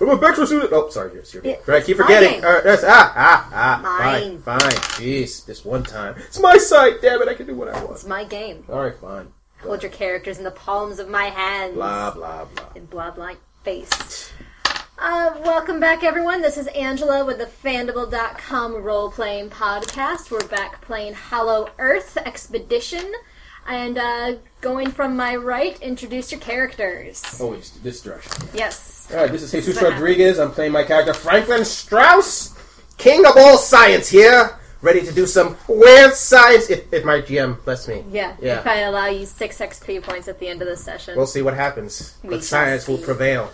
I'm a Bextra student. Oh, sorry, here's your. Yeah, right, keep forgetting. mine. Uh, that's ah ah ah. Mine. Fine, fine. Jeez, this one time. It's my site. Damn it, I can do what I want. It's my game. All right, fine. Hold your characters in the palms of my hands. Blah blah blah. And blah blah face. Uh, welcome back, everyone. This is Angela with the Fandible.com role playing podcast. We're back playing Hollow Earth Expedition. And uh, going from my right, introduce your characters. Oh, it's this direction. Yes. All right, this is Jesus This is Rodriguez. I'm playing my character Franklin Strauss, king of all science here, ready to do some weird science if, if my GM lets me. Yeah. Yeah. If I allow you six XP points at the end of this session. We'll see what happens, We but shall science will see. prevail.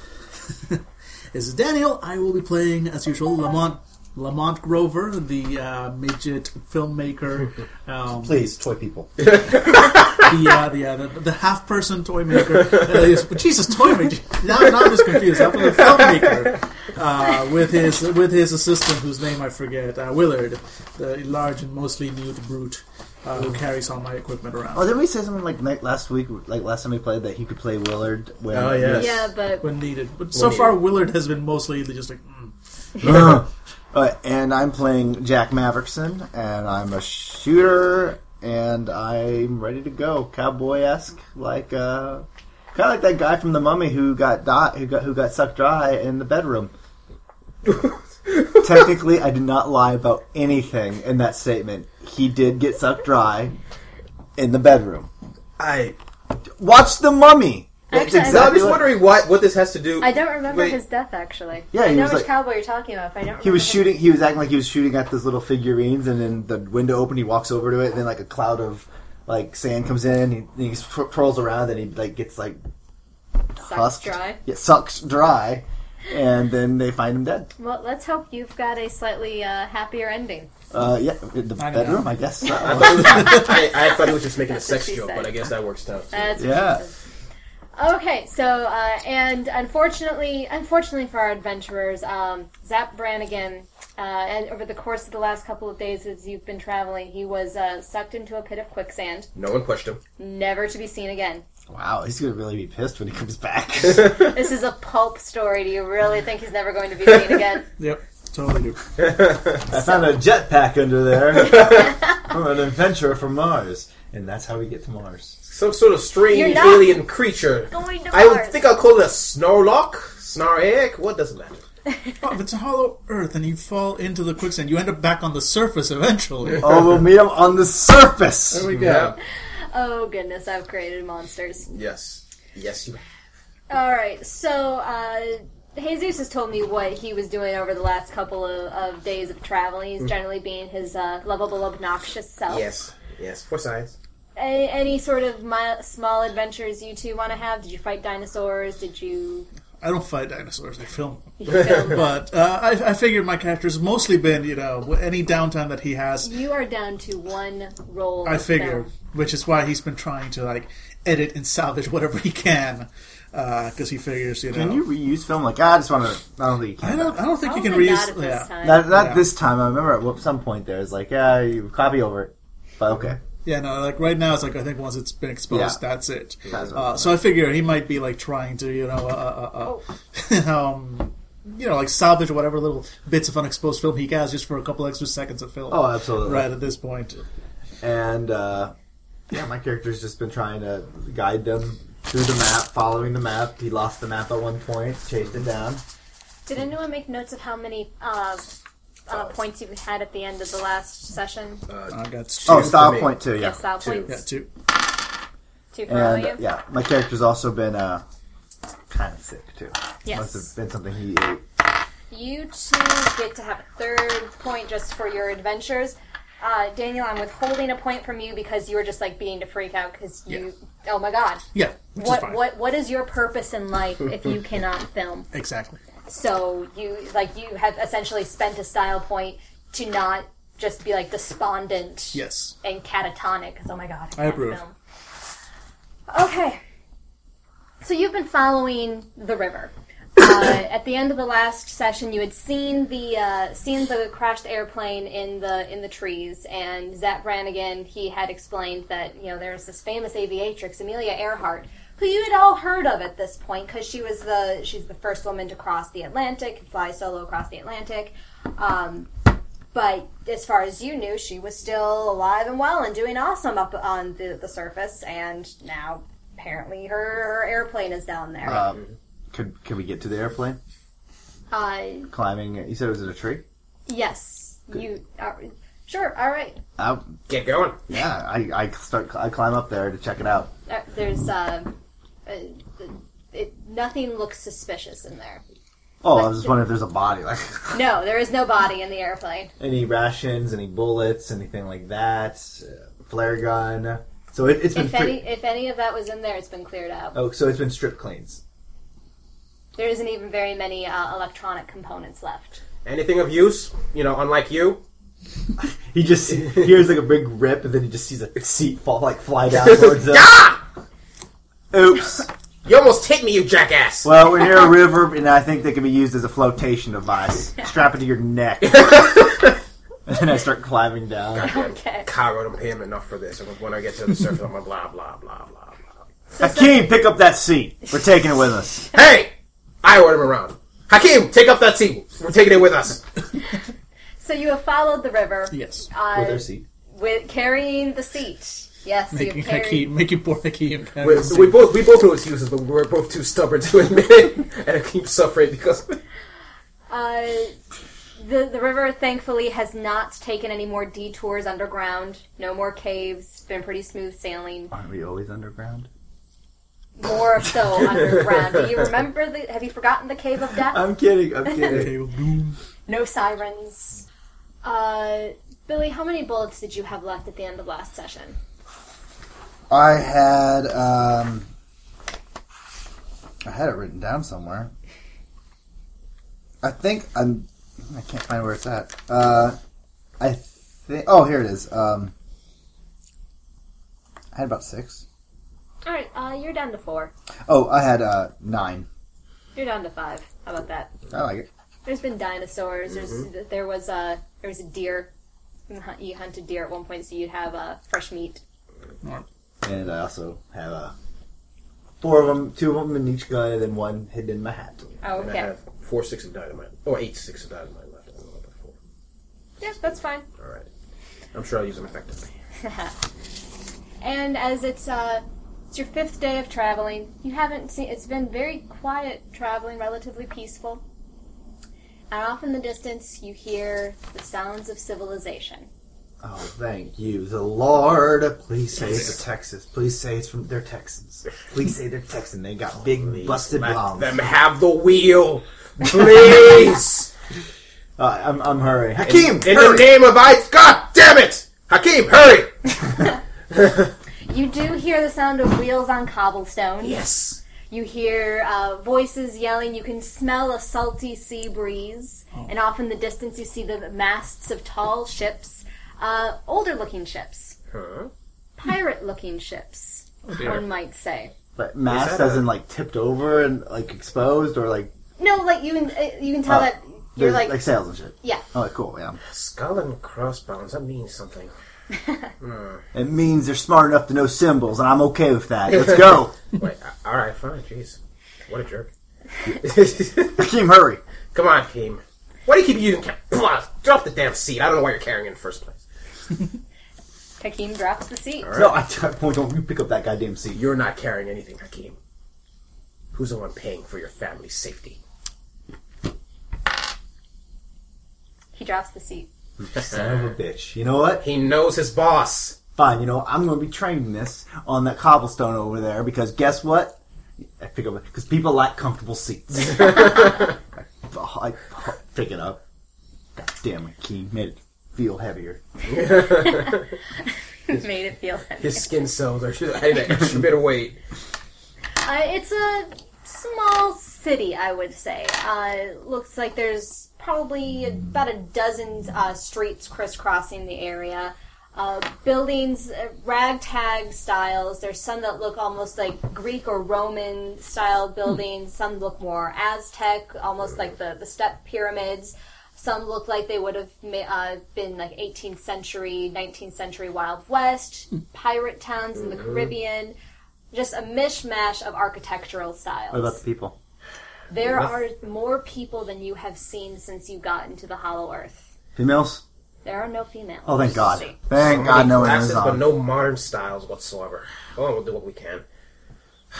This is Daniel. I will be playing, as usual, Lamont Lamont Grover, the uh, midget filmmaker, um, Please, toy people. the, uh, the, uh, the the half person toy maker. Uh, yes, but Jesus, toy maker. Now, now I'm just confused. I'm the filmmaker uh, with his with his assistant, whose name I forget, uh, Willard, the large and mostly nude brute uh, Mm. who carries all my equipment around. Oh, didn't we say something like night last week, like last time we played, that he could play Willard? When, Oh, yes. yeah, but when needed, but so needed. far Willard has been mostly just like mm. Ugh. Uh, and I'm playing Jack Maverickson, and I'm a shooter, and I'm ready to go, cowboy esque, like uh, kind of like that guy from The Mummy who got di- who got who got sucked dry in the bedroom. Technically, I did not lie about anything in that statement. He did get sucked dry in the bedroom. I. Watch The Mummy. Actually, I- Now I'm just what- wondering what what this has to do. I don't remember Wait. his death actually. Yeah, I he know was which like- cowboy you're talking about. But I don't. He was remember shooting. He was acting like he was shooting at this little figurines, and then the window opened. He walks over to it, and then like a cloud of like sand comes in. And he, he tw- twirls around, and he like gets like his husked, sucked dry. yeah, sucks dry, and then they find him dead. Well, let's hope you've got a slightly uh, happier ending. Uh, yeah, in the I know. bedroom, I guess. I, Uh, thought it was, I, I thought he was just making a That's what sex she joke, said. but I guess that works too. That's what she Yeah. said. Okay, so uh, and unfortunately, unfortunately for our adventurers, um, Zap Brannigan, uh, and over the course of the last couple of days as you've been traveling, he was uh, sucked into a pit of quicksand, No one pushed him. never to be seen again. wow, he's gonna really be pissed when he comes back. this is a pulp story. Do you really think he's never going to be seen again? yep, totally do. I found a jetpack under there from an adventurer from Mars, and that's how we get to Mars. Some sort of strange You're not alien creature. Going to I Mars. would think I'll call it a Snorlock, Snarek. What doesn't matter? Oh, if it's a hollow earth and you fall into the quicksand, you end up back on the surface eventually. Oh, we'll meet him on the surface. There we go. oh goodness, I've created monsters. Yes. Yes, you. All right, so uh, Jesus has told me what he was doing over the last couple of, of days of traveling. Mm. He's generally being his uh, lovable, obnoxious self. Yes. Yes. For science. Any, any sort of mi- small adventures you two want to have? Did you fight dinosaurs? Did you? I don't fight dinosaurs; I film. them. you film? But uh, I, I figured my character's mostly been, you know, any downtime that he has. you are down to one roll. I figure, now. which is why he's been trying to like edit and salvage whatever he can, because he figures, you know. Can you reuse film? Like, I just want to. I don't think you can. I don't. I don't think you can Probably not reuse. at this Yeah, time. Not, not Yeah. this time. I remember at what- some point there, it's like, yeah, you copy over it. But okay. yeah. No, like right now, it's like I think once it's been exposed, Yeah. that's it. That's what- Uh, so I figure he might be like trying to, you know, uh, uh, Oh. uh, uh, um, you know, like salvage whatever little bits of unexposed film he has just for a couple extra seconds of film. oh, absolutely. right at this point. And, uh, yeah, my character's just been trying to guide them through the map, following the map. He lost the map at one point, chased it down. Did anyone make notes of how many uh, uh, points you had at the end of the last session? Uh, I got two. Oh, for style me. point too, yeah. yes, style two. points. Yeah, two. Two for all And, of uh, you. yeah, my character's also been, uh, kind of sick too. Must Yes. have been something he ate. You two get to have a third point just for your adventures. Uh, Daniel, I'm withholding a point from you because you were just like being a freak out because you. Oh my god. Yeah, which is What, fine. what what is your purpose in life if you cannot film? Exactly. So you like you have essentially spent a style point to not just be like despondent Yes. and catatonic. 'cause, oh my god, I, can't approve. Film. Okay, so you've been following the river. Uh, at the end of the last session, you had seen the uh, seen the crashed airplane in the in the trees, and Zap Brannigan he had explained that you know there's this famous aviatrix, Amelia Earhart, who you had all heard of at this point because she was the she's the first woman to cross the Atlantic, fly solo across the Atlantic. Um, but as far as you knew, she was still alive and well and doing awesome up on the, the surface, and now apparently her, her airplane is down there. Um, could could we get to the airplane? uh, Climbing. You said it was in a tree. yes, you are. Sure, all right. I, Get going. yeah, I, I start. I climb up there to check it out. Uh, There's uh, uh, it, nothing looks suspicious in there. Oh, I was just wondering if there's a body, like No, there is no body in the airplane. any rations, any bullets, anything like that, uh, flare gun. So it, it's been. If pre- any if any of that was in there, it's been cleared out. oh, so it's been strip cleans. There isn't even very many uh, electronic components left. Anything of use? You know, unlike you. He just hears like a big rip, and then he just sees a seat fall, like fly down towards him. ah! Oops. You almost hit me, you jackass. Well, we're near a river, and I think they can be used as a flotation device. Strap it to your neck. and then I start climbing down. Okay. Cairo don't pay him enough for this. And when I get to the surface, I'm gonna blah blah blah blah blah. Hakeem, pick up that seat. We're taking it with us. Hey, I order him around. Hakim, take up that seat. We're taking it with us. So you have followed the river. Yes. Uh, With our seat. with carrying the seat. Yes, Making you've carried. Hakeem, making poor Hakeem. kind We, of we see- both we both know its uses, but we're both too stubborn to admit it, and it keeps suffering because Uh, the the river thankfully has not taken any more detours underground. No more caves. Been pretty smooth sailing. Aren't we always underground? More so underground. Do you remember the? Have you forgotten the cave of death? I'm kidding. I'm kidding. Okay, boom. No sirens. Uh, Billy, how many bullets did you have left at the end of last session? I had um, I had it written down somewhere. I think I'm. I can't find where it's at. Uh, I think. Oh, here it is. Um, I had about six. All right, uh, you're down to four. Oh, I had uh nine. You're down to five. How about that? I like it. There's been dinosaurs. There's there was a there was a deer. You hunt- You hunted deer at one point, so you'd have uh, fresh meat. And I also have uh, four of them, two of them in each gun, and then one hidden in my hat. Oh, And I okay. have four sticks of dynamite or eight sticks of dynamite left. I don't know about four. Yeah, that's fine. All right, I'm sure I'll use them effectively. And as it's uh, it's your fifth day of traveling, you haven't seen. It's been very quiet traveling, relatively peaceful. And off in the distance, you hear the sounds of civilization. Oh, thank you, the Lord. Please say it's Texas. Please say it's from they're Texans. Please say they're Texan. They got big busted Let bombs. Oh, them have the wheel, please. Uh, I'm, I'm hurrying. in Hakeem, the name of I, God damn it, Hakim, hurry! You do hear the sound of wheels on cobblestones. Yes. You hear uh, voices yelling. You can smell a salty sea breeze, and off in the distance, you see the masts of tall ships, uh, older-looking ships, Huh? pirate-looking ships, one might say. but Is mass that a- doesn't like tipped over and like exposed or like No, like you can uh, you can tell Oh. that you're there's like, like, sails and shit. yeah. Oh, cool. Yeah, Skull and crossbones. That means something. it means they're smart enough to know symbols, and I'm okay with that. Let's go. Wait. a- all right. Fine. Jeez. What a jerk. Hakeem, hurry. Come on, Hakim. Why do you keep using? Ca- Drop the damn seat. I don't know why you're carrying it in the first place. Hakeem drops the seat. All No, right. I, I point. Don't you pick up that goddamn seat. You're not carrying anything, Hakim. Who's the one paying for your family's safety? He drops the seat. Son of a bitch. You know what? He knows his boss. fine, you know, I'm going to be training this on that cobblestone over there because guess what? I pick up because people like comfortable seats. I, I pick it up. God damn it, Key made it feel heavier. Made it feel. heavy. His skin cells are. I had an extra bit of weight. Uh, it's a small city, I would say. Uh, looks like there's probably about a dozen uh, streets crisscrossing the area. Uh, buildings, uh, ragtag styles. There's some that look almost like Greek or Roman style buildings. Some look more Aztec, almost like the, the step pyramids. Some look like they would have ma- uh, been like 18th century, 19th century Wild West, pirate towns in the Caribbean just a mishmash of architectural styles. What about the people? There Rough. are more people than you have seen since you got into the Hollow Earth. Females? There are no females. Oh, thank God. See. Thank God no one Classes, is but on. no modern styles whatsoever. Oh, we'll do what we can.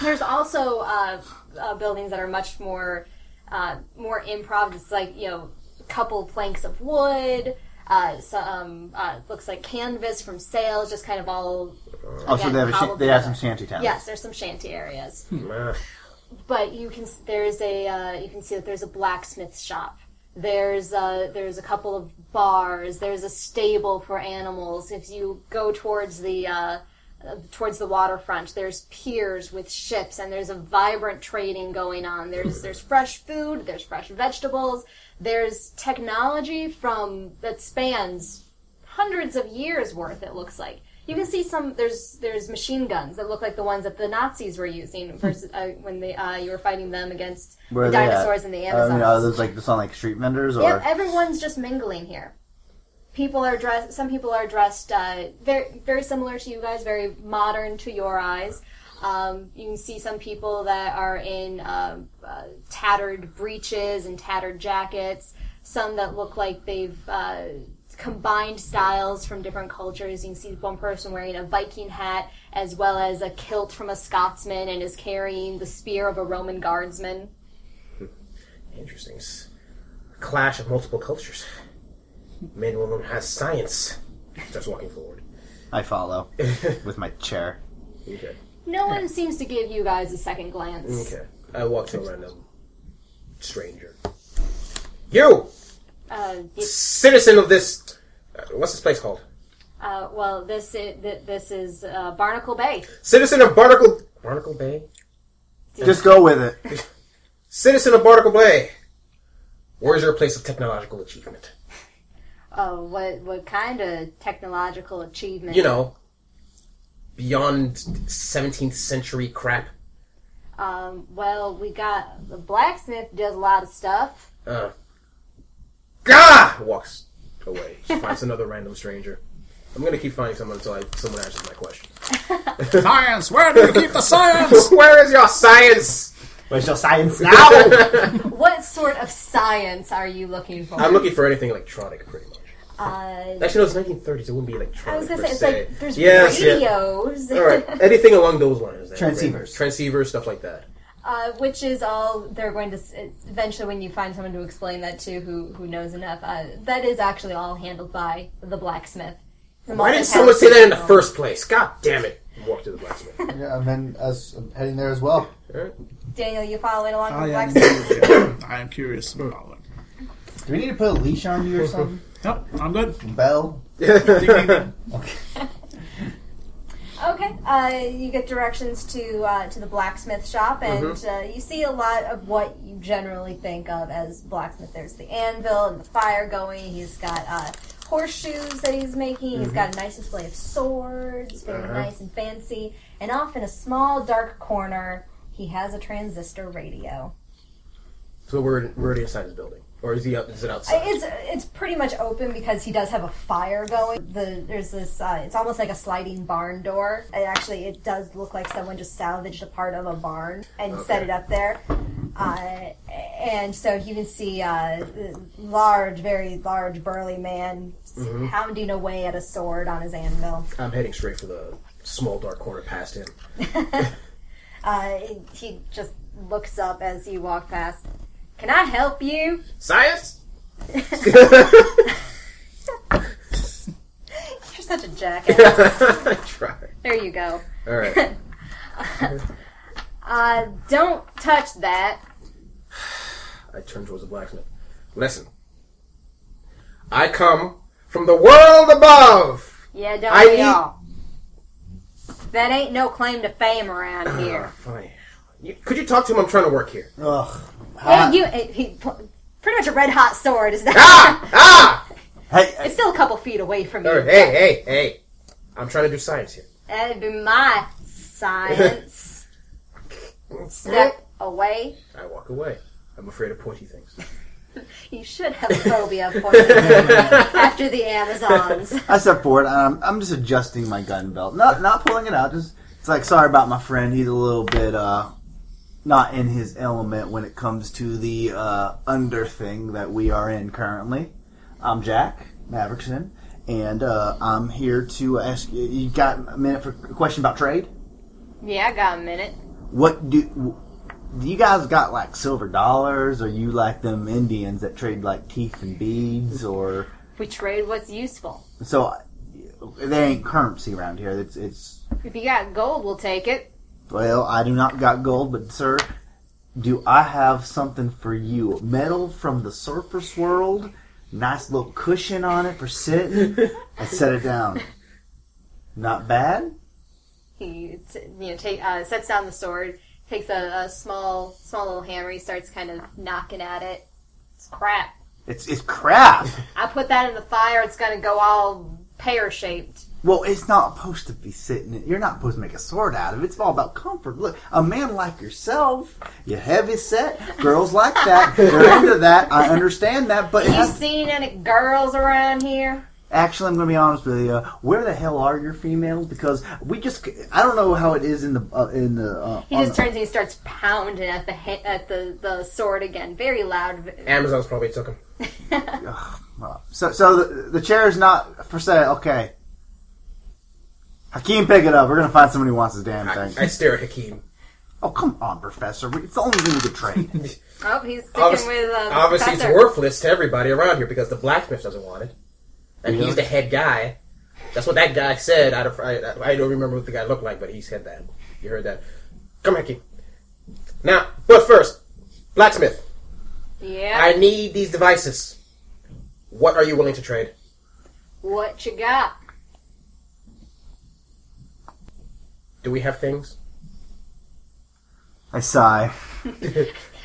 There's also uh, uh, buildings that are much more uh, more improv. It's like you know, a couple planks of wood. Uh, some uh, looks like canvas from sales, just kind of all. Also, again, Oh, they have, a sh- cobbled they have some together. shanty towns. Yes, there's some shanty areas, Ah, but you can s- there's a uh, you can see that there's a blacksmith shop. There's a, there's a couple of bars. There's a stable for animals. If you go towards the uh, uh, towards the waterfront, there's piers with ships, and there's a vibrant trading going on. There's there's fresh food. There's fresh vegetables. There's technology from that spans hundreds of years worth. It looks like you can see some. There's there's machine guns that look like the ones that the Nazis were using versus uh, when they uh, you were fighting them against Where are the they at? dinosaurs in the I Amazon. mean, are those like just on like street vendors or? Yep, everyone's just mingling here. People are dressed. Some people are dressed uh, very, very similar to you guys, very modern to your eyes. Um, you can see some people that are in uh, uh, tattered breeches and tattered jackets. Some that look like they've uh, combined styles from different cultures. You can see one person wearing a Viking hat as well as a kilt from a Scotsman and is carrying the spear of a Roman guardsman. interesting. S- Clash of multiple cultures. Man, woman has science. Starts walking forward. I follow with my chair. Okay. No one seems to give you guys a second glance. Okay. I walk to a random stranger. You, Uh, y- citizen of this. uh, What's this place called? uh, well, this is th- this is uh, Barnacle Bay. Citizen of Barnacle. Barnacle Bay? Just go with it. Citizen of Barnacle Bay! Where's your place of technological achievement? Oh, what what kind of technological achievement? You know, beyond 17th century crap. Um, well, we got the blacksmith does a lot of stuff. Uh. Gah! Walks away. Finds another random stranger. I'm gonna keep finding someone until I, someone answers my question. Science! Where do you keep the science? Where is your science? Where's your science now? What sort of science are you looking for? I'm looking for anything electronic, pretty much. Uh, Actually, no, it's 1930s. It wouldn't be electronic. I was gonna per say it's se. like there's Yes, yeah. radios, All right, anything along those lines. then. Transceivers. transceivers, stuff like that. uh, which is all they're going to. s- Eventually, when you find someone to explain that to who who knows enough, uh, that is actually all handled by the blacksmith. Why didn't someone say that in the first place? God damn it! Walk to the blacksmith. Yeah, and then as I'm heading there as well. Daniel, you following along I with am Blacksmith? curious. I am curious. Following. Do we need to put a leash on you or something? Nope, I'm good. Bell? Okay, uh, you get directions to uh, to the blacksmith shop, and uh, you see a lot of what you generally think of as blacksmith. There's the anvil and the fire going. He's got uh, horseshoes that he's making. He's got a nice display of swords, very nice and fancy. And off in a small dark corner, he has a transistor radio. So we're we're already inside his building, or is he? Out, is it outside? It's it's pretty much open because he does have a fire going. The there's this. Uh, it's almost like a sliding barn door. It actually it does look like someone just salvaged a part of a barn and set Okay. it up there. Uh, and so you can see uh, a large, very large, burly man pounding away at a sword on his anvil. I'm heading straight for the small dark corner past him. Uh, he just looks up as you walk past. Can I help you? Science. You're such a jackass. Try. there you go. All right. Uh, don't touch that. I turn towards the blacksmith. Listen, I come from the world above. Yeah, don't I we need- all? That ain't no claim to fame around Ah, here. funny. You- Could you talk to him? I'm trying to work here. Ugh. Hey, you, eh, he, pl- pretty much a red hot sword is that? Ah! Ah! Hey, It's still a couple feet away from you. All right, hey, hey, hey! I'm trying to do science here. That'd be my science. Step away. I walk away. I'm afraid of pointy things. You should have a phobia of poison after the Amazons. I step forward. And I'm, I'm just adjusting my gun belt, not not pulling it out, just It's like, sorry about my friend. He's a little bit uh, not in his element when it comes to the uh, under thing that we are in currently. I'm Jack Maverickson, and uh, I'm here to ask you. You got a minute for a question about trade? Yeah, I got a minute. What do do you guys got like silver dollars? Are you like them Indians that trade like teeth and beads, or We trade what's useful. so? They ain't currency around here. It's it's If you got gold, we'll take it. Well, I do not got gold, but sir, do I have something for you? Metal from the surface world, nice little cushion on it for sitting. I set it down. Not bad. He t- you know take, uh, sets down the sword, takes a, a small small little hammer. He starts kind of knocking at it. It's crap. It's it's crap. I put that in the fire. It's gonna go all pear shaped. Well, it's not supposed to be sitting. You're not supposed to make a sword out of it. It's all about comfort. Look, a man like yourself, you heavy set, girls like that. They're into that. I understand that, but it You has seen any girls around here? Actually, I'm going to be honest with you. Where the hell are your females? Because we just—I don't know how it is in the uh, in the. Uh, He on just turns and he starts pounding at the he- at the, the sword again, very loud. Amazon's probably took him. the- uh, so, so the, the chair is not for sale. Okay. Hakeem, pick it up. We're going to find somebody who wants this damn I, thing. I stare at Hakeem. oh, come on, Professor. We- It's the only thing we could trade. Oh, he's sticking Obvious- with uh, the Obviously, professor. it's worthless to everybody around here because the blacksmith doesn't want it, and Really? he's the head guy. That's what that guy said. Out of I, I don't remember what the guy looked like, but he said that. You heard that? Come here, Keith. Now, but first, blacksmith. Yeah. I need these devices. What are you willing to trade? What you got? Do we have things? I sigh.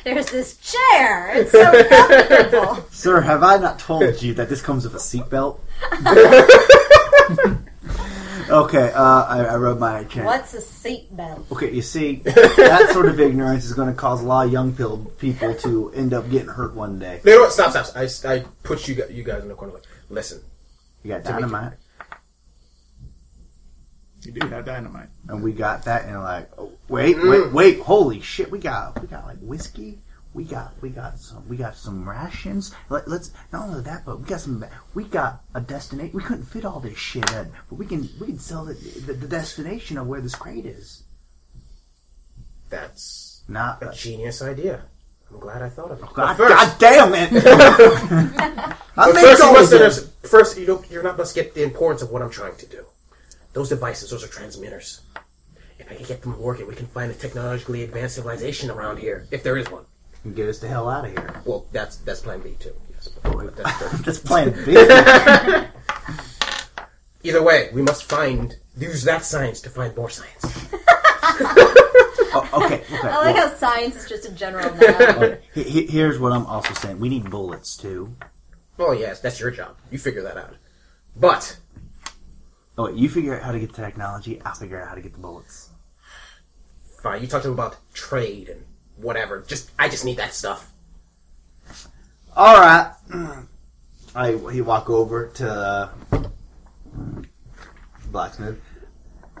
There's this chair. It's so comfortable. Sir, have I not told you that this comes with a seatbelt? okay, uh, I, I rub my chin. What's a seatbelt? Okay, you see, that sort of ignorance is going to cause a lot of young pil- people to end up getting hurt one day. No, no, stop, stop. I, I put you, gu- you guys in the corner. Like, listen, You got dynamite, You do have dynamite. and we got that, and like, oh, wait, Mm. wait, wait, holy shit, we got, we got like whiskey, we got, we got some, we got some rations. Let, let's not only that, but we got some, we got a destination. We couldn't fit all this shit in, but we can, we can sell the, the, the destination of where this crate is. that's Not. a genius idea. I'm glad I thought of it. God, But first- God damn it! I But made first, you gold must again. understand- first, you don't, you're not must get the importance of what I'm trying to do. Those devices, those are transmitters. If I can get them working, we can find a technologically advanced civilization around here, if there is one. Get us the hell out of here. Well, that's that's Plan B too. Yes, but- but that's fair. Just playing business. Either way, we must find use that science to find more science. Oh, okay, okay. I like well, how science is just a general noun. okay. He- he- here's what I'm also saying. We need bullets too. Well, Oh, yes, that's your job. You figure that out. But Oh, wait, you figure out how to get the technology. I'll figure out how to get the bullets. fine, you talked to him about trade and whatever. Just I just need that stuff. All right. I he walk over to the blacksmith.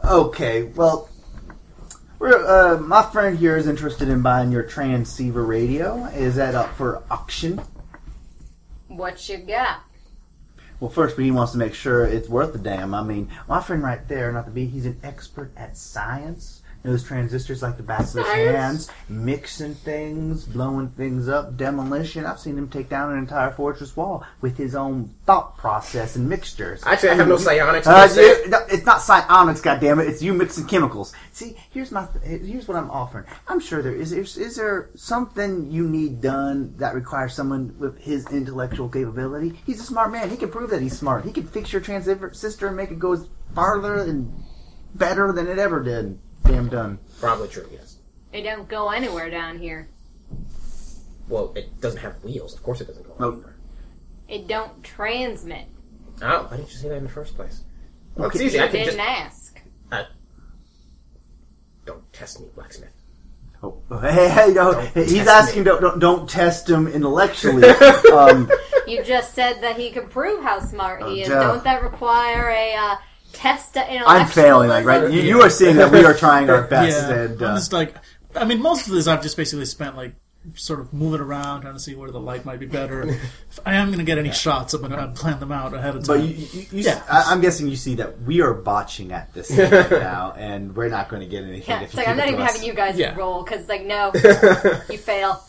Okay, well, we're, uh, my friend here is interested in buying your transceiver radio. Is that up for auction? What you got? Well, first, but he wants to make sure it's worth the damn. I mean, my friend right there, not to be, he's an expert at science. Knows transistors like the backs of his Science? hands, mixing things, blowing things up, demolition. I've seen him take down an entire fortress wall with his own thought process and mixtures. Actually, I have no psionics. Uh, per se. it- no, it's not psionics, goddammit. It's you mixing chemicals. See, here's my, th- here's what I'm offering. I'm sure there is, is, is there something you need done that requires someone with his intellectual capability? He's a smart man. He can prove that he's smart. He can fix your transistor and make it go farther and better than it ever did. Damn done. Probably true. Yes. They don't go anywhere down here. Well, it doesn't have wheels. Of course, it doesn't go. Nope. anywhere. It don't transmit. Oh, why didn't you say that in the first place? Well, Okay. it's easy. You I can didn't just ask. don't test me, blacksmith. Oh, hey, hey, no, Don't he's test asking, me. don't, don't, don't test him intellectually. um, You just said that he could prove how smart he Oh, is. duh. Don't that require a uh, test to intellectual. I'm failing, like right. You, you are seeing that we are trying our best, yeah, and I'm uh, just like, I mean, most of this I've just basically spent like sort of moving around trying to see where the light might be better. if I am going to get any shots, I'm going to plan them out ahead of time. but you, you, you Yeah. I, I'm guessing you see that we are botching at this thing right now, and we're not going to get anything. Yeah, if it's you like keep I'm it not to even us. having you guys Yeah. roll because like no, you fail.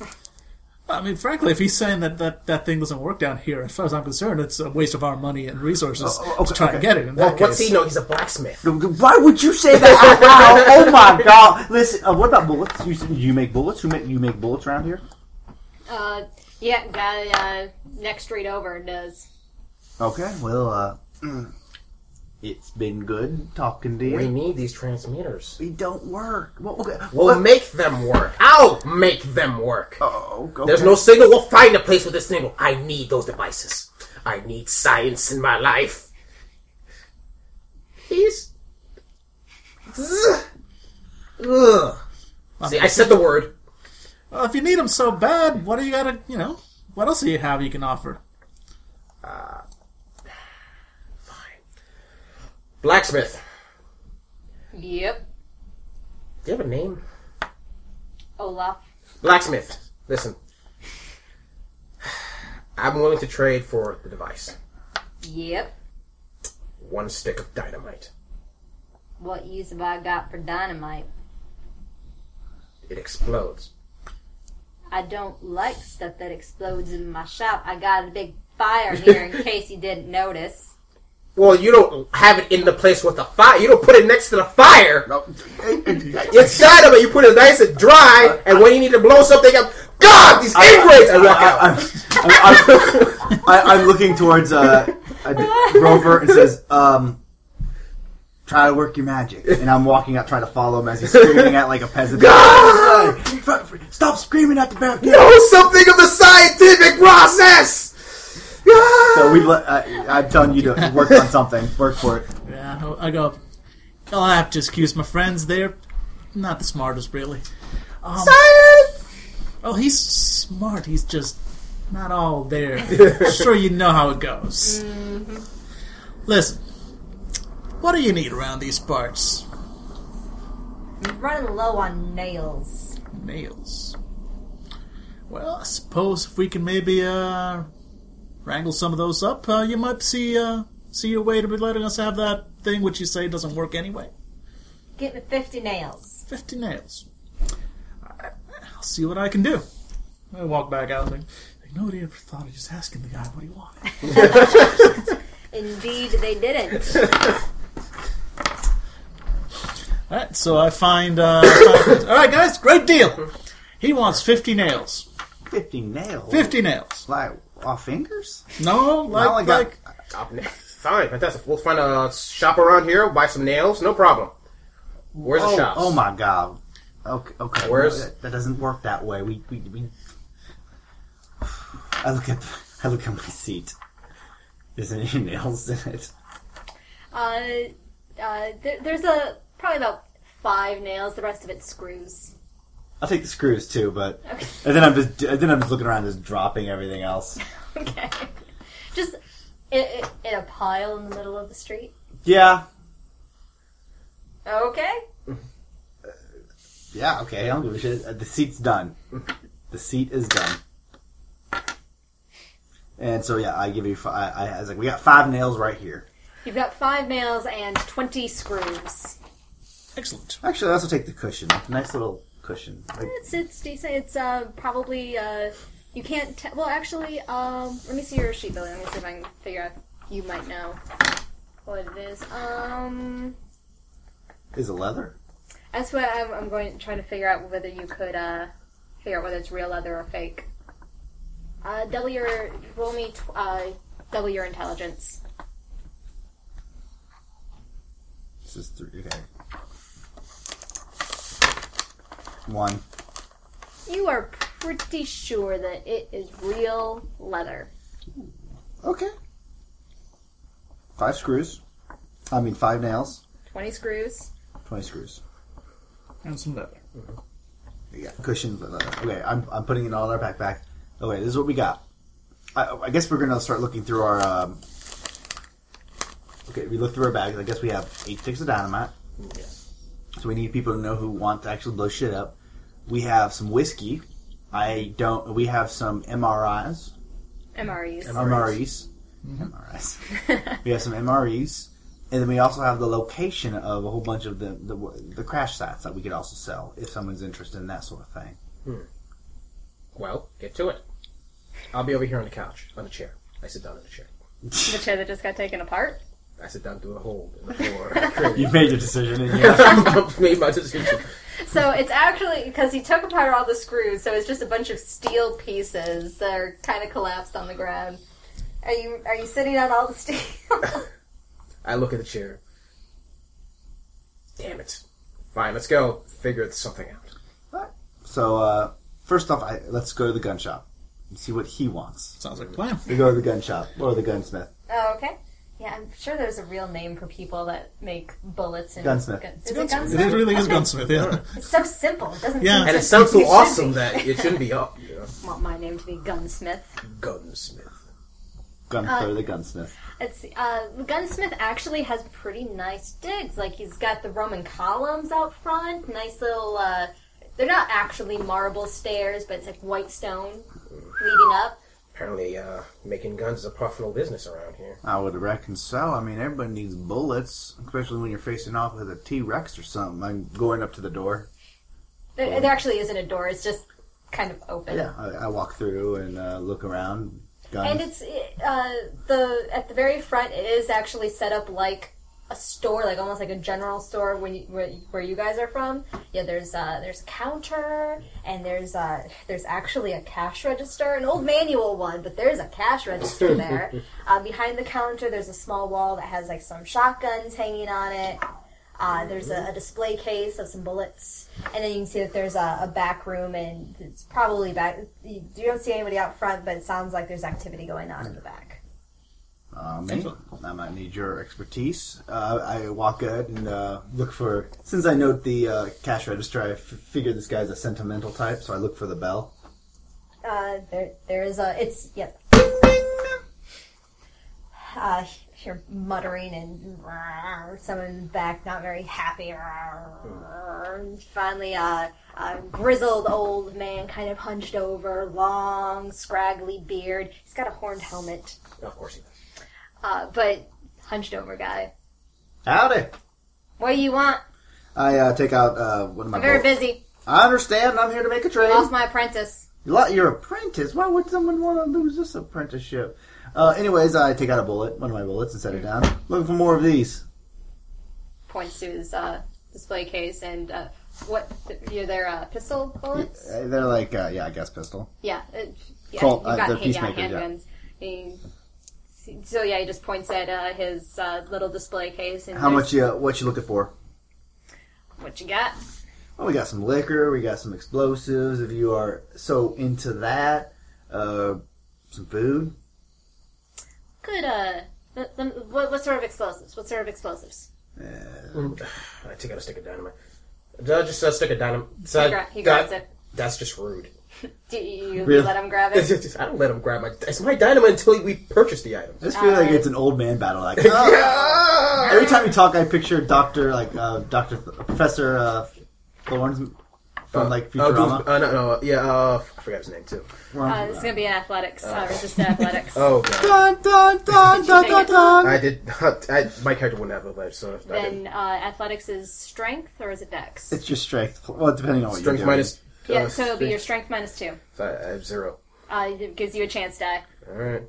I mean, frankly, if he's saying that, that that thing doesn't work down here, as far as I'm concerned, it's a waste of our money and resources Oh, oh, okay, to try and okay. get it. In Well, that what's case. he know? He's a blacksmith. Why would you say that out loud? Oh my god! Listen, uh, what about bullets? You, you make bullets? Who make you make bullets around here? Uh, yeah, guy uh, next street over does. Okay, well, uh, mm, it's been good talking to you. We need these transmitters. They don't work. Well, okay. We'll well, make them work. I'll make them work. oh, okay. There's no signal. We'll find a place with a signal. I need those devices. I need science in my life. He's. Ugh. See, I said the word. Well, if you need them so bad, what do you got to, you know, what else do you have you can offer? Blacksmith. Yep, Do you have a name? Olaf. Blacksmith. Listen. I'm willing to trade for the device. Yep. One stick of dynamite. What use have I got for dynamite? It explodes. I don't like stuff that explodes in my shop. I got a big fire here in case you didn't notice. Well, you don't have it in the place with the fire. You don't put it next to the fire. oh, It's dynamite. You put it nice and dry, and when you need to blow something up, God, these ingrates! I walk out. I, am I, am looking towards uh, a Rover and says, um, "Try to work your magic." And I'm walking out, trying to follow him as he's screaming at like a peasant. Stop screaming at the back! know something of the scientific process. Ah! So we, le- I, I'm telling you to work on something. Work for it. Yeah, I go, I'll have to excuse my friends. They're not the smartest, really. Um, Oh, he's smart. He's just not all there. sure, you know how it goes. Listen, what do you need around these parts? I'm running low on nails. Nails. Well, I suppose if we can maybe uh, wrangle some of those up, uh, you might see uh, see a way to be letting us have that thing which you say doesn't work anyway. Get me 50 nails. Fifty nails. I- I'll see what I can do. I walk back out and think, like, nobody ever thought of just asking the guy what he wanted. Indeed, they didn't. All right, so I find. Uh, I find- all right, guys, great deal. He wants fifty nails. Fifty nails. Fifty nails. Like off fingers? No, Well, I like, got- like Up next. Fine, fantastic. We'll find a shop around here. Buy some nails. No problem. Where's oh, the shop? oh my god. Okay, okay. Where's- No, that, that doesn't work that way. We, we, we. I look at I look at my seat. There's any nails in it? Uh, uh, there, there's a probably about five nails. The rest of it's screws. I'll take the screws too, but Okay. and then I'm just and then I'm just looking around, just dropping everything else. Okay. Just in, in, in a pile in the middle of the street. Yeah, Okay. yeah, okay. I don't give a shit. Uh, The seat's done. The seat is done. And so yeah, I give you. Five, I, I was like, we got five nails right here. You've got five nails and 20 screws. excellent. Actually, I also take the cushion. Nice little cushion. Like, It's, it's decent. It's uh, probably, uh, you can't tell. Well, actually, um, let me see your sheet, Billy. Let me see if I can figure out. You might know what it is. Um, is it leather? that's what I'm, I'm going trying to figure out whether you could uh, figure out whether it's real leather or fake. Uh, double your roll me tw- uh, double your intelligence. This is three. Okay. One. You are pretty sure that it is real leather. Okay. Five screws. I mean, five nails. 20 screws. Twenty screws. And some leather. Yeah, cushion. blah, blah, blah. Okay, I'm, I'm putting it all in our backpack. Okay, this is what we got. I, I guess we're gonna start looking through our um, Okay, we look through our bags. I guess we have eight sticks of dynamite. So we need people to know who want to actually blow shit up. We have some whiskey. I don't. We have some MRIs. MREs. MREs. MRIs. we have some MREs, and then we also have the location of a whole bunch of the the, the crash sites that we could also sell if someone's interested in that sort of thing. Well, get to it. I'll be over here on the couch, on a chair. I sit down on a chair. The chair that just got taken apart. I sit down through a hole in the floor. You've made your decision, and yeah, I've made my decision. So it's actually because he took apart all the screws, so it's just a bunch of steel pieces that are kind of collapsed on the ground. Are you are you sitting on all the steel? I look at the chair. Damn it. Fine, let's go figure something out. So uh, first off, I, let's go to the gun shop and see what he wants. Sounds like a plan. We go to the gun shop or the gunsmith. oh, okay. Yeah, I'm sure there's a real name for people that make bullets and Gunsmith. Gun- is it gunsmith? It really is gunsmith. Yeah. It's so simple. It doesn't. Yeah. seem And it so- sounds so should awesome be. that it shouldn't be up. You know? I want my name to be Gunsmith. Gunsmith. Uh, Gunther the gunsmith. Let's see. Uh, the gunsmith actually has pretty nice digs. Like he's got the Roman columns out front. Nice little. Uh, they're not actually marble stairs, but it's like white stone leading up. Apparently, uh, making guns is a profitable business around here. I would reckon so. I mean, everybody needs bullets, especially when you're facing off with a T Rex or something. I'm going up to the door. There, there actually isn't a door. It's just kind of open. Yeah, I, I walk through and uh, look around. Guns. And it's uh, the at the very front. It is actually set up like a store, like almost like a general store when you, where, where you guys are from. Yeah, there's uh, there's a counter, and there's uh, there's actually a cash register, an old manual one, but there's a cash register there. uh, behind the counter, there's a small wall that has like some shotguns hanging on it. Uh, there's a, a display case of some bullets, and then you can see that there's a, a back room, and it's probably back. You, you don't see anybody out front, but it sounds like there's activity going on in the back. Uh, me? I might need your expertise. Uh, I walk out and uh, look for. Since I note the uh, cash register, I f- figure this guy's a sentimental type, so I look for the bell. Uh, there, there is a. It's yeah. Uh, you're muttering and someone in the back not very happy. And finally, uh, a grizzled old man, kind of hunched over, long, scraggly beard. He's got a horned helmet. Of course he does. Uh, but hunched over guy. Howdy! What do you want? I uh, take out uh, one of my. I'm very bullets. busy. I understand. I'm here to make a trade. Lost my apprentice. You lot- You're an apprentice. Why would someone want to lose this apprenticeship? Uh, anyways, I take out a bullet, one of my bullets, and set it down. Looking for more of these. Points to his uh, display case and uh, what? You're their uh, pistol bullets. Uh, They're like, uh, yeah, I guess pistol. Yeah, it, yeah Colt, you've uh, got the hand- yeah, peacemakers, yeah. handguns. He- so yeah, he just points at uh, his uh, little display case and How much there's- you? What you looking for? What you got? Well, Oh, we got some liquor, we got some explosives. If you are so into that, uh, some food. Good. Uh, the, the, what, what sort of explosives? What sort of explosives? I take out a stick of dynamite. Uh, just a stick of dynamite. So He, gra- he grabs it. That's just rude. Do you, you Really? let him grab It's it? just- I don't let him grab my. It's my dynamite until we purchase the item. I just feel like it's an old man battle. Like "Ah." every time you talk, I picture Doctor like uh, Doctor Professor uh, Thorns from like Uh, Futurama. Goose- uh, no, no, yeah, uh, I forgot his name too. Uh, this is gonna be an athletics. Uh, resist athletics. Oh god, Dun, dun, dun, dun, dun, dun. I did. Not, I, my character wouldn't have a so I didn't. Then uh, athletics is strength or is it dex? It's your strength. Well, depending on what Strength you're doing. minus. uh, yeah, so it'll be your strength. strength minus two. Oh, So I I have zero. Uh, it gives you a chance die. All right.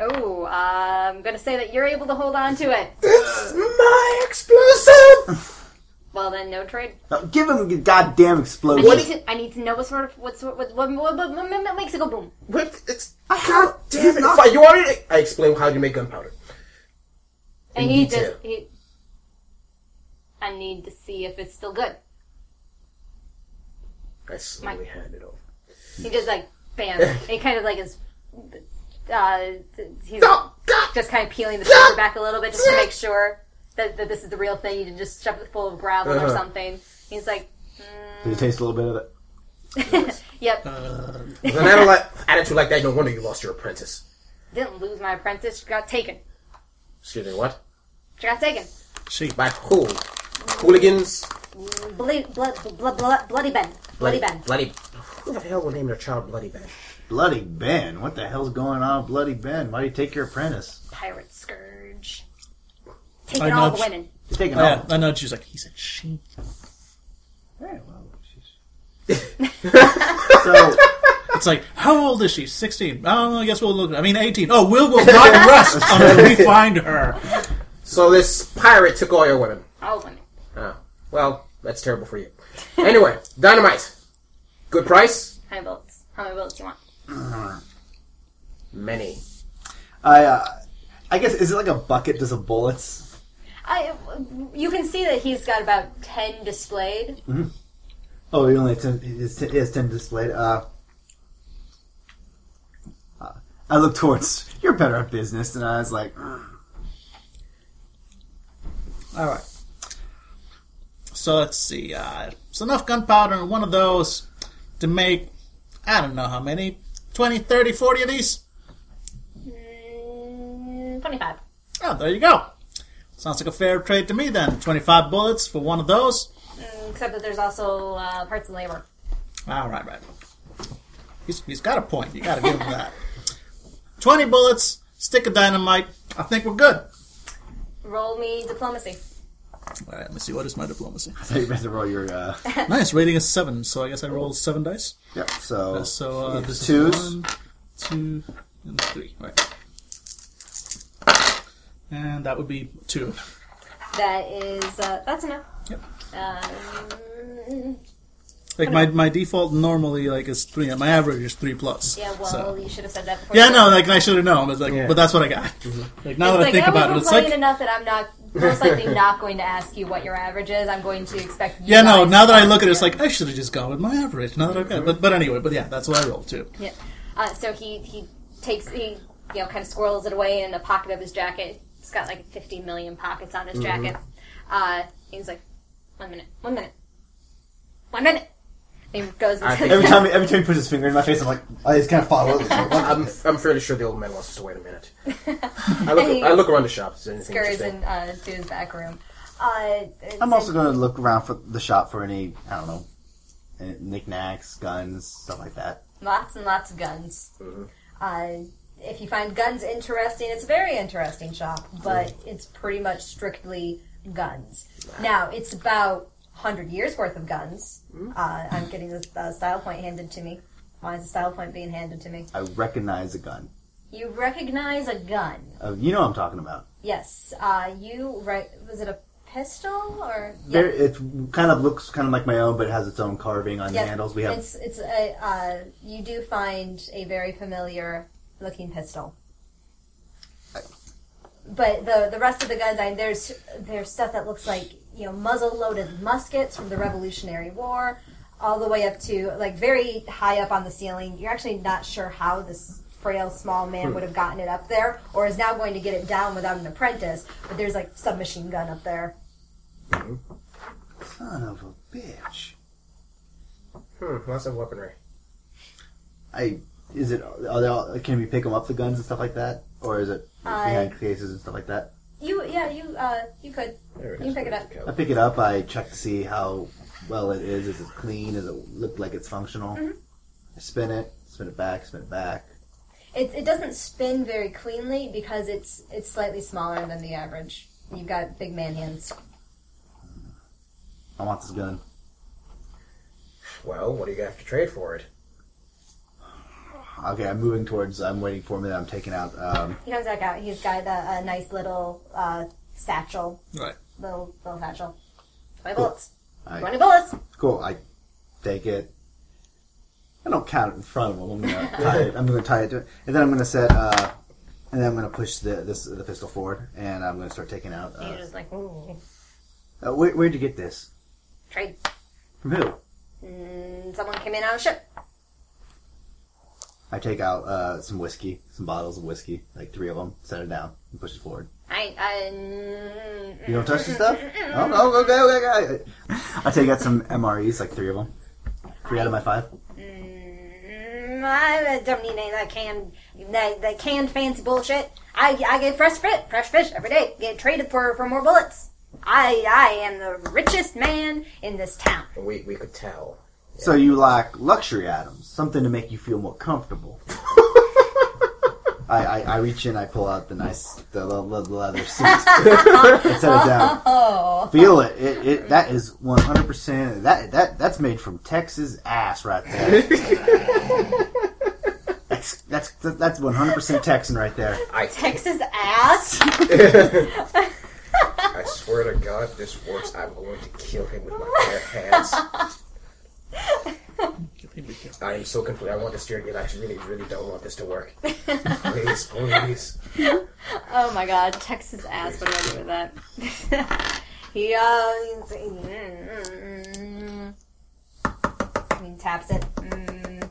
Oh, uh, I'm gonna say that you're able to hold on to it. It's my explosive. Well, then no trade. Now, Uh, give him a goddamn I explosion. need, to, I need to know what sort of what sort what what, what, what, what, what makes it go boom. What? It's I have damn it. Fine, you want it? I explain how you make gunpowder. I In need to detail. he, I need to see if it's still good. I slowly hand it over. He just like bam. it kind of like is uh, he's Oh god! just kind of peeling the paper back a little bit just to make sure that, that this is the real thing. You didn't just shove it full of gravel or Uh-huh. something. He's like, Did it taste a little bit of it? yep. With an attitude like, attitude like that, no wonder you lost your apprentice. Didn't lose my apprentice. She got taken. Excuse me, what? She got taken. She. By who? Hooligans? Bloody, blood, blood, blood, bloody Ben. Bloody Ben. Bloody. Who the hell would name their child Bloody Ben? Bloody Ben. What the hell's going on, with Bloody Ben? Why do you take your apprentice? Pirate Scourge. Taking I all the nudged- women. You're taking Yeah, off. I know. She was like, he said she. Alright, well, she's- so It's like, how old is she? 16. I don't know. I guess we'll look. I mean, 18. Oh, Will will not rest until we find her. So this pirate took all your women. All women. Oh, well, that's terrible for you. Anyway, dynamite. Good price? How many bullets? How many bullets do you want? Many. I, uh, I guess is it like a bucket just of bullets? I, you can see that he's got about ten displayed. Oh, he only has ten, he has ten, he has ten displayed. Uh, uh, I look towards you're better at business than I was. Like, "Mm, All right. So let's see. Uh, it's enough gunpowder in one of those to make, I don't know how many, 20, 30, 40 of these? Mm, Twenty-five. Oh, there you go. Sounds like a fair trade to me then. 25 bullets for one of those. Mm, except that there's also uh, parts and labor. All right, right. He's, he's got a point. You got to give him that. 20 bullets, stick of dynamite. I think we're good. Roll me diplomacy. All right, let me see. What is my diplomacy? I thought you meant to roll your. Uh, Nice. Rating is 7, so I guess I rolled 7 dice. yep. So, So uh, this Oh, twos. is one, two, and three. Right. And that would be two. That is uh, that's enough. Yep. Um, Like my, my default normally like is three. and My average is three plus. yeah. Well, So. you should have said that before. Yeah, you- no, like I should have known, but like, Yeah. but that's what I got. It's Like now that I like, think oh, about we're it, it's playing like, enough that I'm not most likely not going to ask you what your average is. I'm going to expect. You yeah, no. guys Now that I to look at it, it's answer. like I should have just gone with my average. Now that I've got, but but anyway, but yeah, that's what I rolled too. Yeah. Uh, so he he takes he you know kind of squirrels it away in a pocket of his jacket. He's got like 50 million pockets on his Mm-hmm. jacket. Uh, he's like, one minute, one minute, one minute. And he goes. I Into think- every time every time he puts his finger in my face, I'm like, I just kind of follow it. I'm, I'm fairly sure the old man wants us to wait a minute. I look, I look around the shop. Is there anything Scurries interesting? in, uh, to his back room. Uh, I'm also going to look around for the shop for any I don't know, eh, knickknacks, guns, stuff like that. lots and lots of guns. Uh, if you find guns interesting, it's a very interesting shop, but it's pretty much strictly guns. Now, it's about 100 years worth of guns. Uh, I'm getting this uh, style point handed to me. Why is the style point being handed to me? I recognize a gun. You recognize a gun. Uh, you know what I'm talking about. Yes. Uh, you, right, was it a pistol or? There, it kind of looks kind of like my own, but it has its own carving on Yeah. the handles. We have It's it's a uh, you do find a very familiar looking pistol. But the the rest of the guns, I, there's there's stuff that looks like you know muzzle loaded muskets from the Revolutionary War, all the way up to like very high up on the ceiling. You're actually not sure how this frail small Hmm. man would have gotten it up there, or is now going to get it down without an apprentice. But there's like submachine gun up there. son of a bitch. Hmm, lots of weaponry. I is it are they all, can we pick them up the guns and stuff like that, or is it Uh, behind cases and stuff like that? You yeah you uh you could There it You is. pick it up. I pick it up. I check to see how well it is. Is it clean? Does it look like it's functional? Mm-hmm. I spin it, spin it back, spin it back. It, it doesn't spin very cleanly because it's it's slightly smaller than the average. You've got big man hands. I want this gun. Well, what do you have to trade for it? Okay, I'm moving towards. I'm waiting for me. That I'm taking out. Um, He comes back out. He's got a, a nice little uh, satchel, Right. little little satchel. Twenty Cool. bullets. I- Twenty bullets. Cool. I take it. I don't count it in front of him. I'm gonna tie it. I'm gonna tie it to it, and then I'm gonna set. Uh, and then I'm gonna push the this the pistol forward, and I'm gonna start taking out. He's Uh, just like "Ooh, uh, where, where'd you get this? trade. From who? Mm, someone came in on a ship. I take out uh, some whiskey, some bottles of whiskey, like three of them. Set it down and push it forward. I I. mm, You don't touch the stuff. Oh, oh, okay, okay, okay. I take out some MREs, like three of them. Three out of my five. mm, mm, I don't need any of that canned, that, that canned fancy bullshit. I, I get fresh fish, fresh fish every day. Get traded for, for more bullets. I, I am the richest man in this town. We, we could tell. So you lack luxury items, something to make you feel more comfortable. I, I, I reach in, I pull out the nice, the le- le- leather suit, and set it down. Oh, Feel it. it, it that is one hundred percent. That that that's made from Texas ass right there. that's that's that's one hundred percent Texan right there. I, Texas ass. I swear to God, if this works, I'm going to kill him with my bare hands. I am so confused. I want this to get. I really, really don't want this to work. Please, please. Oh my god, Texas ass. What do I do with that? He, uh, he's- mm, mm, mm. he taps it. Mm.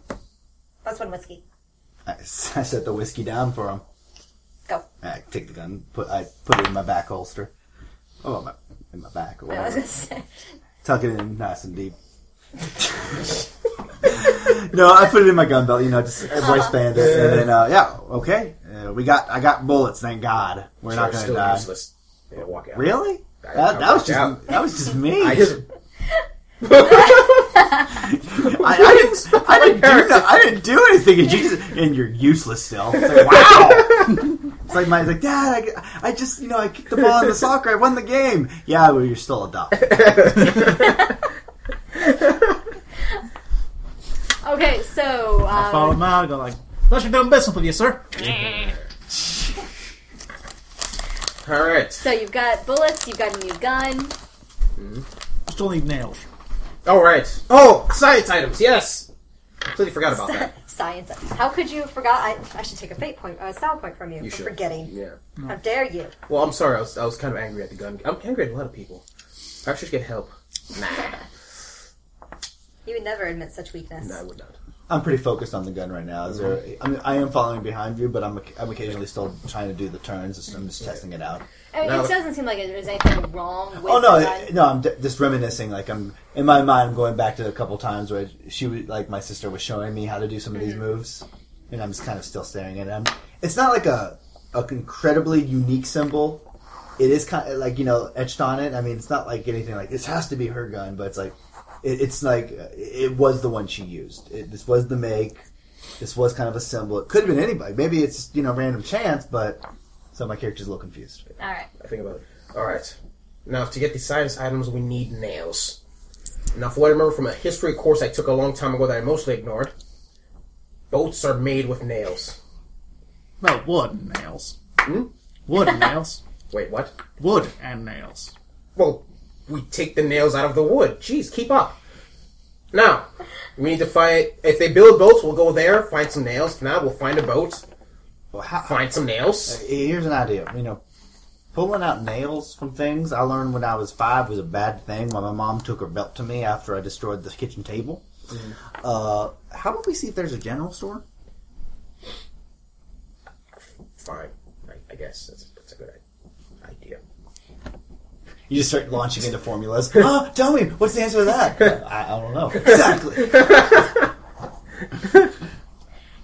Plus one whiskey. I, I set the whiskey down for him. Go. I take the gun, put I put it in my back holster. Oh, my, in my back or I was whatever. gonna say. Tuck it in nice and deep. no, I put it in my gun belt, you know, just waistband it, and then uh, yeah, okay. Uh, we got, I got bullets. Thank God, we're not Sure, gonna still die. useless. Yeah, walk out. Really? I- I That, that was walked just out. that was just me. I just. I, I didn't I didn't, do, no- I didn't do anything, and you just, and you're useless still. It's like, wow. it's like my it's like dad. I, I just you know I kicked the ball in the soccer. I won the game. Yeah, well, you're still a dog. okay, so I follow um, him out. I go like, "That's your dumb business with you, sir." All right. so you've got bullets. You've got a new gun. Still need nails. All right. Oh, science items. Yes. Completely forgot about that. Science. How could you have forgot? I, I should take a fate point, a sound point from you, You for should. forgetting. Yeah. How dare you? Well, I'm sorry. I was, I was kind of angry at the gun. I'm angry at a lot of people. I should get help. You would never admit such weakness. No, I would not. I'm pretty focused on the gun right now. Is there, I, mean, I am following behind you, but I'm oc- I'm occasionally still trying to do the turns. just- I'm just testing it out. I mean, Now- it doesn't seem like there's anything wrong with. Oh no, the it- no! I'm d- just reminiscing. Like I'm in my mind, I'm going back to a couple times where she, was, like my sister, was showing me how to do some of these moves, and I'm just kind of still staring at them. It's not like a an incredibly unique symbol. It is kind of like you know etched on it. I mean, it's not like anything like this has to be her gun, but it's like it, it's like uh, it was the one she used. It, this was the make. This was kind of a symbol. It could have been anybody. Maybe it's you know random chance, but so my character's a little confused. All right. I think about it. All right. Now, to get the science items, we need nails. Now, for what I remember from a history course I took a long time ago that I mostly ignored, boats are made with nails. No wood nails. Wood and nails. Wait, what? Wood and nails. Well, we take the nails out of the wood. Jeez, keep up. Now, we need to find. If they build boats, we'll go there, find some nails. If not, we'll find a boat, Well, how, find some nails. Here's an idea. You know, pulling out nails from things I learned when I was five was a bad thing. When my mom took her belt to me after I destroyed the kitchen table. Uh, how about we see if there's a general store? Fine. I, I guess that's, that's a good i- idea. You just start launching into formulas. oh, tell me, what's the answer to that? I, I don't know exactly.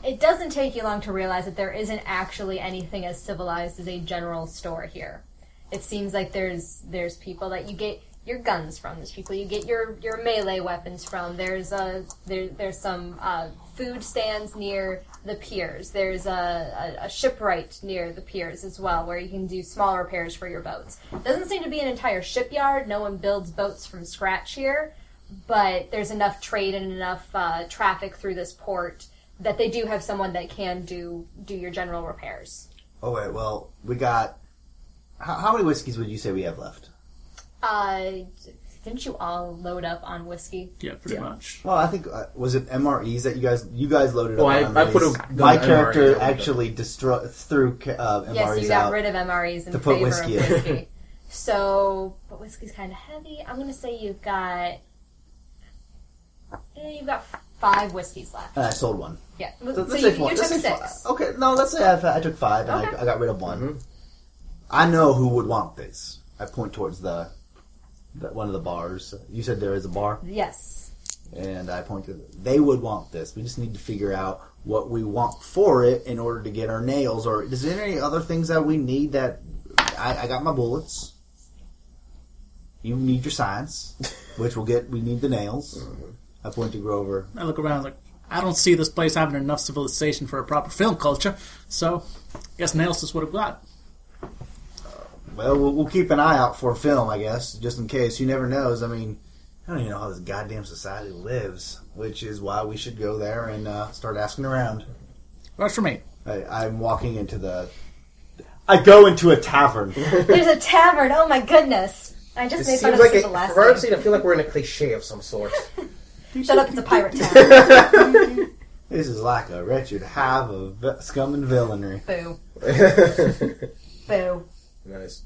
It doesn't take you long to realize that there isn't actually anything as civilized as a general store here. It seems like there's there's people that you get your guns from. There's people you get your, your melee weapons from. There's a there, there's some uh, food stands near the piers. There's a, a, a shipwright near the piers as well, where you can do small repairs for your boats. Doesn't seem to be an entire shipyard. No one builds boats from scratch here, but there's enough trade and enough uh, traffic through this port that they do have someone that can do do your general repairs. Oh wait, well we got. How, how many whiskeys would you say we have left? Uh, didn't you all load up on whiskey? Yeah, pretty much. Well, I think uh, was it MREs that you guys you guys loaded Well, up. I- on I put these? a gun my on MREs. character actually destroy threw uh, MREs yes, you got out. rid of MREs in To put favor whiskey in. of whiskey. so, but whiskey's kind of heavy. I'm gonna say you've got eh, you've got five whiskeys left. and I sold one. Yeah, So so, let's you, say four. you took let's six. say four. Okay, no, let's say I, I took five and Okay. I, I got rid of one. I know who would want this. I point towards the, the one of the bars. You said there is a bar. Yes. And I pointed, they would want this. We just need to figure out what we want for it in order to get our nails. Or is there any other things that we need that I, I got my bullets? You need your science, which we'll get. We need the nails. I point to Grover. I look around like I don't see this place having enough civilization for a proper film culture, so I guess nails is what I've got. Well, well, we'll keep an eye out for a film, I guess, just in case. You never knows. I mean, I don't even know how this goddamn society lives, which is why we should go there and uh, start asking around. Works for me. I, I'm walking into the. I go into a tavern. There's a tavern. Oh my goodness. I just It made seems fun of like like it, the last for our time. scene, I feel like we're in a cliche of some sort. Shut up, it's a pirate town. this is like a wretched hive of vi- scum and villainy. Boo. Boo. nice.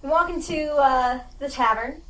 We walk into uh, the tavern,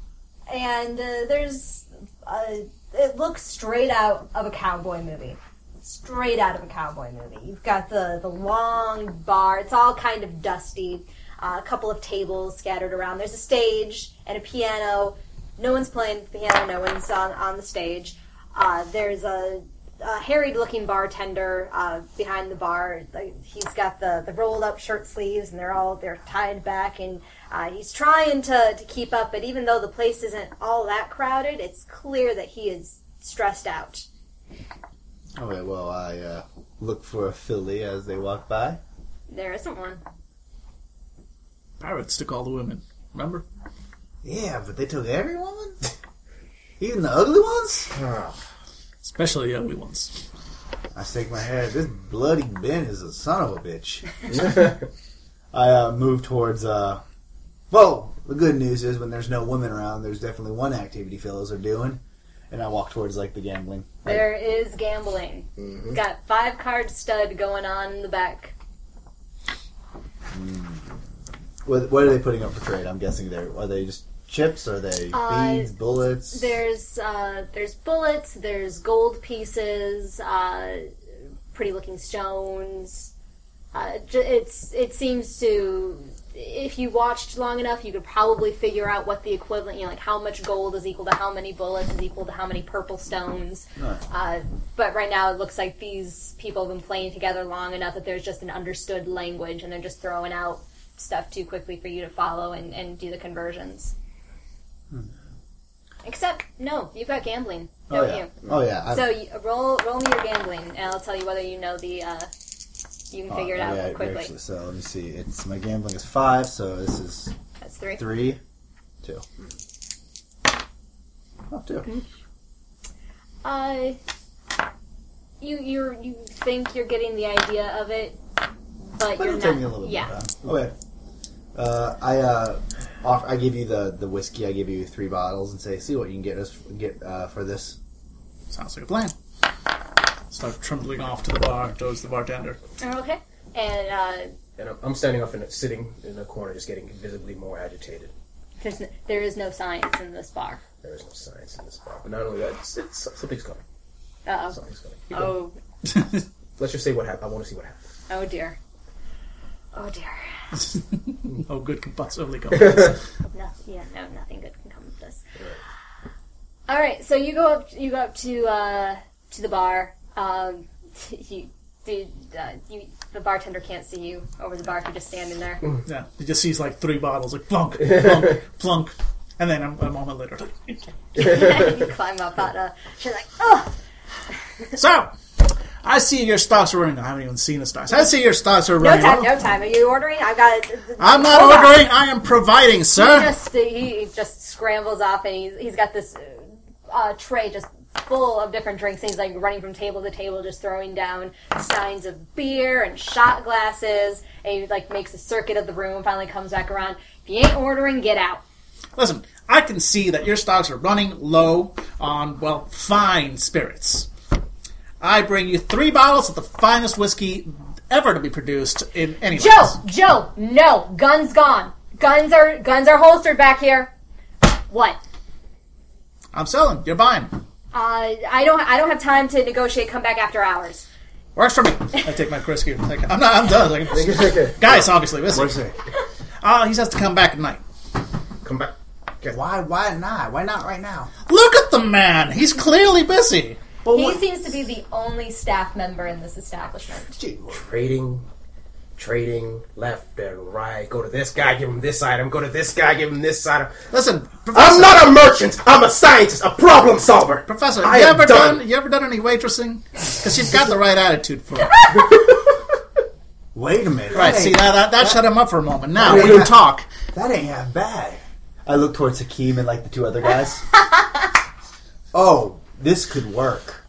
and uh, there's. Uh, it looks straight out of a cowboy movie. Straight out of a cowboy movie. You've got the, the long bar, it's all kind of dusty. Uh, a couple of tables scattered around. There's a stage and a piano. No one's playing the piano, no one's on, on the stage. Uh, there's a, a harried looking bartender uh, behind the bar. Like, He's got the, the rolled up shirt sleeves and they're all they're tied back and uh, he's trying to, to keep up, but even though the place isn't all that crowded, it's clear that he is stressed out. Okay, well, I uh, look for a filly as they walk by. There isn't one. Pirates took all the women. Remember? Yeah, but they took every woman? Even the ugly ones? Especially the ugly ones. I shake my head. This bloody Ben is a son of a bitch. I uh, move towards. Uh, well, the good news is when there's no women around, there's definitely one activity fellows are doing. And I walk towards like the gambling. There is gambling. Mm-hmm. Got five card stud going on in the back. What, what are they putting up for trade? I'm guessing they're are they just chips? Are they Uh, beads, bullets? There's uh, there's bullets. There's gold pieces. Uh, pretty looking stones. Uh, j- it's it seems to if you watched long enough, you could probably figure out what the equivalent. You know, like how much gold is equal to how many bullets is equal to how many purple stones. Nice. Uh, but right now, it looks like these people have been playing together long enough that there's just an understood language, and they're just throwing out stuff too quickly for you to follow and, and do the conversions. Except no, you've got gambling, Hmm. oh don't yeah, you? oh yeah. I- So you, roll roll me your gambling, and I'll tell you whether you know the. Uh, you can oh, figure it out yeah, quickly. actually, so let me see. It's my gambling is five, so this is That's three. three, Mm-hmm. two. Oh, two. Uh, you you you think you're getting the idea of it, but But you're it'll not. take me a little bit yeah. more time. Okay. Uh, I uh, off, I give you the, the whiskey. I give you three bottles and say, see what you can get us get uh, for this. Sounds like a plan. Start trundling off to the bar towards the bartender. Okay. And uh, And I'm- I'm standing up and sitting in the corner, just getting visibly more agitated. there's n- there is no science in this bar. There is no science in this bar. But not only that, it's, it's, something's coming. Uh oh. Something's coming. Oh Let's just say what happened. I want to see what happens. oh dear. Oh dear. oh, good can possibly come. of this. No, yeah, no, nothing good can come of this. All right, so you go up, you go up to uh, to the bar. Um, you, the, uh, you, the bartender can't see you over the bar. You're just standing there. yeah, he just sees like three bottles, like plunk, plunk, plunk, and then I'm, I'm on my litter. you climb up out. Uh, she's like, oh, So, I see your stocks are running. I haven't even seen the stocks. I see your stocks are No running. time, no time. Are you ordering? I've got. I'm not Hold on. ordering. I am providing, sir. just he, he just scrambles off, and he's he's got this uh, uh, tray just full of different drinks. And he's like running from table to table, just throwing down steins of beer and shot glasses. And he like makes a circuit of the room. Finally comes back around. If you ain't ordering, get out. Listen, I can see that your stocks are running low on well, fine spirits. I bring you three bottles of the finest whiskey ever to be produced in any. Joe, Joe, no, guns gone. Guns are guns are holstered back here. What? I'm selling. You're buying. Uh, I don't I don't have time to negotiate. Come back after hours. Works for me. I take my whiskey. Like, I'm not. I'm done. Like, guys, obviously, listen. What's it? Ah, he has to come back at night. Come back. Why? Why not? Why not right now? Look at the man. He's clearly busy. But He what? seems to be the only staff member in this establishment. Gee, trading, trading left and right. Go to this guy, give him this item. Go to this guy, give him this item. Listen, Professor. I'm not a merchant. I'm a scientist, a problem solver. Professor, I you am ever done. done. You ever done any waitressing? Because she's got the right attitude for it. Wait a minute. Right. That See ain't- that, that that shut him up for a moment. Now Yeah. we can talk. That ain't half bad. I look towards Hakeem and like the two other guys. Oh, this could work.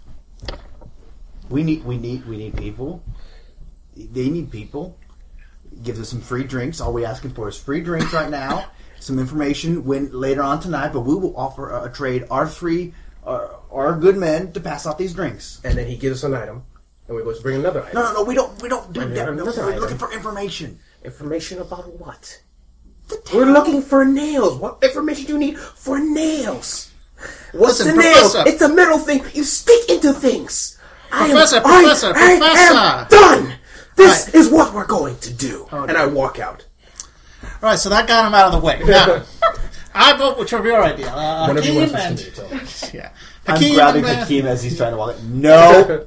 We need, we need, we need people. They need people. Give us some free drinks. All we asking for is free drinks right now. some information when later on tonight, but we will offer a, a trade. Our three, our, our good men, to pass out these drinks. And then he gives us an item, and we go to bring another item. No, no, no. We don't, we don't do And that. No, another we're item. looking for information. Information about what? We're looking for nails. What information do you need for nails? What's Listen, a nail? Professor. It's a metal thing. You stick into things. Professor, I am, Professor, I, I am Professor. done. This is what we're going to do. Oh, and I walk out. All right. So that got him out of the way. Now I vote which of your idea. Uh, Whatever you want Hakeem us to and do. yeah. I'm Hakeem grabbing and, uh, Hakeem as he's trying to walk. in. No,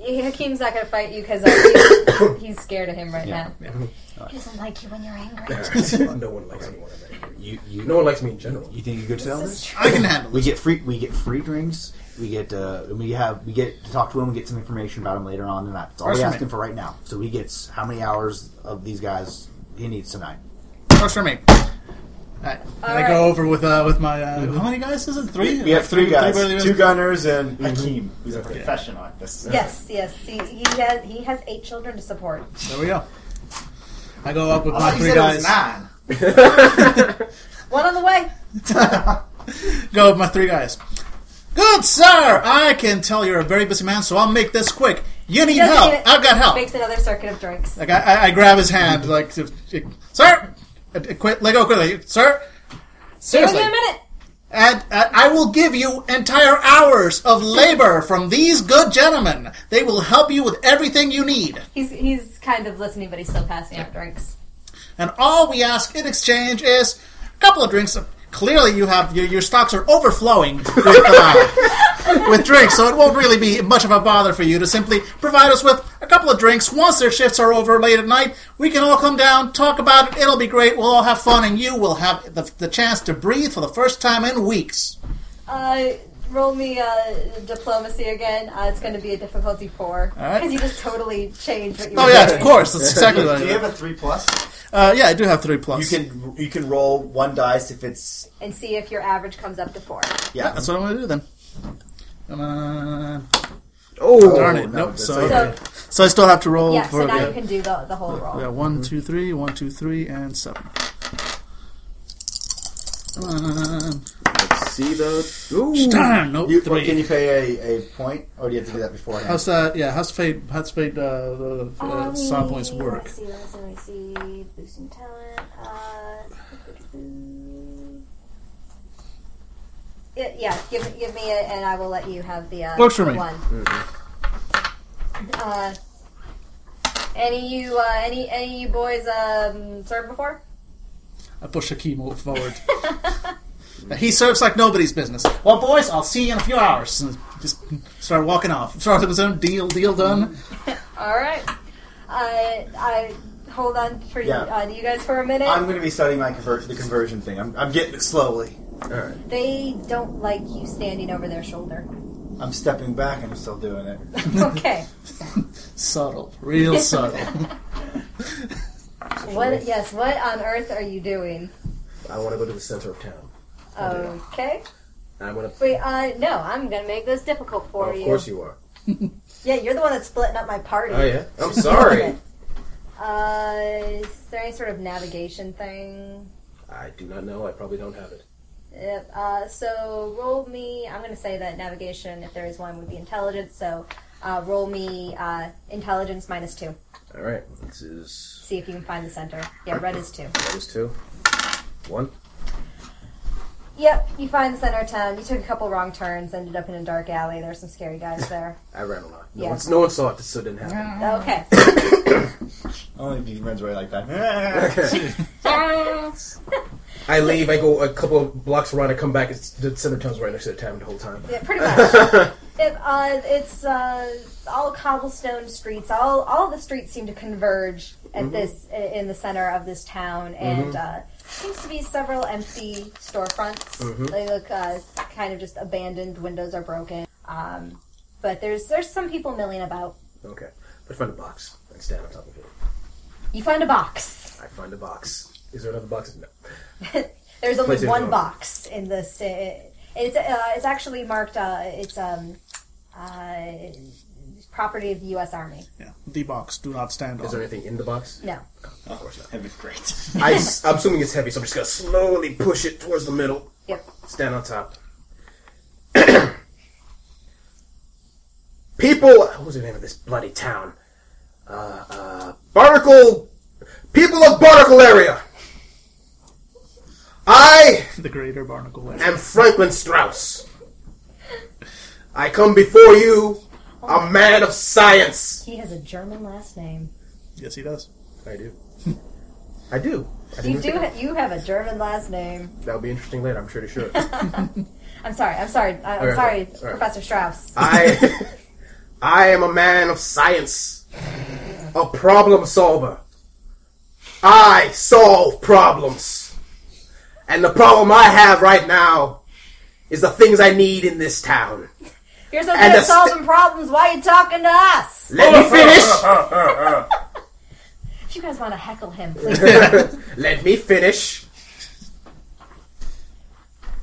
Hakeem's not going to fight you because uh, he's, he's scared of him right now. He doesn't like you when you're angry. no one likes me when I'm angry. you, you, No one likes me in general. you think you could sell this? I can handle. We get free. We get free drinks. We get. Uh, we have. We get to talk to him. We get some information about him later on tonight. That's all First we're for me. asking for right now. So he gets how many hours of these guys he needs tonight. it. Works for me. All right. And I right. go over with uh, with my uh, how many guys is it? Three. Mm-hmm. We have three guys, barely- two gunners and Hakeem, who's a professional at this. Yes, yes. He, he has he has eight children to support. There we go. I go up with I my thought you three said it was guys. nine. One on the way. Go with my three guys. Good sir, I can tell you're a very busy man, so I'll make this quick. You need Doesn't help. even- I've got help. Makes another circuit of drinks. Like I, I, I grab his hand, like to- sir, Uh, quit, let go quickly, sir. Give Seriously, me a minute. and uh, I will give you entire hours of labor from these good gentlemen. They will help you with everything you need. He's he's kind of listening, but he's still passing out drinks. and all we ask in exchange is a couple of drinks. Clearly, you have your, your stocks are overflowing with, uh, with drinks, so it won't really be much of a bother for you to simply provide us with a couple of drinks. Once their shifts are over late at night, we can all come down, talk about it. It'll be great. We'll all have fun, and you will have the, the chance to breathe for the first time in weeks. Uh, roll me uh, diplomacy again. Uh, it's going to be a difficulty four because right. you just totally changed what you. Oh were yeah, doing. of course. That's exactly what I Do you have did. a three plus? Uh, yeah, I do have three plus. You can you can roll one dice if it's And see if your average comes up to four. yeah. That's what I'm gonna do then. Come on. Oh, Darn it. no, nope. that's So, So so I still have to roll yeah, for so now the- you can do the, the whole roll. Yeah, one, two, three, one, two, three, and seven. Um, Let's see the darn, nope, You, three. can you pay a, a point, or do you have to do that beforehand? how's that? Yeah, how's fate? How's fate? Uh, the Oh, uh, sound points work. Let's see, let's see, let's see. Boosting talent. Uh, it, yeah, give, give me it, and I will let you have the uh, Works for me. Mm-hmm. one. Uh, any you, uh, any any you boys um, served before? I push Hakeem forward. he serves like nobody's business. Well, boys, I'll see you in a few hours. And just start walking off. Start with his own deal. Deal done. All right. I I hold on for Yeah. uh, you guys for a minute. I'm going to be studying my conver- the conversion thing. I'm, I'm getting it slowly. they don't like you standing over their shoulder. I'm stepping back and I'm still doing it. Okay. Subtle, real subtle. what? Yes. What on earth are you doing? I want to go to the center of town. Okay. I'm gonna. Wait, uh, no, I'm gonna make this difficult for of you. course you are. Yeah, you're the one that's splitting up my party. Oh yeah. I'm sorry. Uh, is there any sort of navigation thing? I do not know. I probably don't have it. Yep. Uh, so roll me. I'm gonna say that navigation, if there is one, would be intelligence. So uh, roll me uh, intelligence minus two. All right. This is See if you can find the center. Yeah, red is two. those two. One. Yep, you find the center of town. You took a couple wrong turns, ended up in a dark alley. There's some scary guys there. I ran a lot. No, Yeah. one, no one saw it, so it didn't happen. Okay. Only if he runs away like that. I leave. I go a couple of blocks around. I come back. It's, the center town's right next to the town the whole time. Yeah, pretty much. it, uh, it's uh, all cobblestone streets. All all the streets seem to converge at this i- in the center of this town, and uh, seems to be several empty storefronts. They look uh, kind of just abandoned. Windows are broken, um, but there's there's some people milling about. Okay, but I find a box. I stand on top of it. You find a box. I find a box. Is there another box? No. There's only Place it one alone. box in the city. It's uh, it's actually marked. Uh, it's um, uh, property of the U.S. Army. Yeah. The box. Do not stand Is there on. anything in the box? No. Of course not. That'd be great. I s- I'm assuming it's heavy, so I'm just gonna slowly push it towards the middle. Yep. Stand on top. People, what was the name of this bloody town? Uh, uh, Barnacle. People of Barnacle area. I The greater barnacle. Area. am Franklin Strauss. I come before you, a man of science. He has a German last name. Yes, he does. I do. I do. I didn't You do. think Ha- you have a German last name. That'll be interesting later. I'm sure to sure. I'm sorry. I'm sorry. I- I'm Okay, all sorry, right. Professor Strauss. I I am a man of science, a problem solver. I solve problems. And the problem I have right now is the things I need in this town. You're so And good at the solving problems. Why are you talking to us? Let me finish. If you guys want to heckle him, please. Let me finish.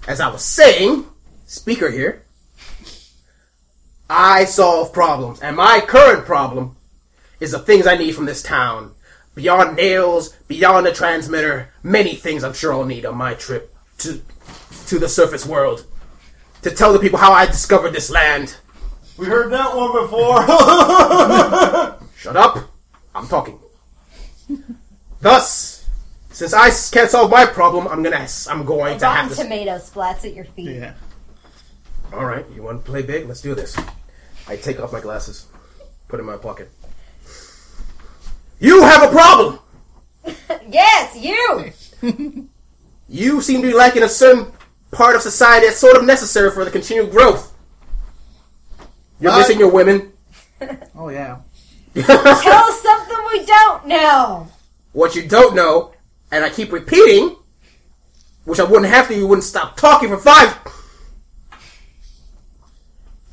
As I was saying, speaker here, I solve problems, and my current problem is the things I need from this town. Beyond nails, beyond the transmitter, many things I'm sure I'll need on my trip to to the surface world. To tell the people how I discovered this land. We heard that one before. Shut up! I'm talking. Thus, since I s- can't solve my problem, I'm gonna s- I'm going to have Rotten to Tomato splats at your feet. Yeah. All right, you want to play big? Let's do this. I take off my glasses, put in my pocket. You have a problem. Yes, you. You seem to be lacking a certain part of society that's sort of necessary for the continued growth. You're missing your women. Oh yeah. Tell us something we don't know. What you don't know, and I keep repeating, which I wouldn't have to, you wouldn't stop talking for five,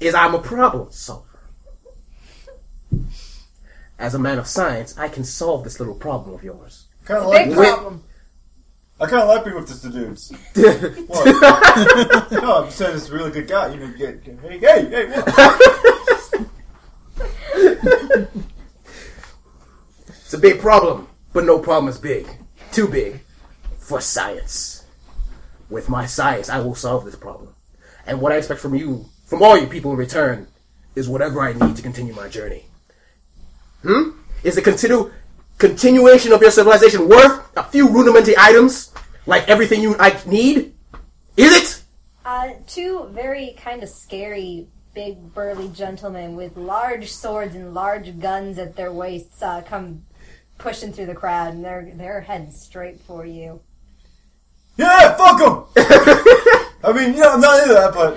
is I'm a problem solver. As a man of science, I can solve this little problem of yours. kind of Big like. problem. I kind of like being with this dudes. what? no, I'm saying it's a really good guy. You know, get, get- hey, hey, hey, what? It's a big problem, but no problem is big. Too big for science. With my science, I will solve this problem. And what I expect from you, from all you people in return, is whatever I need to continue my journey. Hmm? Is the continu- continuation of your civilization worth a few rudimentary items? Like everything you I need? Is it? Uh, two very kind of scary, big, burly gentlemen with large swords and large guns at their waists uh, come pushing through the crowd, and they're they're heading straight for you. Yeah, fuck him. I mean, you know, I'm not into that, but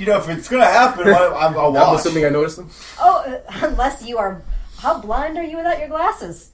you know, if it's gonna happen, I, I, I'll I'm watch. assuming I noticed them. Oh, uh, unless you are. How blind are you without your glasses?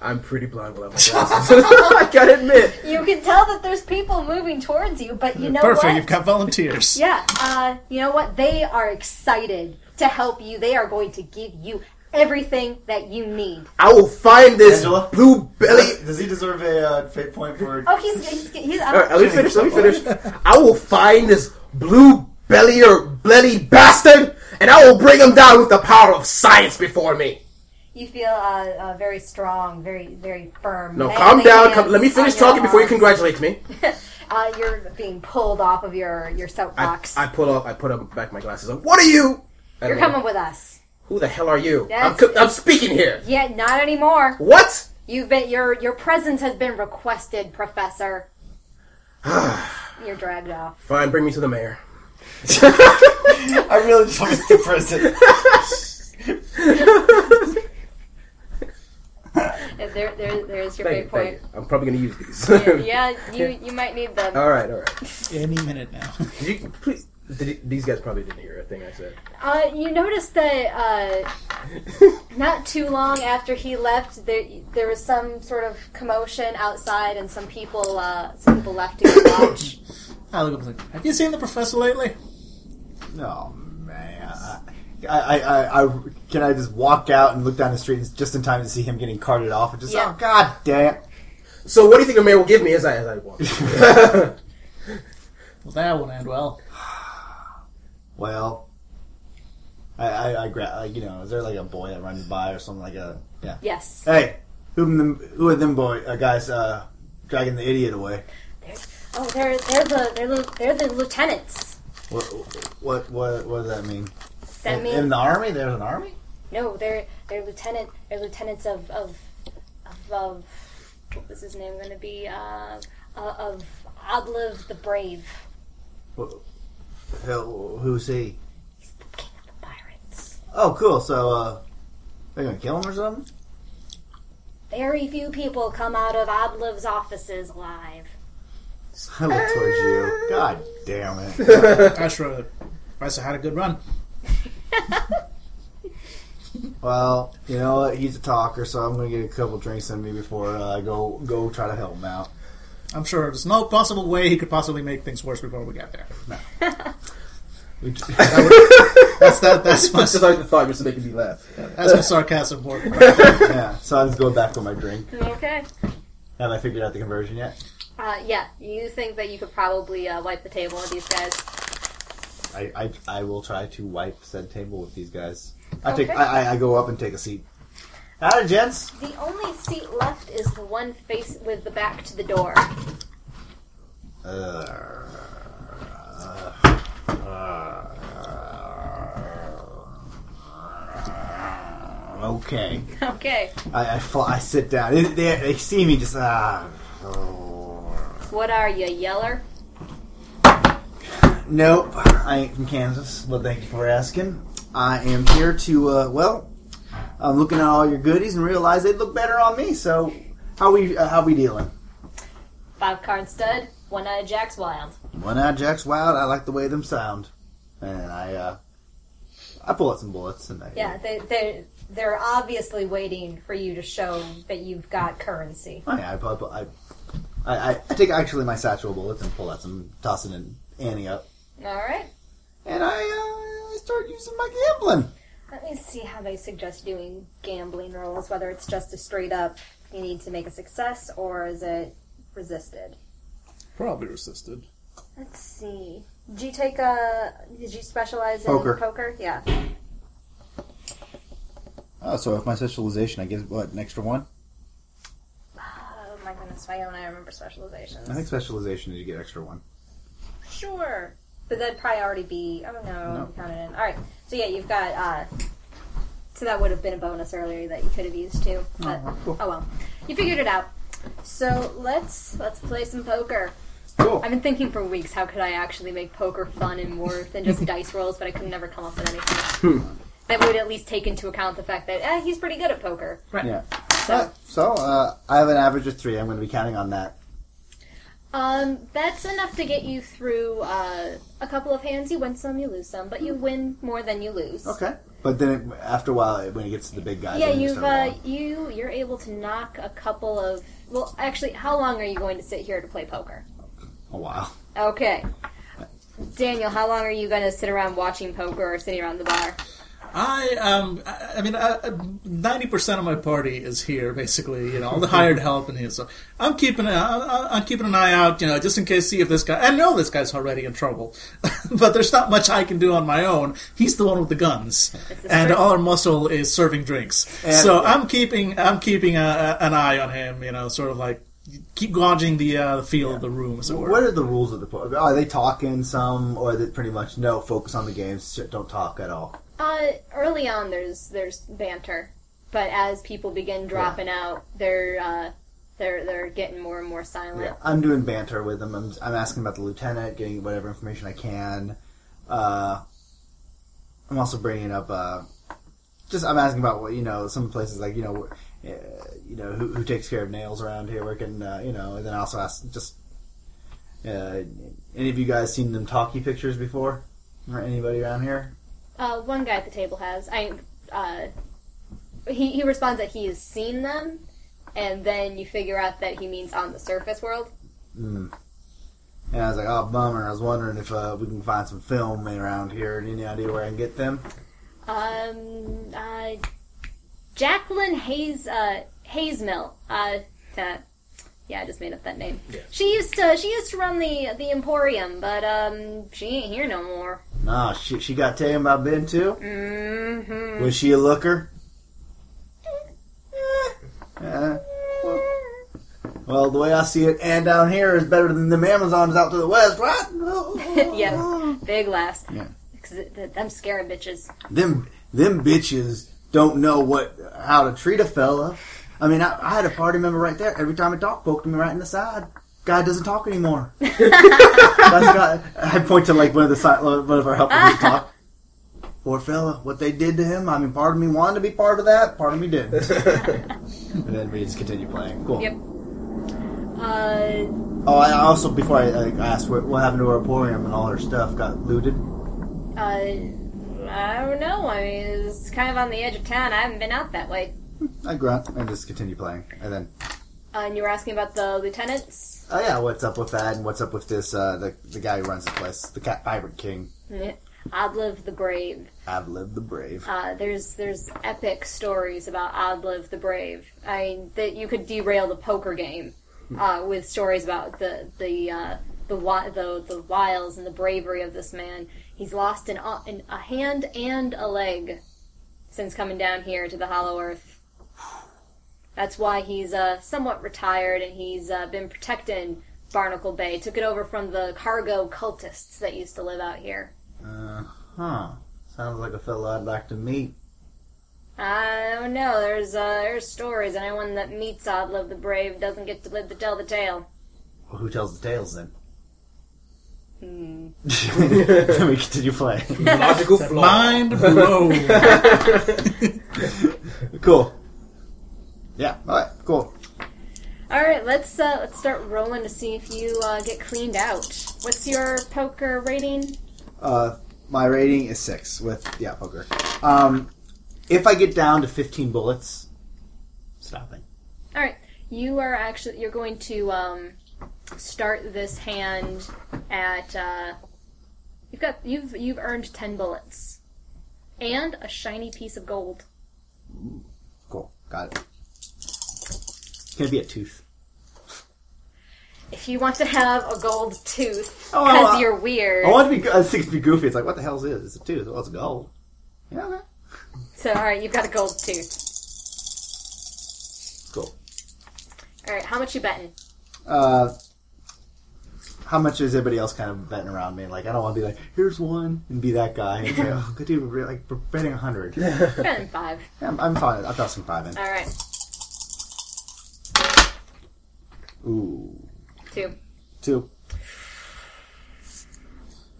I'm pretty blind without my glasses. I gotta admit. You can tell that there's people moving towards you, but you know Perfect. what? You've got volunteers. yeah, uh, you know what? They are excited to help you. They are going to give you everything that you need. I will find this Angela? blue belly Does he deserve a uh, fate point for? Oh, he's he's, he's All right, let me finish. Let me finish. I will find this blue belly or bloody bastard, and I will bring him down with the power of science before me. You feel uh, uh, very strong, very very firm. No, And calm they down. hands Come, let me finish on your talking before you arms. congratulate me. Uh, you're being pulled off of your your I, soapbox. I pull up. I put up back my glasses. On. What are you? I you're don't know. coming with us. Who the hell are you? I'm, That's- co- I'm speaking here. Yeah, not anymore. What? You've been your your presence has been requested, Professor. you're dragged off. Fine, bring me to the mayor. I really just want to prison. There, there, there's That's your big Thank you, thank point. you. I'm probably gonna use these. yeah, you you might need them. All right, all right. Any minute now. Did you please? Did, these guys probably didn't hear a thing I said. Uh, you noticed that uh, not too long after he left, there there was some sort of commotion outside, and some people uh, some people left to go watch. I look up and like, have you seen the professor lately? Oh man, I, I, I, I can I just walk out and look down the street just in time to see him getting carted off and just Yeah. oh god damn. So what do you think the mayor will give me as I as I walk? Well, that won't end well. Well, I I, I gra- like you know is there like a boy that runs by or something like a yeah. Yes, Hey, who them who are them boy uh, guys uh, dragging the idiot away? oh, they're they're the they're, the- they're the lieutenants. What what what, what does that mean? That in, means in the army, there's an army. no, Oh, they're they're lieutenant they're lieutenants of of of, of what was his name going to be uh, uh, of Odlev the Brave. Who, who's he? He's the king of the pirates. Oh, cool. So uh, they're gonna kill him or something? Very few people come out of Odlev's offices alive. I look towards you. God damn it. I sure the professor had a good run. Well, you know what? He's a talker, so I'm going to get a couple drinks in me before uh, I go go try to help him out. I'm sure there's no possible way he could possibly make things worse before we got there. We just- that was- that's that. That's That's my, Just like the thought was making me laugh. that's my sarcasm work. right there. yeah. So I'm just going back for my drink. Okay. Have I figured out the conversion yet? Uh, yeah, you think that you could probably uh, wipe the table with these guys. I, I, I will try to wipe said table with these guys. I take Okay. I, I- I go up and take a seat. Howdy, gents. The only seat left is the one face with the back to the door. Uh, uh, okay. Okay. I, I, fall, I sit down. They, they, they see me just ah. oh. What are you, yeller? Nope, I ain't from Kansas, but thank you for asking. I am here to uh, well, I'm looking at all your goodies and realize they look better on me. So how we uh, how we dealing? Five card stud, one eyed Jack's wild. One eye Jack's wild. I like the way them sound, and I uh, I pull out some bullets and I Yeah, they they they're obviously waiting for you to show that you've got currency. I, oh, I, pu- I, I, I, I take actually my satchel of bullets and pull out some, tossing in Annie up, All right. and I uh, I start using my gambling. Let me see how they suggest doing gambling rolls, whether it's just a straight up you need to make a success or is it resisted. Probably resisted. Let's see. Did you take a. Did you specialize in Poker. poker? Yeah. Oh, so with my specialization, I get what an extra one. Oh my goodness, why don't I remember specializations? I think specialization is you get extra one. Sure. But that'd probably already be. Oh no, No. I'm counting in. All right. So yeah, you've got. uh So that would have been a bonus earlier that you could have used too. But oh, well, you figured it out. So let's let's play some poker. Cool. I've been thinking for weeks how could I actually make poker fun and more than just dice rolls, but I could never come up with anything. Hmm. That would at least take into account the fact that eh, he's pretty good at poker. Yeah. So, so uh, I have an average of three. I'm going to be counting on that. Um, that's enough to get you through uh, a couple of hands. You win some, you lose some, but you win more than you lose. Hmm. Okay. But then it, after a while, it, when it gets to the big guys, Yeah, then you you've start uh, rolling. you you're able to knock a couple of. Well, actually, how long are you going to sit here to play poker? a while. Okay, Daniel, how long are you going to sit around watching poker or sitting around the bar? I um, I I mean, ninety percent of my party is here, basically. You know, all the hired help and here, so I'm keeping a- I- I- I'm keeping an eye out, you know, just in case see if this guy. I know this guy's already in trouble, but there's not much I can do on my own. He's the one with the guns, and all our muscle is serving drinks. so I'm keeping I'm keeping a, a- an eye on him. You know, sort of like keep gauging the uh, feel of the room, as it were. What are the rules of the po Are they talking some, or are they pretty much no? Focus on the games. Shit, Don't talk at all. Uh, early on, there's there's banter, but as people begin dropping out, they're uh, they're they're getting more and more silent. Yeah, I'm doing banter with them. I'm, I'm asking about the lieutenant, getting whatever information I can. Uh, I'm also bringing up uh, just I'm asking about what you know. Some places like you know, uh, you know who, who takes care of nails around here. Where can uh, you know? And then I also ask just uh, any of you guys seen them talkie pictures before? Or anybody around here? Uh, one guy at the table has. I, uh, he he responds that he has seen them, and then you figure out that he means on the surface world. Mm. And I was like, oh bummer. I was wondering if uh, we can find some film around here. Any idea where I can get them? Um, uh, Jacqueline Hayes uh, Hayesmill. Uh, uh, yeah, I just made up that name. Yeah. She used to she used to run the the Emporium, but um, she ain't here no more. Nah, she she got taken by Ben too. Mm-hmm. Was she a looker? Eh. Well, the way I see it, and down here is better than them Amazons out to the west, right? yeah, big laughs. Yeah. 'Cause it- th- them scared bitches. Them them bitches don't know what how to treat a fella. I mean, I, I had a party member right there. Every time a dog poked me right in the side, guy doesn't talk anymore. That's got, I point to like one of the side, one of our helpers who talk. Poor fella, what they did to him. I mean, part of me wanted to be part of that, part of me didn't. and then we just continue playing. Cool. Yep. Uh, Oh, I also before I, I asked what, what happened to her emporium and all her stuff got looted. uh, I don't know. I mean, it's kind of on the edge of town. I haven't been out that way. I grunt and just continue playing. And then, Uh, and you were asking about the lieutenants. oh yeah, what's up with that? And what's up with this? Uh, the the guy who runs the place, the cat pirate king. Odliv the Brave. I've lived the brave. Uh, there's there's epic stories about Odliv the Brave. I that you could derail the poker game uh, with stories about the the uh, the, wi- the the wiles and the bravery of this man. He's lost an, a- an a hand and a leg since coming down here to the Hollow Earth. That's why he's uh, somewhat retired and he's uh, been protecting Barnacle Bay. Took it over from the cargo cultists that used to live out here. Uh huh. Sounds like a fella I'd like to meet. I don't know. There's uh, there's stories, and anyone that meets Odlov the Brave doesn't get to live to tell the tale. Well, who tells the tales then? Hmm. then we continue playing. Logical flaw. Mind blown. cool. Yeah. All right. Cool. All right, let's uh, let's start rolling to see if you uh, get cleaned out. What's your poker rating? Uh, my rating is six with yeah poker. Um, if I get down to fifteen bullets, stopping. All right, you are actually you're going to um, start this hand at uh, you've got you've you've earned ten bullets and a shiny piece of gold. Cool. Got it. It's gonna be a tooth. If you want to have a gold tooth Oh, because I- you're weird, I want to be. I think it's be goofy. It's like, what the hell is this? It's a tooth. Well, it's gold. Yeah. Okay. So, all right, you've got a gold tooth. Cool. All right, how much you betting? Uh, how much is everybody else kind of betting around me? Like, I don't want to be like, here's one, and be that guy. And say, oh, good dude, we're like we're betting a hundred. Yeah, You're betting five. I'm, I'm fine. I'm tossing five in. All right, Ooh, two. two.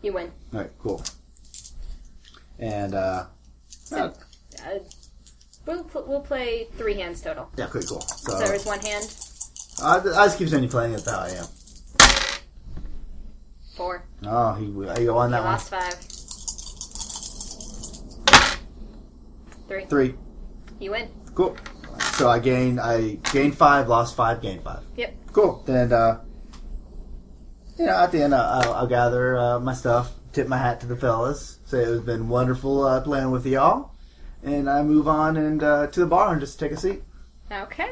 You win. All right, cool. And uh, uh, Uh, we'll, pl- we'll play three hands total. yeah, okay, cool. So So there is one hand, I, I just keep saying playing it how I am. four. Oh, he, he won You that one. lost five. Three. Three. You win. Cool. So I gain I gained five, lost five, gained five. Yep. Cool. Then uh, you know, at the end, I- I'll, I'll gather uh, my stuff, tip my hat to the fellas, say it has been wonderful uh, playing with y'all, and I move on and uh, to the bar and just take a seat. Okay.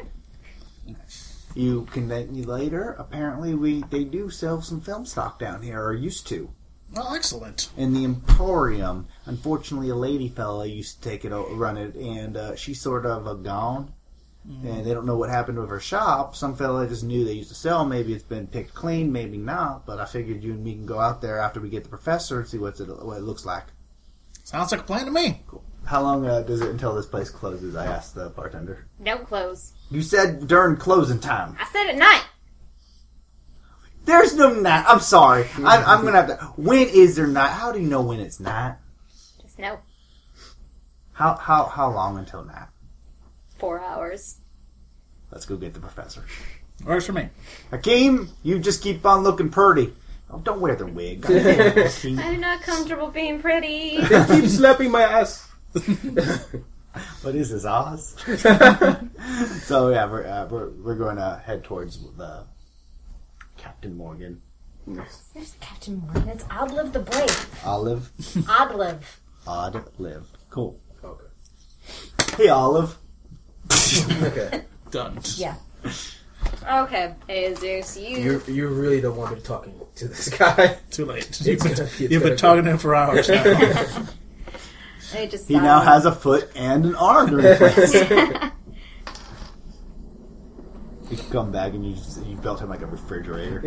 You can thank me later. Apparently, we they do sell some film stock down here, or used to. well, excellent. in the Emporium. Unfortunately, a lady fella used to take it, o- run it, and uh, she's sort of a gone. And they don't know what happened with her shop. Some fella just knew they used to sell. Maybe it's been picked clean, maybe not. But I figured you and me can go out there after we get the professor and see what's it, what it looks like. Sounds like a plan to me. How long uh, does it until this place closes? I asked the bartender. Don't close. You said during closing time. I said at night. There's no night. I'm sorry. I'm, I'm gonna have to. When is there night? How do you know when it's night? Just no. How how how long until nap? Four hours. Let's go get the professor. Works for me. Hakeem, you just keep on looking purdy. Oh, don't wear the wig. God damn it, Hakeem. I'm not comfortable being pretty. They keep slapping my ass. What is this, Oz? so yeah, we're, uh, we're we're going to head towards the Captain Morgan, There's Captain Morgan. It's Odliv the Brave. Olive, Odliv. Odd Live. Cool. Okay. Hey, Olive. Okay. Done. Yeah. Okay, Azers, you. You you really don't want me talking to this guy. Too late. It's You've gonna- been, it's you've gonna been be- talking to him for hours now. They just He now silent. has a foot and an arm to replace. you come back and you just, you built him like a refrigerator.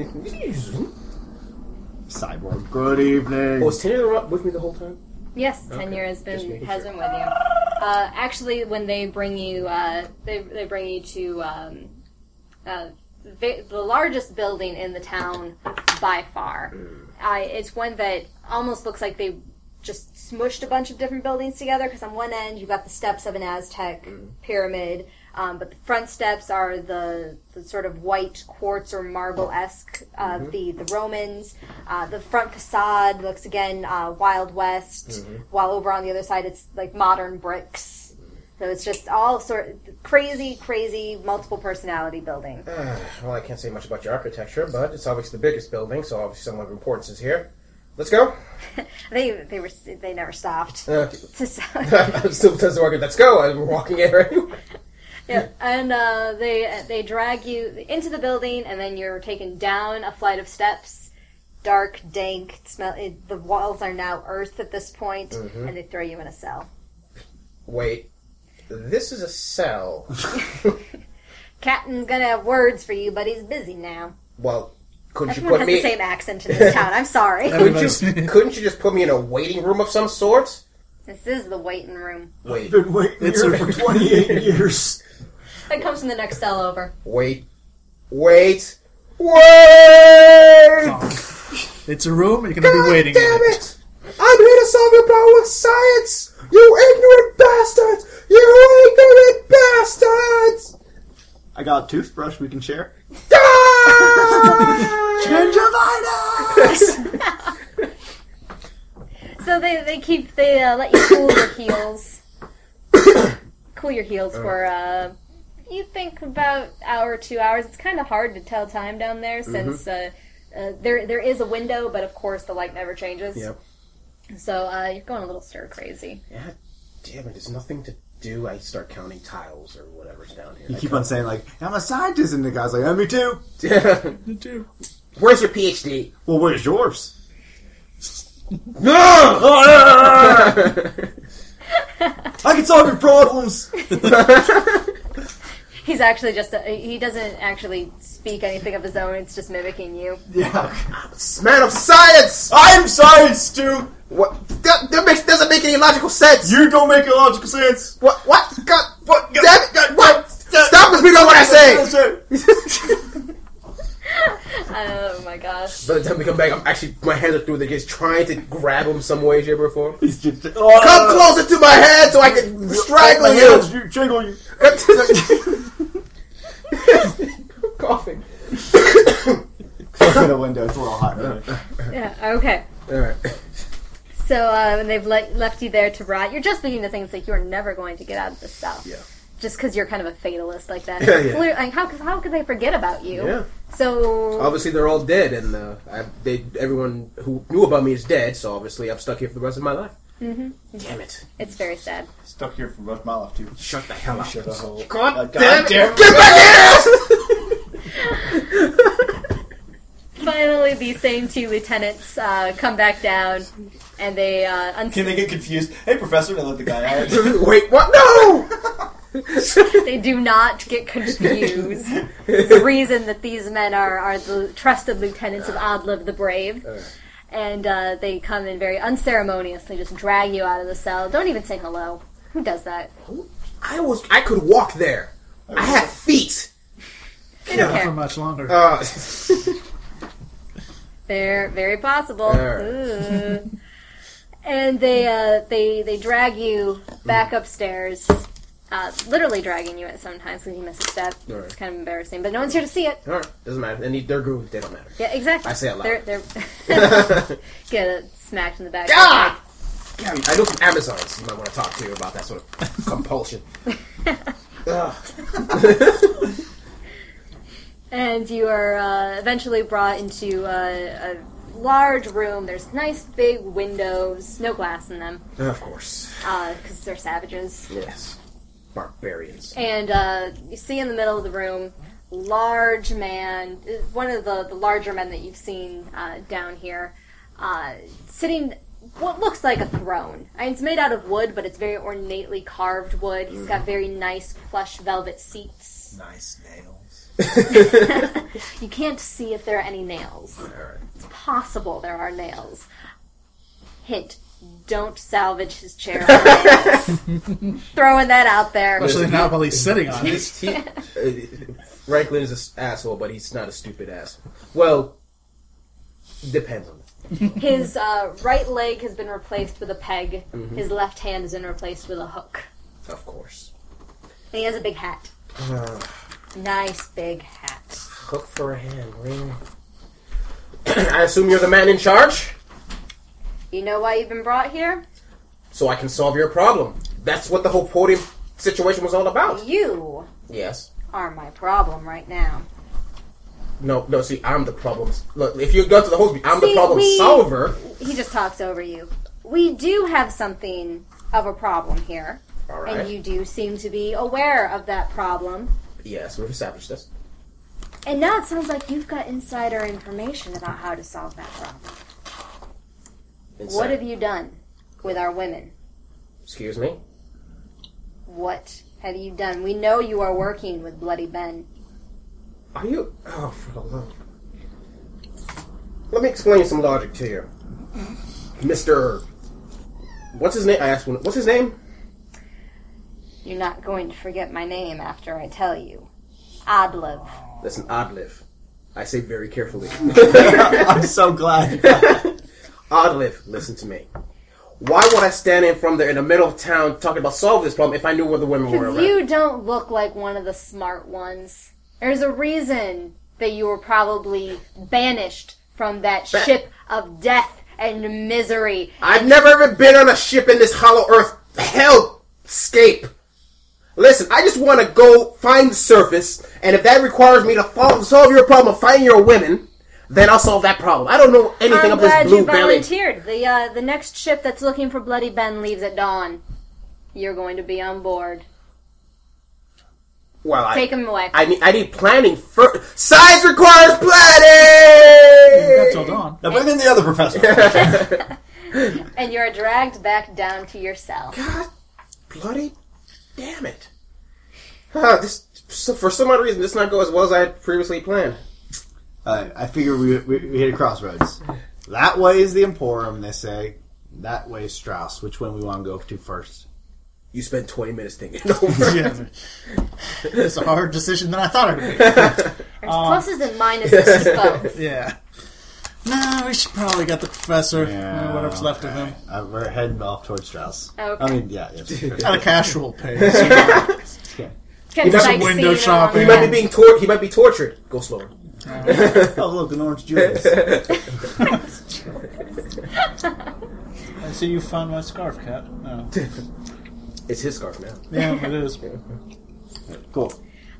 Cyborg. Good evening. Was Taylor with me the whole time? Yes, tenure has Just been making has sure. been with you. Uh, actually, when they bring you, uh, they they bring you to um, uh, the, the largest building in the town by far. Mm. I it's one that almost looks like they just smushed a bunch of different buildings together. Because on one end you've got the steps of an Aztec Mm-hmm. pyramid, um, but the front steps are the, the sort of white quartz or marble esque of Mm-hmm. the the Romans. Uh, the front facade looks again uh, Wild West, Mm-hmm. while over on the other side it's like modern bricks. So it's just all sort crazy, crazy multiple personality building. Uh, well, I can't say much about your architecture, but it's obviously the biggest building, so obviously someone of importance is here. Let's go. They they were they never stopped. Uh, So- I'm still doesn't work. Let's go. I'm walking in anyway. yeah, and uh, they they drag you into the building, and then you're taken down a flight of steps. Dark, dank smell. It, the walls are now earth at this point, Mm-hmm. and they throw you in a cell. Wait, this is a cell. Captain's gonna have words for you, but he's busy now. Well, couldn't you Everyone put has me? the same accent in this town. I'm sorry. Couldn't Everybody's- you, couldn't you just put me in a waiting room of some sort? this is the waiting room. Wait, Been waiting It's here a- for 28 years. That comes from the next cell over. wait, wait, wait! It's a room. You're gonna be waiting. in damn it! I'm here to solve your problem with science! You ignorant bastards! You ignorant bastards! I got a toothbrush we can share. Ah! Gingivitis! So they, they keep they uh, let you cool your heels, cool your heels for uh, you think about hour two hours. It's kind of hard to tell time down there Mm-hmm. since uh, uh, there there is a window, but of course the light never changes. Yep. So uh, you're going a little stir crazy. damn it, there's nothing to do. I start counting tiles or whatever's down here. you keep on saying, like, I'm a scientist, and the guy's like, oh, me too. it. You too. Where's your PhD? Well, where's yours? No! I can solve your problems! He's actually just a, he doesn't actually speak anything of his own. It's just mimicking you. yeah. Man of science! I'm science, Stu! What? That, that makes, doesn't make any logical sense! You don't make illogical sense! What? What? God, what? God, damn it! God, what? God, Stop repeating what I say! Oh my gosh! By the time we come back, I'm actually my hands are through the just trying to grab him some way, shape, or form. Uh, He's just, Oh, Come closer to my head so I can strangle you. you! Strangle you! Coughing. Open the window, it's a little hot. in here. Yeah. Okay. All right. So uh, when they've le- left you there to rot, you're just thinking the things like you're never going to get out of this cell. Yeah. Just because you're kind of a fatalist like that. Yeah, yeah. Clear- Like, how, could- how could they forget about you? Yeah. So Obviously, they're all dead, and uh, I, they everyone who knew about me is dead. So obviously, I'm stuck here for the rest of my life. Mm-hmm. Damn it! it's very sad. Stuck here for about my life too. Shut the hell up! Shut up. God, God damn it! damn it. Get back here! Finally, these same two lieutenants uh, come back down, and they uh, uns- Can they they, get confused? Hey, professor, and I let the guy out. Wait, what? No! do not get confused. It's the reason that these men are are the trusted lieutenants of Odliv the Brave. And uh, they come in very unceremoniously, just drag you out of the cell. Don't even say hello. Who does that? I was I could walk there. I have feet. They don't Not care. for much longer. Uh, They're very possible. There. Ooh. and they uh, they they drag you back upstairs, uh, literally dragging you at sometimes when you miss a step. All right. It's kind of embarrassing, but no one's here to see it. All right, doesn't matter. And they're grooved. They don't matter. Yeah, exactly. I say it loud. They're, they're get it smacked in the back. Ah! Yeah, I know some Amazons you might want to talk to about that sort of compulsion. Ugh. And you are uh, eventually brought into uh, a large room. There's nice big windows, no glass in them, Of course. because they're savages. Yes. Barbarians. And uh, you see in the middle of the room, large man, uh, one of the, the larger men that you've seen uh, down here, uh, sitting what looks like a throne. I mean, it's made out of wood, but it's very ornately carved wood. He's got very nice plush velvet seats. Nice nails. You can't see if there are any nails. Alright. It's possible there are nails. Hint. Don't salvage his chair. for nails. Throwing that out there. Especially now while he's sitting on it. He's, he, uh, Franklin is an s- asshole, but he's not a stupid asshole. Well, depends on it. His uh, right leg has been replaced with a peg. His left hand has been replaced with a hook. Of course. And he has a big hat. nice big hat. Hook for a hand, really? I assume you're the man in charge, You know why you've been brought here? so I can solve your problem. That's what the whole podium situation was all about. You Yes. are my problem right now. No, no, see, I'm the problem. Look, if you go to the host, I'm the See, problem we- solver. He just talks over you. We do have something of a problem here. All right. And you do seem to be aware of that problem. Yes, we've established this. And now it sounds like you've got insider information about how to solve that problem. What Inside. have you done with our women? Excuse me? What have you done? We know you are working with Bloody Ben. Are you? Oh, for the love. Let me explain some logic to you, Mister. What's his name? I asked. One, what's his name? You're not going to forget my name after I tell you. Adlev. That's an Odliv. I say very carefully. I'm so glad. Odliv, listen to me. Why would I stand in from there in the middle of town talking about solving this problem if I knew where the women were Because around? you don't look like one of the smart ones. There's a reason that you were probably banished from that Ba- ship of death and misery. I've never even been on a ship in this hollow earth hellscape. Listen, I just want to go find the surface, and if that requires me to follow, solve your problem of finding your women, then I'll solve that problem. I don't know anything I'm of this glad blue you belly. volunteered. The uh, the next ship that's looking for Bloody Ben leaves at dawn. You're going to be on board. Well, I, Take him away. I need, I need planning first. Science requires planning. That's all dawn. Now bring in the other professor. and you're dragged back down to your cell. Bloody, damn it! Huh, this so for some odd reason this did not go as well as I had previously planned. uh, I figure we, we, we hit a crossroads. That way is the Emporium, they say. That way is Strauss. Which one we want to go to first? You spent twenty minutes thinking it over. Yeah. It's a harder decision than I thought it would There's pluses and minuses to both. be. Yeah. Nah, we should probably get the professor. Yeah, uh, whatever's left of him. Uh, we're heading off towards Strauss. Okay. I mean, yeah, yes. At a casual pace. Kind does like window seeing it shopping. He along might be being tor- He might be tortured. Go slower. oh, look, an orange Julius. I see you found my scarf, Cat. No. It's his scarf now. Yeah, it is. Cool.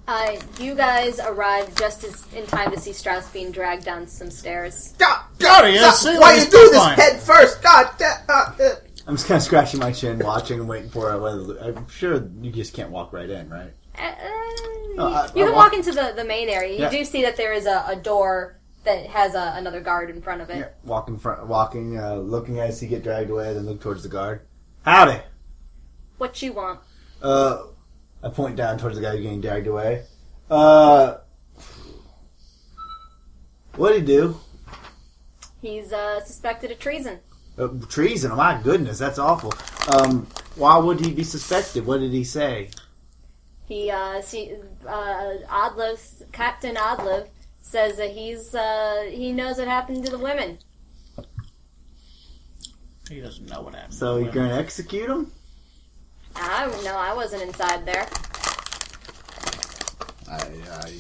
Uh, you guys arrived just as in time to see Strauss being dragged down some stairs. God, God, he has sailors, why you do this fine. head first? God, da- uh, uh. I'm just kind of scratching my chin, watching and waiting for it. I'm sure you just can't walk right in, right? Oh, Uh, uh, I- I you you can walk- walk into the, the main area. You Yeah. do see that there is a, a door that has a, another guard in front of it. Walking, front, walking, uh, looking as he get dragged away, then look towards the guard. Howdy. What you want? Uh, I point down towards the guy who's getting dragged away. Uh, what'd he do? He's uh, suspected of treason. Uh, treason. My goodness, that's awful. Um, why would he be suspected? What did he say? He uh, see, uh, Odliv's Captain Odliv says that he's uh, he knows what happened to the women. He doesn't know what happened. So you're gonna execute him? I no, I wasn't inside there. I, I,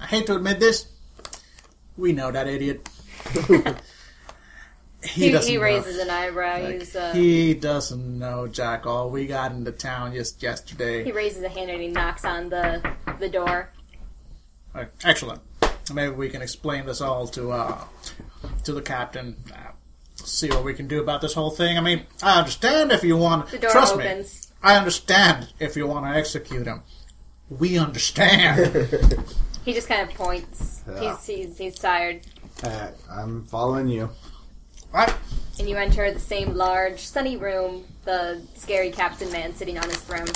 I hate to admit this. We know that idiot. He, he, doesn't know. raises an eyebrow. He's, uh, he, He doesn't know Jack all. We got into town just yesterday. raises a hand and he knocks on the the door. Uh, Excellent. Maybe we can explain this all to uh, to the captain. Uh, see what we can do about this whole thing. I mean, I understand if you want. The door trust me, opens. I understand if you want to execute him. We understand. He just kind of points. Yeah. He's, he's he's tired. Uh, I'm following you. right? And you enter the same large, sunny room. The scary captain man sitting on his throne.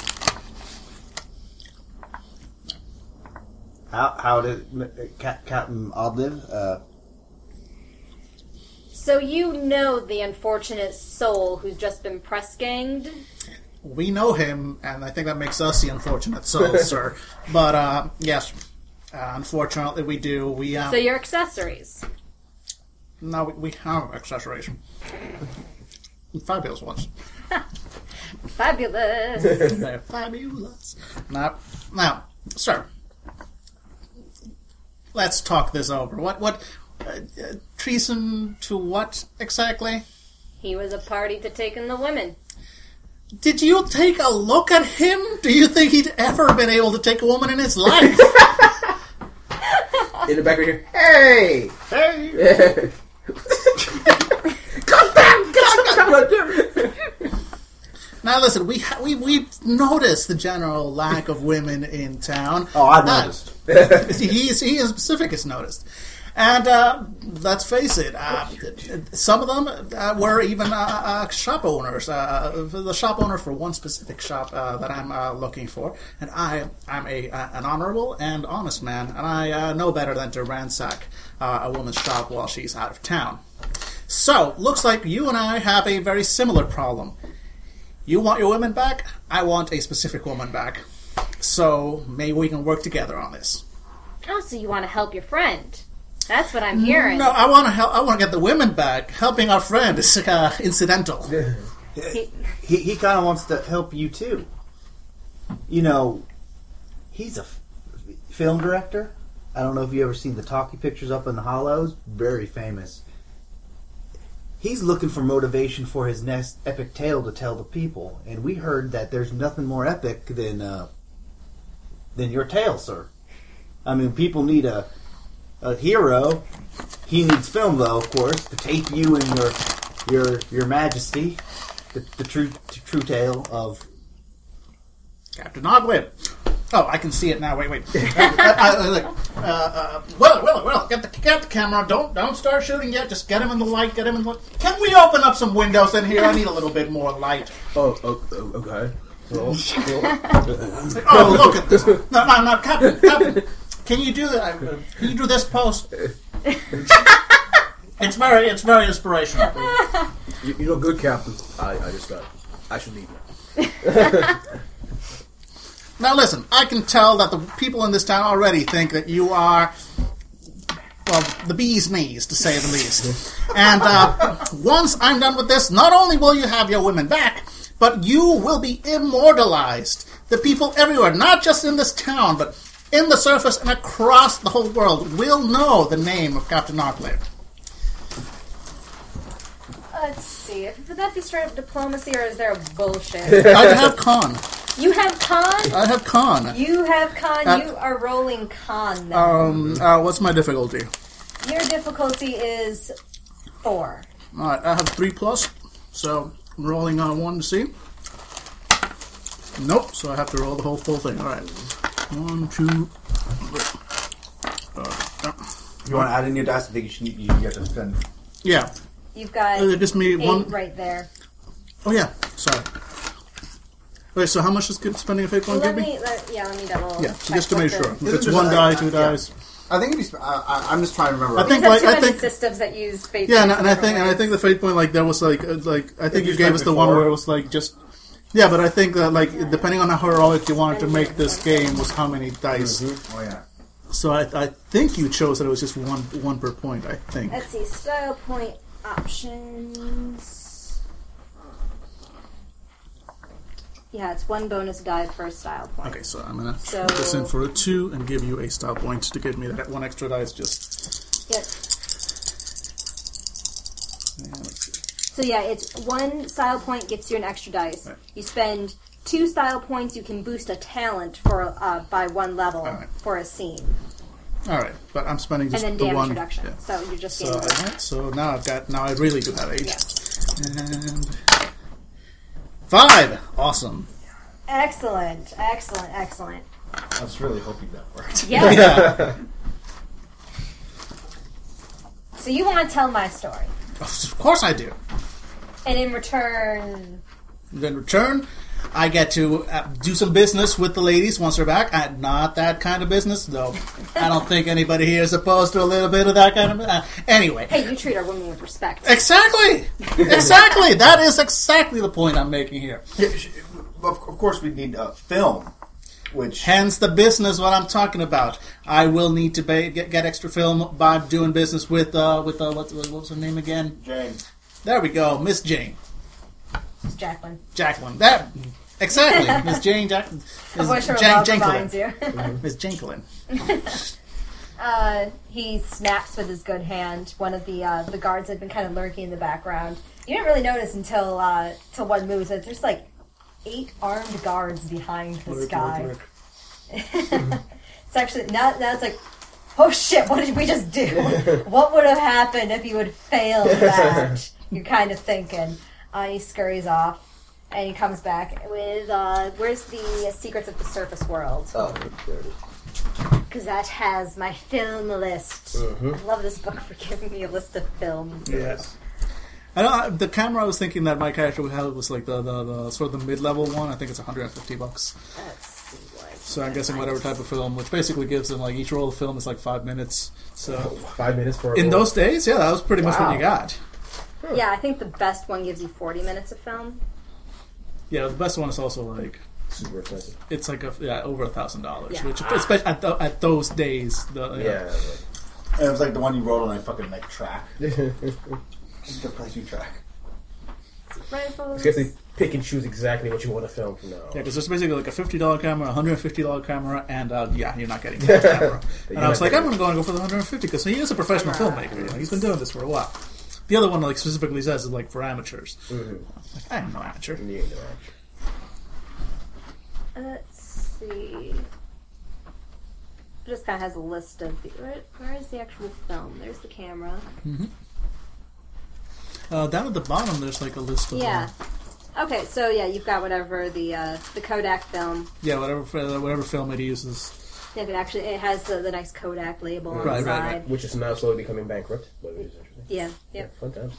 How how did uh, Cap, Captain Odliv? Uh, So you know the unfortunate soul who's just been press ganged. We know him, and I think that makes us the unfortunate souls, sir. But uh, yes, uh, unfortunately, we do. We uh, So your accessories. No, we, we have accessories. Fabulous ones. Fabulous. They're fabulous. Now, now, sir, let's talk this over. What, what, uh, uh, treason to what exactly? he was a party to taking the women. Did you take a look at him? Do you think he'd ever been able to take a woman in his life? In the back right here. Hey! Hey! Come down! Come down! now listen, we ha- we we noticed the general lack of women in town. oh, I've Uh, noticed. he is he in specific has noticed. And uh, let's face it, uh, some of them uh, were even uh, uh, shop owners. Uh, the shop owner for one specific shop uh, that I'm uh, looking for, and I I'm a uh, an honorable and honest man, and I uh, know better than to ransack uh, a woman's shop while she's out of town. So looks like you and I have a very similar problem. You want your women back? I want a specific woman back. So maybe we can work together on this. Oh, so you want to help your friend? That's what I'm hearing. No, I want to help. I want to get the women back. Helping our friend is uh, incidental. He he kind of wants to help you too. You know, he's a f- film director. I don't know if you ever seen the talkie pictures up in the hollows. Very famous. He's looking for motivation for his next epic tale to tell the people, and we heard that there's nothing more epic than uh, than your tale, sir. I mean, people need a a hero. He needs film, though, of course, to take you and your your your majesty the, the true t- true tale of Captain Ogwin. Oh, I can see it now. Wait, wait. I, I, I, like, uh, uh, well, well, well. Get the get the camera. Don't don't start shooting yet. Just get him in the light. Get him in the. light. Can we open up some windows in here? I need a little bit more light. Oh, oh, oh, okay. Roll. Roll. It's like, oh, look at this. No, no, no, Captain, Captain. Can you do that? Uh, Can you do this pose? It's very, it's very inspirational. You, you know, good captain. I, I just got. I should leave now. Now listen, I can tell that the people in this town already think that you are, well, the bee's knees, to say the least. And uh, once I'm done with this, not only will you have your women back, but you will be immortalized. The people everywhere, not just in this town, but in the surface and across the whole world, will know the name of Captain Arclay. Let's see. Would that be straight up diplomacy or is there a I bullshit? have con. you have con. I have con. You have con. Uh, you are rolling con. Then. Um, uh, what's my difficulty? Your difficulty is four. All right, I have three plus, so I'm rolling on one to see. Nope, so I have to roll the whole full thing. All right, one, two. You want to add in your dice? I think you should. You have to spend. Yeah, You've got uh, just me eight one. right there. Oh yeah, sorry. Wait, so how much is good spending a fake one give Let me? me. Let, yeah, let me double. Yeah, check just to make what the- sure. If This it's is one just- die, two yeah. dies. I think if you. Sp- I, I, I'm just trying to remember. I think These are like too I many think systems that use fate. yeah, and I- and I think and I think the fate point like that was like uh, like I think you you gave spent us the one before. where it was like just yeah, but I Mm-hmm. think that like depending on how heroic you wanted to make this game was how many dice. Oh yeah. So I, I think you chose that it was just one one per point. I think. Let's see, style point options. Yeah, it's one bonus die per style point. Okay, so I'm gonna So- put this in for a two and give you a style point to give me that one extra dice. Just Yep. yeah, let's see. So yeah, it's one style point gets you an extra dice. Right. You spend two style points. You can boost a talent for uh, by one level All right. for a scene, all right. But I'm spending and just then the damage one. reduction. yeah. So you're just So all getting right, so now I've got now I really do have eight. Yeah. And five. Awesome. excellent, excellent, excellent. I was really hoping that worked. Yeah. so you want to tell my story, Of course I do. and in return, Then return, I get to uh, do some business with the ladies once they're back. Uh, not that kind of business, though. I don't think anybody here is opposed to a little bit of that kind of. Uh, anyway, hey, you treat our women with respect. exactly, exactly. that is exactly the point I'm making here. Yeah, sh- of, of course, we need a film, which Hence the business. What I'm talking about. I will need to pay, get, get extra film by doing business with uh, with uh, what, what was her name again? Jane. There we go, Miss Jane It's Jacqueline. Jacqueline. That exactly, Miss Jane Jacqueline. A voice from Jan- above Janklin. finds you. Miss Janklin. Uh, he snaps with his good hand. One of the uh, the guards had been kind of lurking in the background. You didn't really notice until uh, till one moves. That there's like eight armed guards behind this guy. It's actually now now it's like, oh shit! What did we just do? what would have happened if you had failed that? You're kind of thinking. Uh, he scurries off, and he comes back with uh, where's the secrets of the surface world? Oh, there it is. Because that has my film list. Mm-hmm. I love this book for giving me a list of films. Yes. I know I- the camera I was thinking that my character would have was like the, the, the sort of the mid level one. I think it's 150 bucks. Let's see what. I So I'm can guessing find. whatever type of film, which basically gives them like each roll of film is like five minutes. So Five minutes for a in roll. those days, yeah, that was pretty much what you got. Yeah, I think the best one gives you 40 minutes of film. Yeah, the best one is also like super expensive. it's like a, yeah over a thousand dollars, Yeah. which especially at, tho- at those days, the, Yeah. And it was like the one you rolled on a fucking like track. Just the place you track. It's because they pick and choose exactly what you want to film from now. on. Yeah, because there's basically like a fifty dollar camera, a hundred and fifty dollar camera, and uh, yeah, you're not getting that camera. and I was like, I'm gonna go and go for the hundred and fifty because he is a professional filmmaker. You know, he's been doing this for a while. The other one, like specifically says, is like for amateurs. Like, I am no amateur. You know, actually. Let's see. It just kind of has a list of the. Where, where is the actual film? There's the camera. Uh, down at the bottom, there's like a list of uh, Yeah. Okay, so yeah, you've got whatever the uh, the Kodak film. yeah, whatever uh, whatever film it uses. If it actually it has the, the nice Kodak label on Right, the right, side. right. Which is now slowly becoming bankrupt, but it is interesting. Yeah. Yep. Fun times.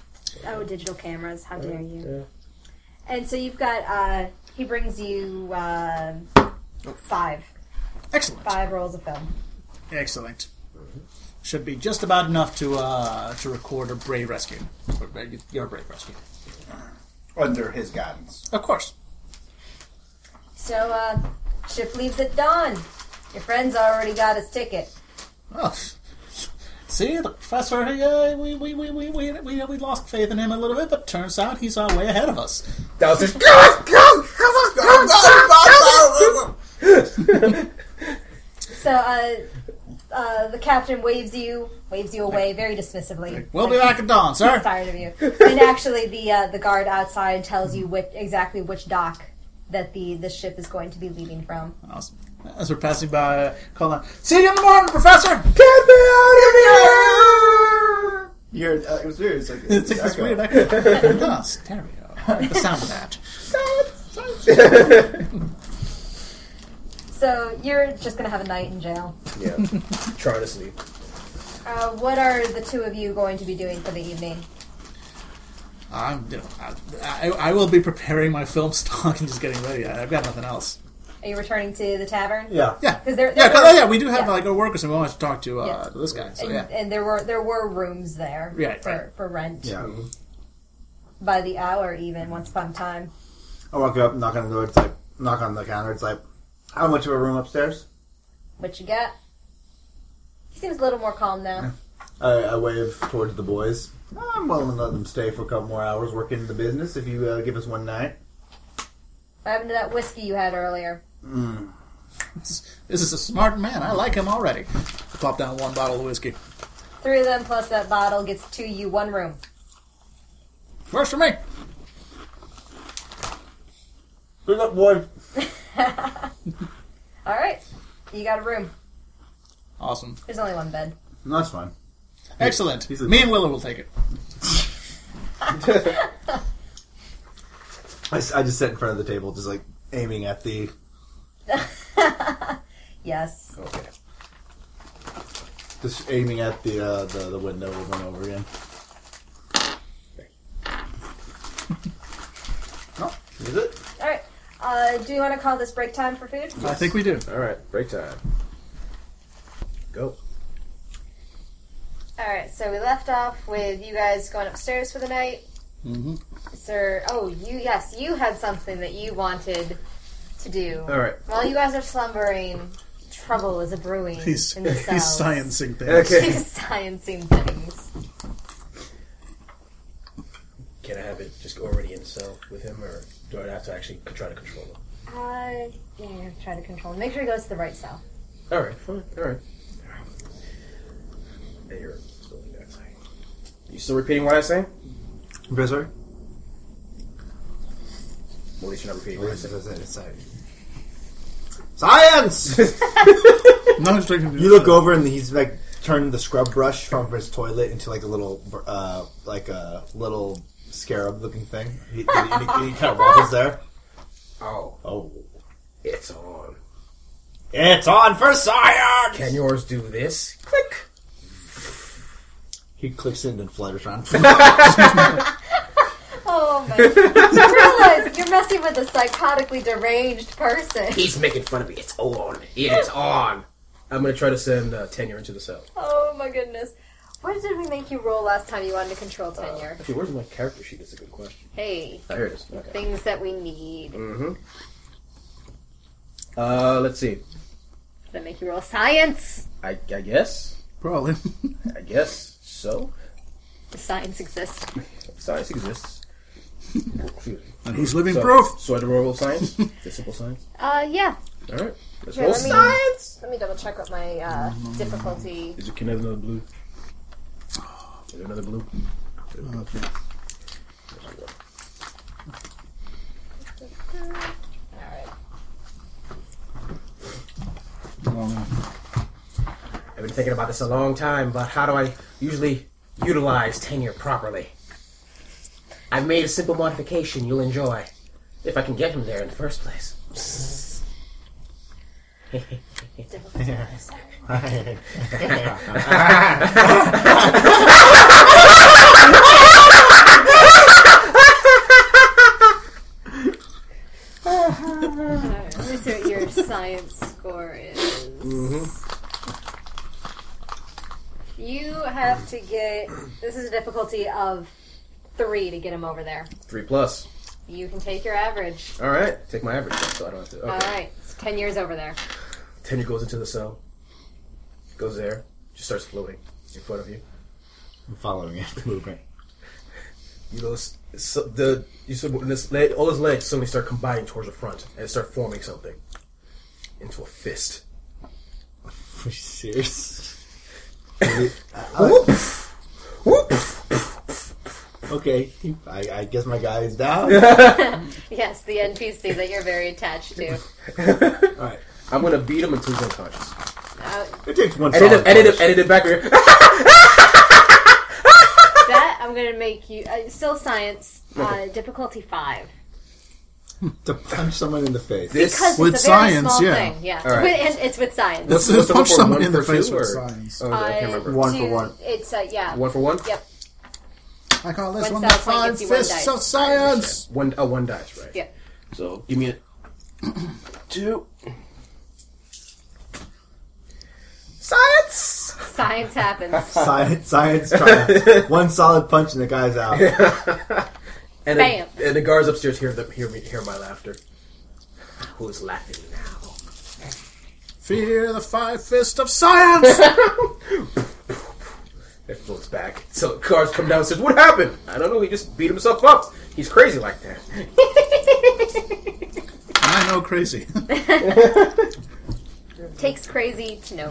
Oh, digital cameras! How dare you! Yeah. And so you've got. Uh, he brings you uh, five Excellent, five rolls of film. excellent. Should be just about enough to uh, to record a brave rescue. Or, uh, Your brave rescue, Under his guidance. of course. So uh, ship leaves at dawn. Your friend's already got his ticket. Oh. See, the professor, he, uh, we, we, we, we, we, we, we lost faith in him a little bit, but turns out he's our way ahead of us. That was just. So uh, uh, the captain waves you waves you away very dismissively. We'll be back at dawn, He's sir. tired of you. And actually, the uh, the guard outside tells you which, exactly which dock that the the ship is going to be leaving from. Awesome. As we're passing by, uh, calling out, see you in the morning, professor! You heard, uh, it was weird. It's like, It's like this echo. weird echo. Ah, stereo. I like the sound of that. So you're just gonna have a night in jail. Yeah. Trying to sleep. Uh, what are the two of you going to be doing for the evening? I'm, you know, I, I, I will be preparing my film stock and just getting ready. I, I've got nothing else. Are you returning to the tavern? Yeah. Yeah. Because there, Yeah, there 'cause, were- oh, yeah, we do have yeah. like our workers and we want to talk to uh, Yeah. this guy. So and, yeah, and there were there were rooms there Right, for, right. for rent Yeah. by the hour even once upon a time. I walk up, knock on the door. It's like knock on the counter. It's like, how much of a room upstairs? What you got? He seems a little more calm now. I, I wave towards the boys. I'm willing to let them stay for a couple more hours working the business if you uh, give us one night. What happened to that whiskey you had earlier? This is a smart man. I like him already. I pop down one bottle of whiskey. Three of them plus that bottle gets two you one room. Works for me. Good luck, boy. All right, you got a room. Awesome. There's only one bed. That's fine. Excellent. He's a- Me and Willow will take it. I, s- I just sit in front of the table, just like aiming at the. Yes. Okay. Just aiming at the uh, the, the window over and over again. oh, is it? All right. Uh, do you want to call this break time for food? I think we do. All right, break time. Go. All right. So we left off with you guys going upstairs for the night. Mm-hmm. Sir, oh, you yes, you had something that you wanted to do. All right. While you guys are slumbering, trouble is a brewing He's, in the cells. he's sciencing things. Okay. He's sciencing things. Can I have it just already in the cell with him, or do I have to actually try to control him? Uh, yeah, try to control. Make sure he goes to the right cell. All right, fine. All right. Hey, you're still in that side. You still repeating what I say? Professor? Well, at least you're not repeating what I say. Science! No instruction. You look over and he's like turned the scrub brush from his toilet into like a little, uh, like a little scarab looking thing. He, he, he, he kind of wobbles there. Oh, Oh. it's on. It's on for science! Can yours do this? He clicks in and flutters around. Oh my! you realize you're messing with a psychotically deranged person. He's making fun of me. It's on. It's on. I'm gonna try to send uh, Tenure into the cell. Oh my goodness! What did we make you roll last time you wanted to control tenure? Actually, where's my character sheet? That's a good question. Uh, hey, Oh, here it is. Okay. things that we need. Mm-hmm. Uh, let's see. Did I make you roll science? I, I guess. Probably. I guess so. Does science exists. Science exists. Excuse me. and he's living so, proof. So I do roll science. the simple science. Uh, yeah. All right. Let's Here, roll let me- science. Let me double check what my uh, difficulty. Is it can I have another blue? Is there another blue? Okay. I've been thinking about this a long time, but how do I usually utilize tenure properly? I've made a simple modification you'll enjoy, if I can get him there in the first place. Alright, let me see what your science score is. Mm-hmm. You have to get. This is a difficulty of three to get him over there. Three plus. You can take your average. All right, take my average, so I don't have to. Okay. All right, it's ten years over there. Tenure goes into the cell, goes there, just starts floating in front of you. I'm following it. Movement. You know, s- so the you said when this leg, all his legs suddenly start combining towards the front and start forming something into a fist. Are you serious? Whoop! Okay, I, I guess my guy is down. Yes, the NPC that you're very attached to. Alright. I'm gonna beat him until he's unconscious. Uh, It takes one Edit solid it, edit it, punch. edit it back here. that I'm gonna make you uh, still science uh, difficulty five To punch someone in the face. This because With it's a very science, small yeah. thing. Yeah, right. With- and it's with science. Let's, what's let's the punch one for someone one in the for face two, with or- science. Oh, I can't remember. One for two- one. It's uh, yeah. One for one. Yep. I call this One one the cell point five gives you one fists dice. of science. One. Oh, one dice, right? Yeah. So give me a two. Science. Science happens. Science, science, triumph. one solid punch and the guy's out. And Bam. The, and the guards upstairs hear the hear me hear my laughter. Who's laughing now? Fear the five fist of science. It floats back. So cars come down and says, What happened? I don't know, he just beat himself up. He's crazy like that. I know crazy. Takes crazy to know.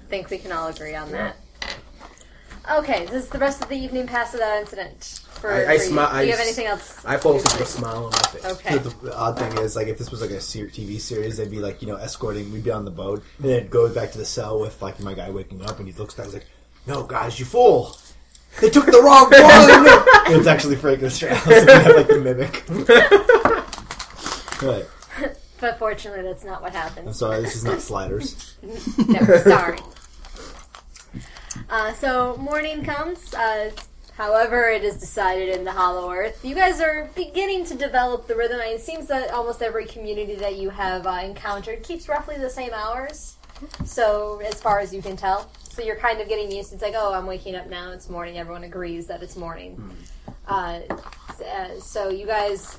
think we can all agree on that. Okay, this is the rest of the evening past without incident. For, I- I for you. smi- I Do you have s- anything else? I fall asleep with a smile on my face. Okay. The, the odd thing is, like, if this was like a ser- TV series, they'd be like, you know, escorting. We'd be on the boat, and then it goes back to the cell with like my guy waking up, and he looks down, he's like, "No, guys, you fool! They took the wrong one." And it's actually Frankenstein. Strauss. and we have like the mimic. Right. But fortunately, that's not what I'm happens. sorry, this is not sliders. No, sorry. Uh, so morning comes. Uh, however, it is decided in the Hollow Earth. You guys are beginning to develop the rhythm. It seems that almost every community that you have uh, encountered keeps roughly the same hours. So as far as you can tell, so you're kind of getting used. It's like, oh, I'm waking up now. It's morning. Everyone agrees that it's morning. Uh, s- uh, so you guys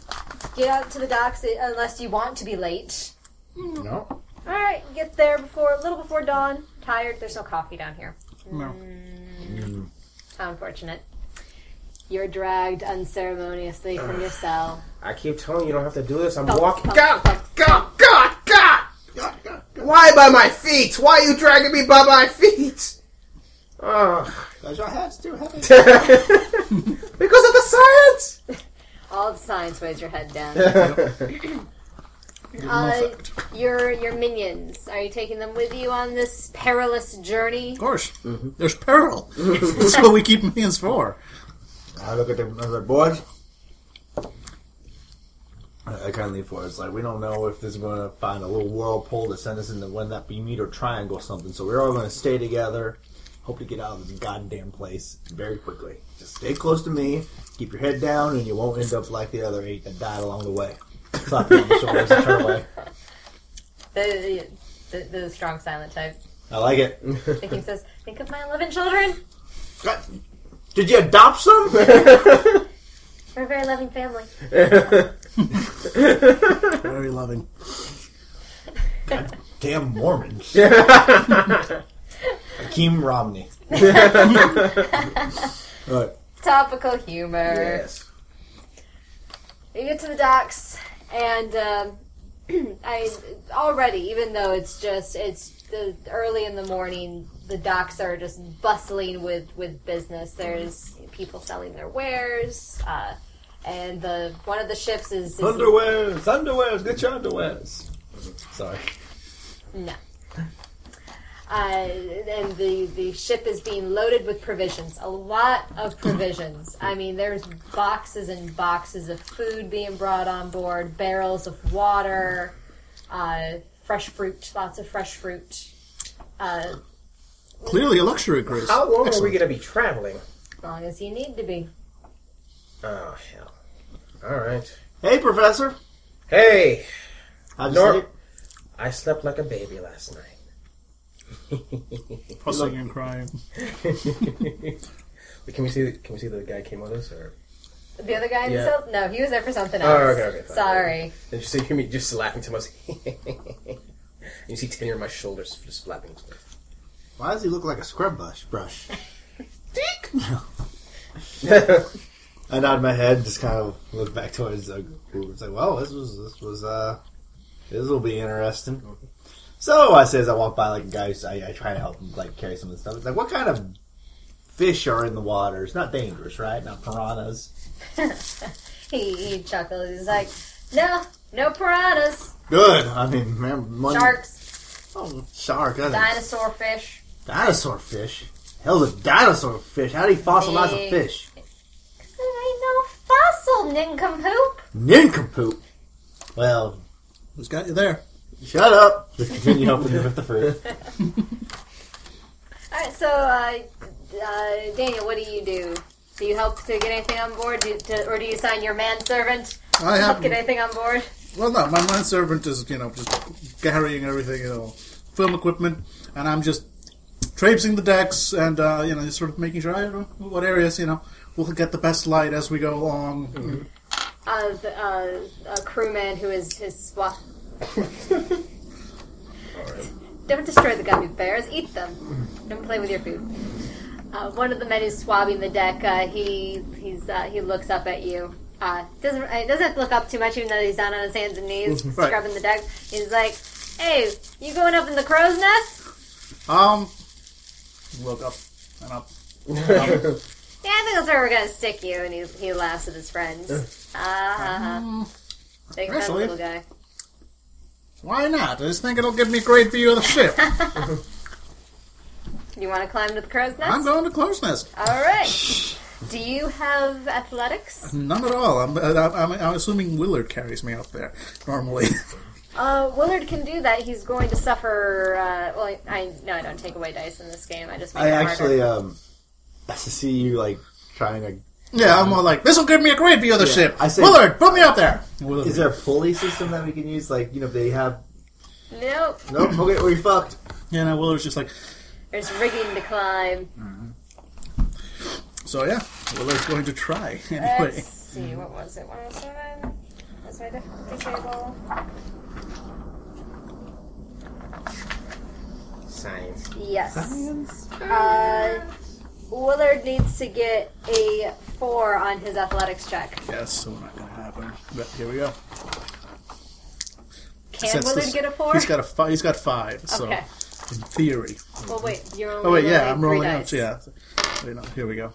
get out to the docks uh, unless you want to be late. No. All right, get there before a little before dawn. Tired. There's no coffee down here. No. How unfortunate. You're dragged unceremoniously from your cell. I keep telling you, you don't have to do this. I'm Thump, walking. thump, God, thump, God, God, God! Why by my feet? Why are you dragging me by my feet? Ah. Ugh. Guys, your hats too heavy. because of the science. All the science weighs your head down. Give Uh, them a fact. your your minions. Are you taking them with you on this perilous journey? Of course, Mm-hmm. there's peril. That's what we keep minions for. I look at the other board. I I kind of lean forward. It's like we don't know if this is going to find a little whirlpool to send us into when that be meet or triangle or something. So we're all going to stay together. Hope to get out of this goddamn place very quickly. Just stay close to me. Keep your head down, and you won't end up like the other eight that died along the way. Slap you on the shoulders and turn away. The, the, the strong silent type. I like it. Thinking says, think of my 11 children. Did you adopt some? We're a very loving family. Very loving. Damn Mormons. Akeem Romney. All right. Topical humor. Yes. You get to the docks, and um, I already, even though it's just it's the early in the morning, the docks are just bustling with with business. There's people selling their wares, uh, and the one of the ships is, is Underwears, underwears, get your underwears. Sorry. no. Uh, and the, the ship is being loaded with provisions. A lot of provisions. I mean, there's boxes and boxes of food being brought on board, barrels of water, uh, fresh fruit, lots of fresh fruit. Uh, Clearly a luxury cruise. How long are we Excellent. gonna be traveling? as long as you need to be. Oh hell! All right. Hey, Professor. Hey, How'd you Nor- sleep? I slept like a baby last night. Fussing and crying. Wait, Can we see? Can we see the guy came with us? Or The other guy Yeah. himself? No, he was there for something else. Oh, okay, okay, fine. Sorry. and you see hear me just laughing to myself. and you see Tenny on my shoulders just flapping. Why does he look like a scrub brush? Brush. I nod my head, just kind of look back towards the group. It's like, well, this was this was uh, this will be interesting. So I say as I walk by, like a guy, who's- I, I try to help him like carry some of the stuff. It's like, what kind of fish are in the water? It's not dangerous, right? Not piranhas. He, he chuckled. He's like, no, no piranhas, Good. I mean, man, one, sharks, Oh, shark. that's- dinosaur fish. Dinosaur fish? Hell's a dinosaur fish. How do you fossilize Big. a fish? There ain't no fossil, nincompoop. Nincompoop. Well, Who's got you there? shut up. Just continue helping them with the fruit. All right, so uh, uh, Daniel, what do you do? Do you help to get anything on board, do, to, or do you sign your manservant I to help have. get anything on board? Well, no, my manservant is you know just carrying everything, you know, film equipment, and I'm just traipsing the decks and uh, you know just sort of making sure I don't know what areas you know we'll get the best light as we go along. Mm-hmm. Uh, the, uh, a crewman who is his swap. Don't destroy the gummy bears. Eat them. Don't play with your food. Uh, one of the men is swabbing the deck. Uh, he he's uh, he looks up at you. Uh, doesn't uh, doesn't have to look up too much, even though he's down on his hands and knees Right. scrubbing the deck. He's like, "Hey, you going up in the crow's nest? Um, look up and up. Yeah, I think that's where we're gonna stick you." And he he laughs at his friends. Ah, uh, big fun actually- little guy. Why not? I just think it'll give me a great view of the ship. You want to climb to the crow's nest? I'm going to close nest. All right. Do you have athletics? None at all. I'm, uh, I'm, I'm assuming Willard carries me up there normally. Uh, Willard can do that. He's going to suffer. Uh, well, I no, I don't take away dice in this game. I just make I it harder. actually um, I see you like trying to. yeah, I'm more like this will give me a great view of the ship. I say- Willard, put me up there. Willard. Is there a pulley system that we can use? Like you know, they have Nope. nope. Okay, we fucked. Yeah, no, Willard's just like There's rigging to climb. so. Yeah, Willard's going to try Let's anyway. see. What was it? 107. That's my difficulty table. Science. Yes. Uh, Willard needs to get a four on his athletics check. Yes, so not gonna happen. But here we go. Can Since Willard this- get a four? He's got a five. He's got five. So Okay. in theory. Well, wait. You're only Oh wait, yeah, rolling I'm three rolling dice. out. Yeah. Wait, no, here we go.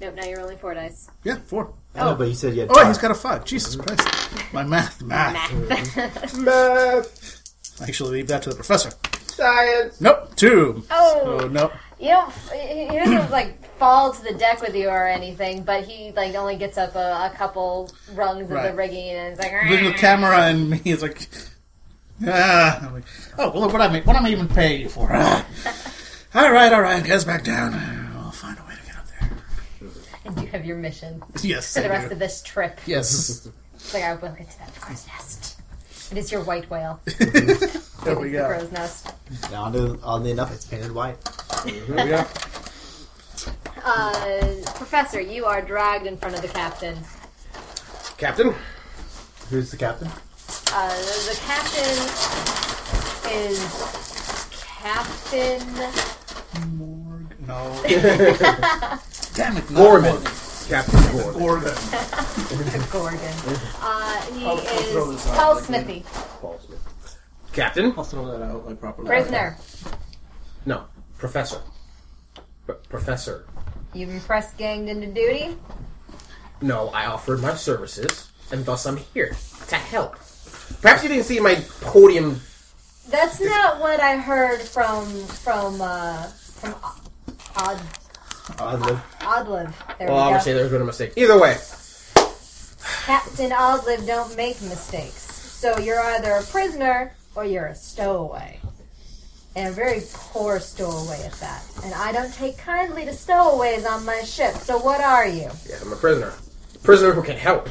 Nope. Now you're rolling four dice. Yeah, four. Oh, but you said you had. Oh, wait, he's got a five. Jesus Christ. My math, math. Math, Actually, leave that to the professor. science. Nope, two. Oh. Oh, no. You don't. He he doesn't like fall to the deck with you or anything, but he like only gets up a, a couple rungs of Right. the rigging and it's like. Look at the camera and me is like, ah. I'm like, oh, well, look what am I, what am I even paying you for? Ah. all right, all right, guys, back down. I'll find a way to get up there. And you have your mission Yes. for the I rest do. of this trip. Yes. It's like I will get to that crow's nest. It is your white whale. There we The go. crow's nest. Oddly, oddly enough, it's painted white. There we go. Uh, Professor, you are dragged in front of the captain. Captain? Who's the captain? Uh, the captain is Captain. Morg. No. Damn it, no. Gorman. Captain Gorman. Gorgon. Gorgon. Uh, he throw is this out Paul again. Smithy, Paul Smith. Captain? I'll throw that out like properly. prisoner. No, Professor. P- professor. You've been press ganged into duty. No, I offered my services, and thus I'm here to help. Perhaps you didn't see my podium. That's not what I heard from from uh, from Odd Oddly. Odlive. There Well, I we would go. Oh, say there's been a mistake. Either way, Captain Odlive don't make mistakes. So you're either a prisoner or you're a stowaway. And a very poor stowaway at that. And I don't take kindly to stowaways on my ship. So what are you? yes, I'm a prisoner. Prisoner who can help.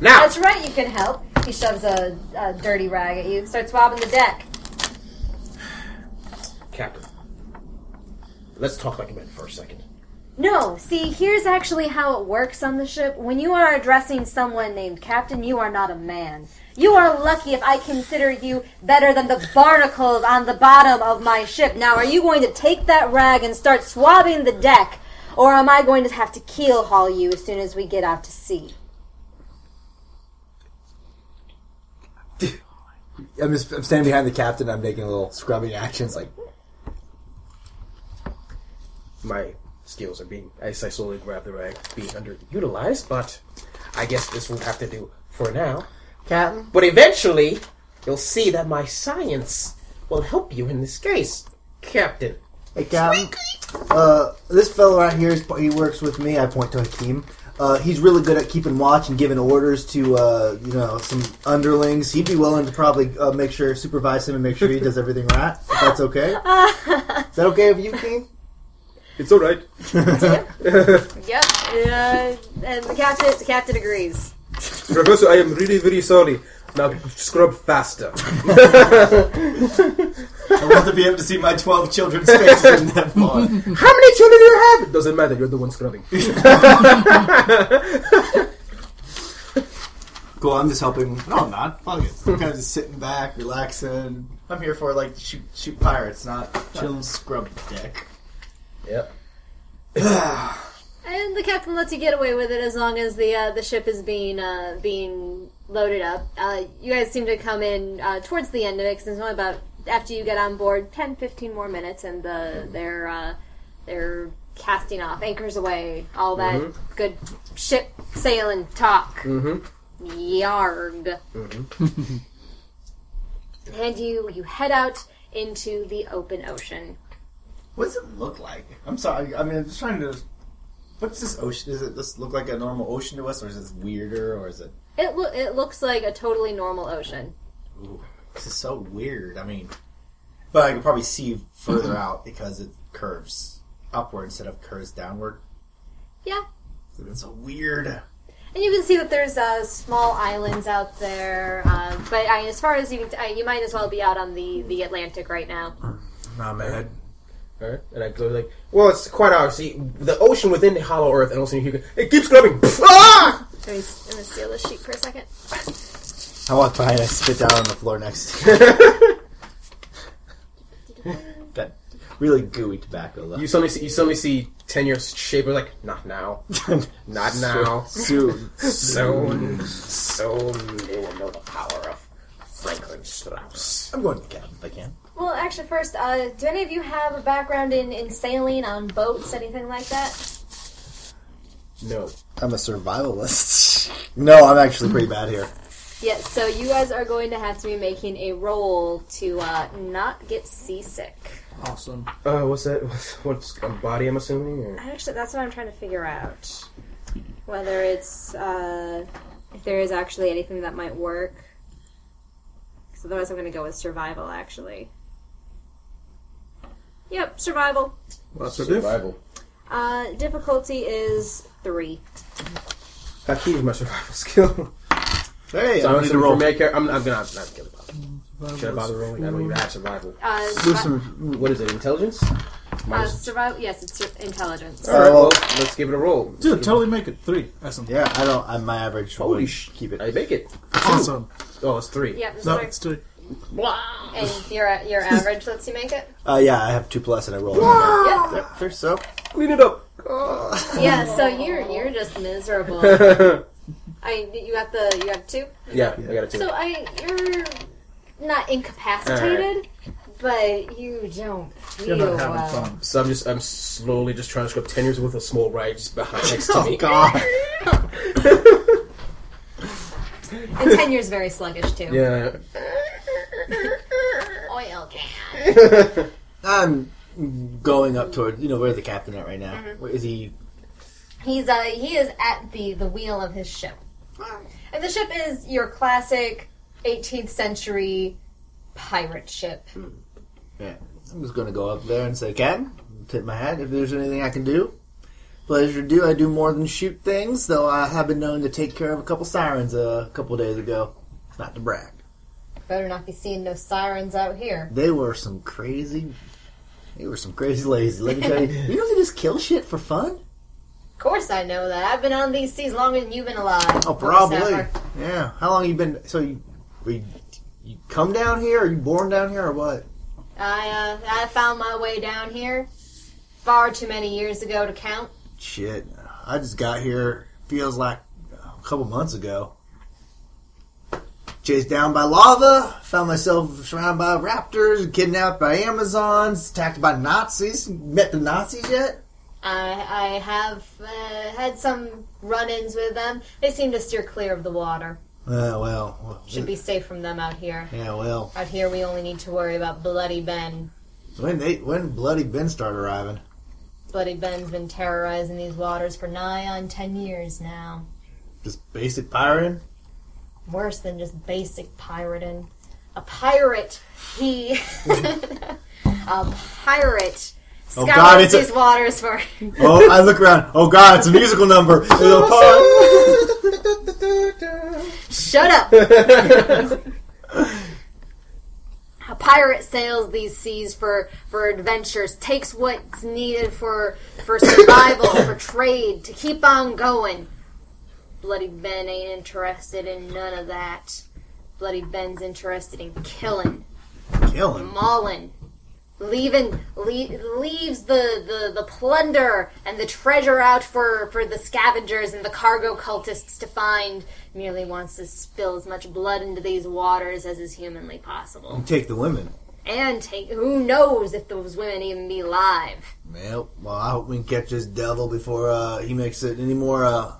Now! That's right, you can help. He shoves a, a dirty rag at you, starts swabbing the deck. Captain. Let's talk like men for a second. No, see, here's actually how it works on the ship. When you are addressing someone named Captain, you are not a man. You are lucky if I consider you better than the barnacles on the bottom of my ship. Now, are you going to take that rag and start swabbing the deck, or am I going to have to keel haul you as soon as we get out to sea? I'm just I'm standing behind the captain. I'm making little scrubbing actions, like My skills are being, as I slowly grab the rag, being underutilized, but I guess this will have to do for now. captain. But eventually, you'll see that my science will help you in this case, Captain. Hey, captain. Uh, this fellow right here, is, he works with me. I point to Hakeem. Uh, he's really good at keeping watch and giving orders to uh, you know some underlings. He'd be willing to probably uh, make sure supervise him and make sure he does everything right. If that's okay. Is that okay with you, Hakeem? It's alright. Yep. Uh, and the captain, the captain agrees. Professor, I am really, really sorry. Now scrub faster. I want to be able to see my 12 children's faces in that pond. How many children do you have? Doesn't matter, you're the one scrubbing. Cool, I'm just helping. No, I'm not. Fuck it. I'm kind of just sitting back, relaxing. I'm here for like shoot, shoot pirates, not chill and scrub deck. Yep. And the captain lets you get away with it as long as the uh, the ship is being uh, being loaded up. Uh, you guys seem to come in uh, towards the end of it because it's only about after you get on board 10, 15 more minutes, and the they're uh, they're casting off anchors away, all that good ship sailing talk. Mm. Mm-hmm. Yarg. and you you head out into the open ocean. What does it look like? I'm sorry. I mean, I'm just trying to. What's this ocean? Does it this look like a normal ocean to us, or is this weirder, or is it? It lo- it looks like a totally normal ocean. This is so weird. I mean, but I can probably see further out because it curves upward instead of curves downward. Yeah. It's so weird. And you can see that there's uh, small islands out there, uh, but I, as far as you can, t- I, you might as well be out on the, the Atlantic right now. Nah, man. Alright, And I go like, well, it's quite obviously the ocean within the hollow earth, and also you hear, it keeps grabbing. Ah! Let me, s- let me steal this sheet for a second. I walk by and I spit down on the floor next. to you. That really gooey tobacco. Though. You suddenly see, you suddenly see ten years shape. You're like, not now, not now, Soon. soon, soon they will know the power of Franklin Strauss. I'm going to the cabin if I can. Well, actually, first, uh, do any of you have a background in, in sailing on boats, anything like that? No, I'm a survivalist. no, I'm actually pretty bad here. Yes. So you guys are going to have to be making a roll to uh, not get seasick. Awesome. uh, what's that? What's, what's a body? I'm assuming. Or? Actually, that's what I'm trying to figure out. Whether it's uh, if there is actually anything that might work. Because otherwise, I'm going to go with survival. Actually. Yep, survival. What's the diff? Uh, difficulty is three. I keep my survival skill. Hey, so I I'm need to to roll. roll. I'm, I'm gonna I'm not gonna bother. Should I bother rolling? I don't even have survival. Uh, Do survi- some. What is it? Intelligence? uh, Minus- survival. Yes, it's sur- intelligence. All right, well, let's give it a roll. Dude, totally make it three. That's some- Yeah, I don't. I'm my average. Holy would sh! Keep it. I make it. awesome. Oh, it's three. Yep, it's No, three. it's three. And your your average lets you make it. Uh, yeah, I have two plus and I roll. Yeah. Yep, there's so. Clean it up. Yeah, so you're you're just miserable. I you got the you have two. Yeah, I got a two. So I you're not incapacitated, but you don't feel You're not having well. fun. So I'm just I'm slowly just trying to script ten years worth of small right just behind next to me. Oh, God. And ten years very sluggish too. Yeah. Oil can. I'm going up toward. You know, where's the captain at right now? Where Is he? He's uh he is at the the wheel of his ship, and the ship is your classic 18th century pirate ship. Yeah. I'm just going to go up there and say, Captain, tip my hat if there's anything I can do. Pleasure to do. I do more than shoot things, though I have been known to take care of a couple sirens uh, a couple days ago. Not to brag. Better not be seeing no sirens out here. They were some crazy. They were some crazy lazy. Let me tell you. You know they just kill shit for fun? Of course I know that. I've been on these seas longer than you've been alive. Oh, probably. Yeah. How long you been? So you, were you, you come down here? Are you born down here or what? I uh, I found my way down here far too many years ago to count. Shit. I just got here. Feels like a couple months ago. Chased down by lava. Found myself surrounded by raptors. Kidnapped by Amazons. Attacked by Nazis. Met the Nazis yet? I I have uh, had some run-ins with them. They seem to steer clear of the water. Uh, well, well. Should be safe from them out here. Yeah, well. Out here, we only need to worry about Bloody Ben. When they when bloody Ben started arriving. Bloody Ben's been terrorizing these waters for nigh on ten years now. Just basic pirating. Worse than just basic pirating. A pirate, he. a pirate. Hmm. Oh, Scours God, it's a- these waters for. Oh, I look around. Oh God, it's a musical number. It's a part. Shut up! A pirate sails these seas for, for adventures, takes what's needed for, for survival, for trade, to keep on going. Bloody Ben ain't interested in none of that. Bloody Ben's interested in killing, Killing. mauling, leaving, le- leaves the, the, the plunder and the treasure out for, for the scavengers and the cargo cultists to find. Merely wants to spill as much blood into these waters as is humanly possible. Take the women. And take, who knows if those women even be alive. Well, well, I hope we can catch this devil before uh, he makes it any more, uh,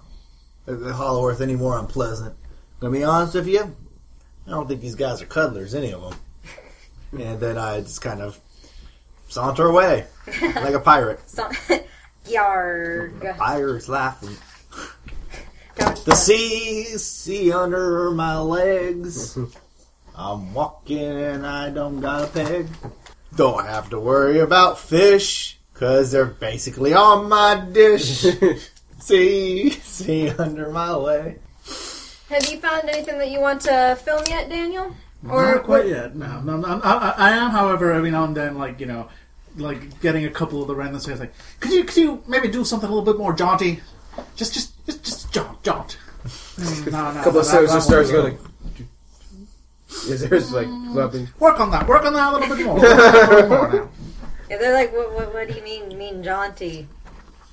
the Hollow Earth any more unpleasant. Gonna be honest with you, I don't think these guys are cuddlers, any of them. and then I just kind of saunter away like a pirate. So, yarg. Pirates laughing. Don't- The sea, sea under my legs. I'm walking and I don't got a peg. Don't have to worry about fish, cause they're basically on my dish. sea, sea under my leg. Have you found anything that you want to film yet, Daniel? Or Not quite yet. No, no, no I, I I am, however, every now and then, like you know, like getting a couple of the random things. Like, could you could you maybe do something a little bit more jaunty? Just just just just jaunt jaunt. Mm, no, no, couple of no, stars that- just that won't starts do. going. Is there's like clapping? Work on that. Work on that a little bit more. Work on that a little more now. Yeah, they're like, what, what, what do you mean, mean jaunty?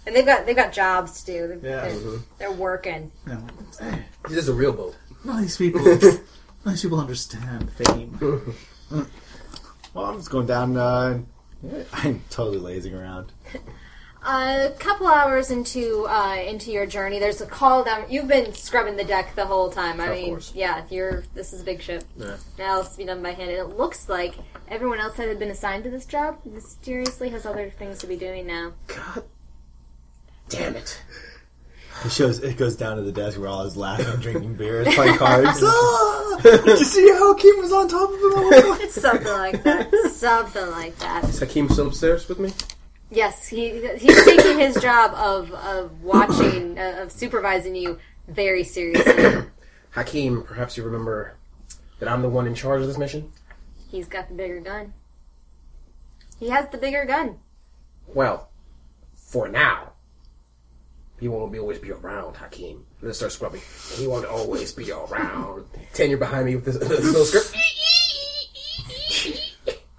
And they've got they've got jobs to do. They're, Yeah. they're, they're working. You know, This is a real boat. nice people. nice people understand fame. Well, I'm just going down, uh, I'm totally lazing around. a couple hours into uh, into your journey, there's a call down. You've been scrubbing the deck the whole time. I Of mean, course. yeah, you're. This is a big ship. Yeah. Now it's be done by hand. And it looks like everyone else that had been assigned to this job mysteriously has other things to be doing now. Damn it. It shows. It goes down to the desk where all his laughing, drinking beer, and playing cards. ah! Did you see how Kim was on top of him? all the time? It's something like that. Something like that. Is Hakeem still upstairs with me? Yes, he he's taking his job of of watching uh, of supervising you very seriously. Hakeem, perhaps you remember that I'm the one in charge of this mission? He's got the bigger gun. He has the bigger gun. Well, for now. He won't be always be around, Hakeem. Let's start scrubbing. He won't always be around. Tenure behind me with this, this little skirt.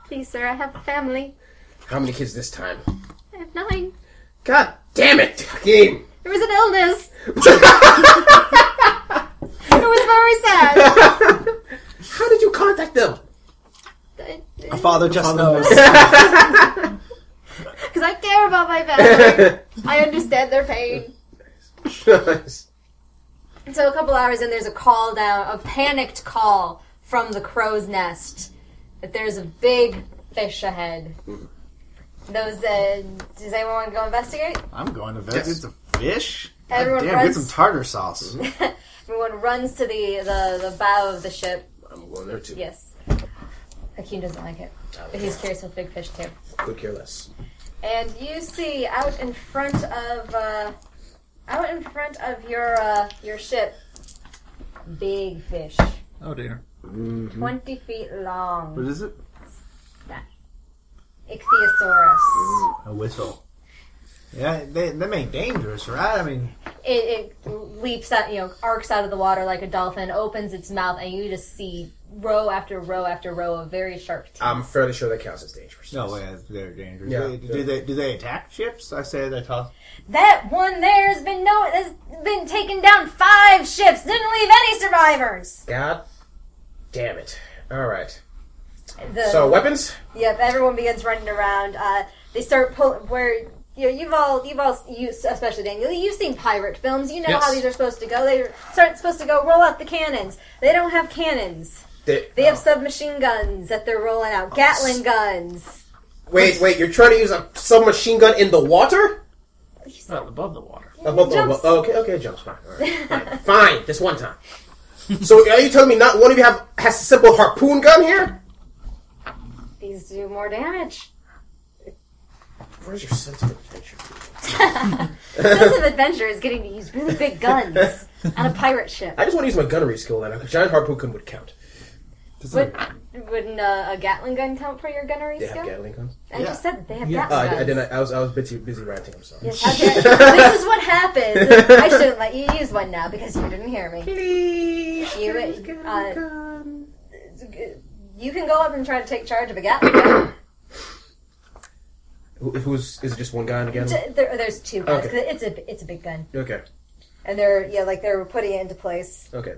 Please, sir, I have a family. How many kids this time? I have nine. God damn it, Hakeem! There was an illness. it was very sad. How did you contact them? My father just knows. Because I care about my family. I understand their pain. And so a couple hours in, there's a call down, a panicked call from the crow's nest that there's a big fish ahead. Those, uh, does anyone want to go investigate? I'm going to Vegas. It's a fish. Everyone Damn, get runs. some tartar sauce. Everyone runs to the, the the bow of the ship. I'm going there too. Yes. Hakeem doesn't like it, but he's curious with big fish too. Could care less. And you see out in front of uh, out in front of your uh, your ship, big fish, Oh dear. twenty feet long, What is it? ichthyosaurus. A whistle. Yeah, they, them ain't dangerous, right? I mean, It, it leaps out, you know, arcs out of the water like a dolphin, opens its mouth, and you just see row after row after row of very sharp Ah. teeth. I'm fairly sure that counts as dangerous. no way they're dangerous. Yeah. They- do, they do they attack ships? I say they toss. That one there has been no has been taken down five ships. Didn't leave any survivors. God damn it. Alright. The, So, weapons? yep, everyone begins running around. Uh, they start pulling where you know you've all you've all you especially Daniel you've seen pirate films. You know how Yes. these are supposed to go. They start supposed to go roll out the cannons. They don't have cannons. They- They have submachine guns that they're rolling out. Gatling guns. wait, wait, you're trying to use a submachine gun in the water? Well, above the water. Above the- Jumps. okay, okay, jumps. Fine, all right, fine, fine. This one time. So are you telling me not one of you have has a simple harpoon gun here? These do more damage. Where's your sense of adventure? Sense of adventure is getting to use really big guns on a pirate ship. I just want to use my gunnery skill, and a giant harpoon gun would count. Would, wouldn't uh, a Gatling gun count for your gunnery They have skill? Gatling guns. I just said that they have Yeah. Uh, Gatling I, guns. I didn't. I was. I was busy, busy ranting. I'm sorry. Yes, how dare- this is what happens. I shouldn't let you use one now because you didn't hear me. Please, You, uh, gun. You can go up and try to take charge of a Gatling gun. Who, who's is it? Just one guy again? J- there, there's two guns. Okay. 'cause It's a it's a big gun, Okay. and they're yeah like they're putting it into place. Okay.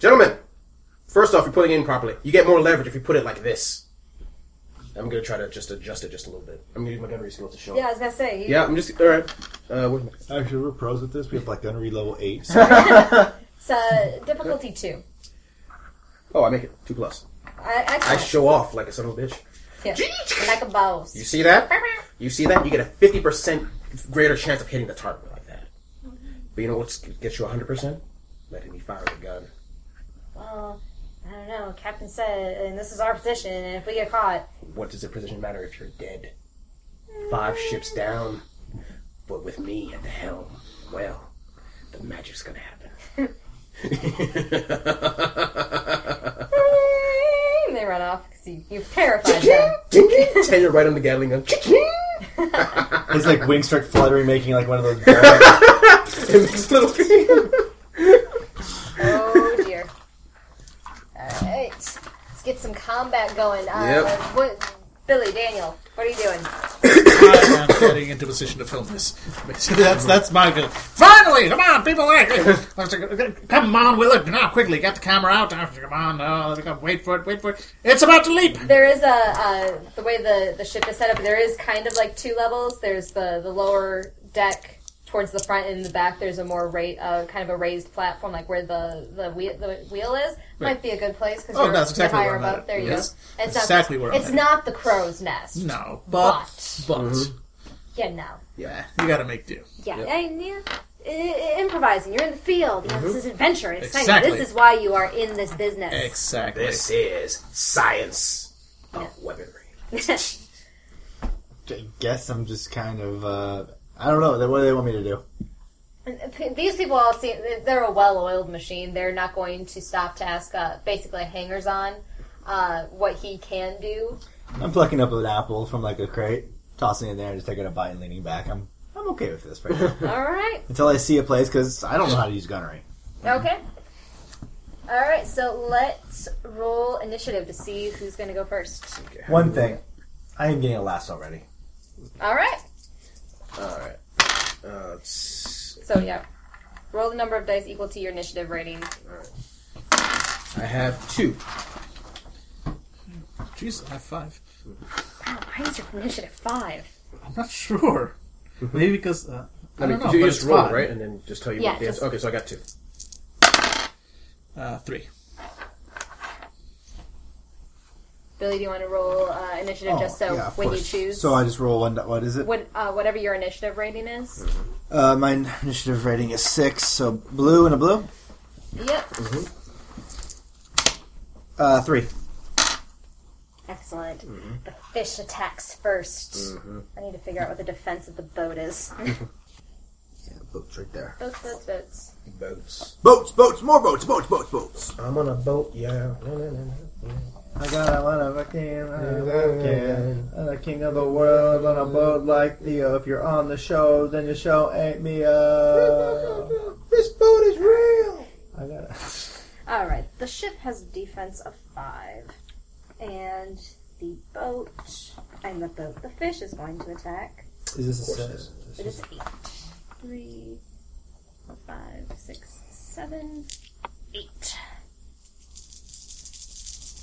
Gentlemen, first off, you're putting it in properly. You get more leverage if you put it like this. I'm gonna try to just adjust it just a little bit. I'm gonna use my gunnery skill to show. it. Yeah, I was gonna say. You, Yeah, I'm just all right. Uh, where's my- Actually, we're pros at this. We have like gunnery level eight. It's uh, difficulty two. oh, I make it two plus. I, I excellent. show off like a son of a bitch. Yeah. Like a boss. You see that? You see that? You get a 50% greater chance of hitting the target like that. But you know what gets you 100%? Letting me fire the gun. Well, I don't know. Captain said, and this is our position. And if we get caught, What does the position matter if you're dead? Five ships down, but with me at the helm, well, the magic's gonna happen. and they run off because you, you terrified them. Tell you right on the Gatling gun. It's like wing strike fluttering, making like one of those. It makes little. Oh dear. All right, let's get some combat going. Uh, Yep. What, Billy Daniel? What are you doing? I am getting into position to film this. that's that's my goal. Finally, come on, people! like, Come on, Willard! Now, quickly, get the camera out! Come on, no, wait for it, wait for it! It's about to leap! There is a uh, the way the the ship is set up. There is kind of like two levels. There's the the lower deck towards the front, and in the back there's a more ra- uh, kind of a raised platform, like where the the wheel, the wheel is. Might be a good place because Oh, you're, that's you're exactly higher where I'm at. above. There you Yes. go. It's That's exactly where I'm It's at. not the crow's nest. No, but but but Mm-hmm. yeah, no, yeah, you gotta make do. yeah, and, yeah. I- I- improvising. You're in the field. You know, This is adventure. It's exciting. Exactly. This is why you are in this business. Exactly. This is science of weaponry. I guess I'm just kind of. Uh, I don't know. What do they want me to do? P- These people all see they're a well-oiled machine. They're not going to stop to ask, uh, basically, hangers on uh, what he can do. I'm plucking up an apple from like a crate, tossing it in there, and just taking a bite and leaning back. I'm I'm okay with this right now All right, until I see a place because I don't know how to use gunnery. okay, all right. So let's roll initiative to see who's going to go first. One thing, I am getting a last already. All right. All right. Uh, it's- So yeah, roll the number of dice equal to your initiative rating. I have two. Jeez, I have five. Wow, why is your initiative five? I'm not sure. Mm-hmm. Maybe because uh, I, I mean, don't know. you but just it's roll, five. right? And then just tell you Yeah, what the just- answer. Okay, so I got two. Uh, three. Billy, do you want to roll uh, initiative just so Oh, yeah, of when you course. choose So I just roll one. What is it? what uh, whatever your initiative rating is? Uh, my initiative rating is six. So blue and a blue. Yep. Uh, three. Excellent. Mm-hmm. The fish attacks 1st I need to figure out what the defense of the boat is. Yeah, boats right there. boats, boats, boats. Boats. Boats, boats, more boats, boats, boats, boats. I'm on a boat, yeah. I got one of a king, I'm the king of the world on a boat like Theo. If you're on the show, then your show ain't me up. This boat is real. I got it. All right. The ship has a defense of five, and the boat and the boat. The fish is going to attack. Is this a course it set? is. It is eight, three, five, six, seven, eight.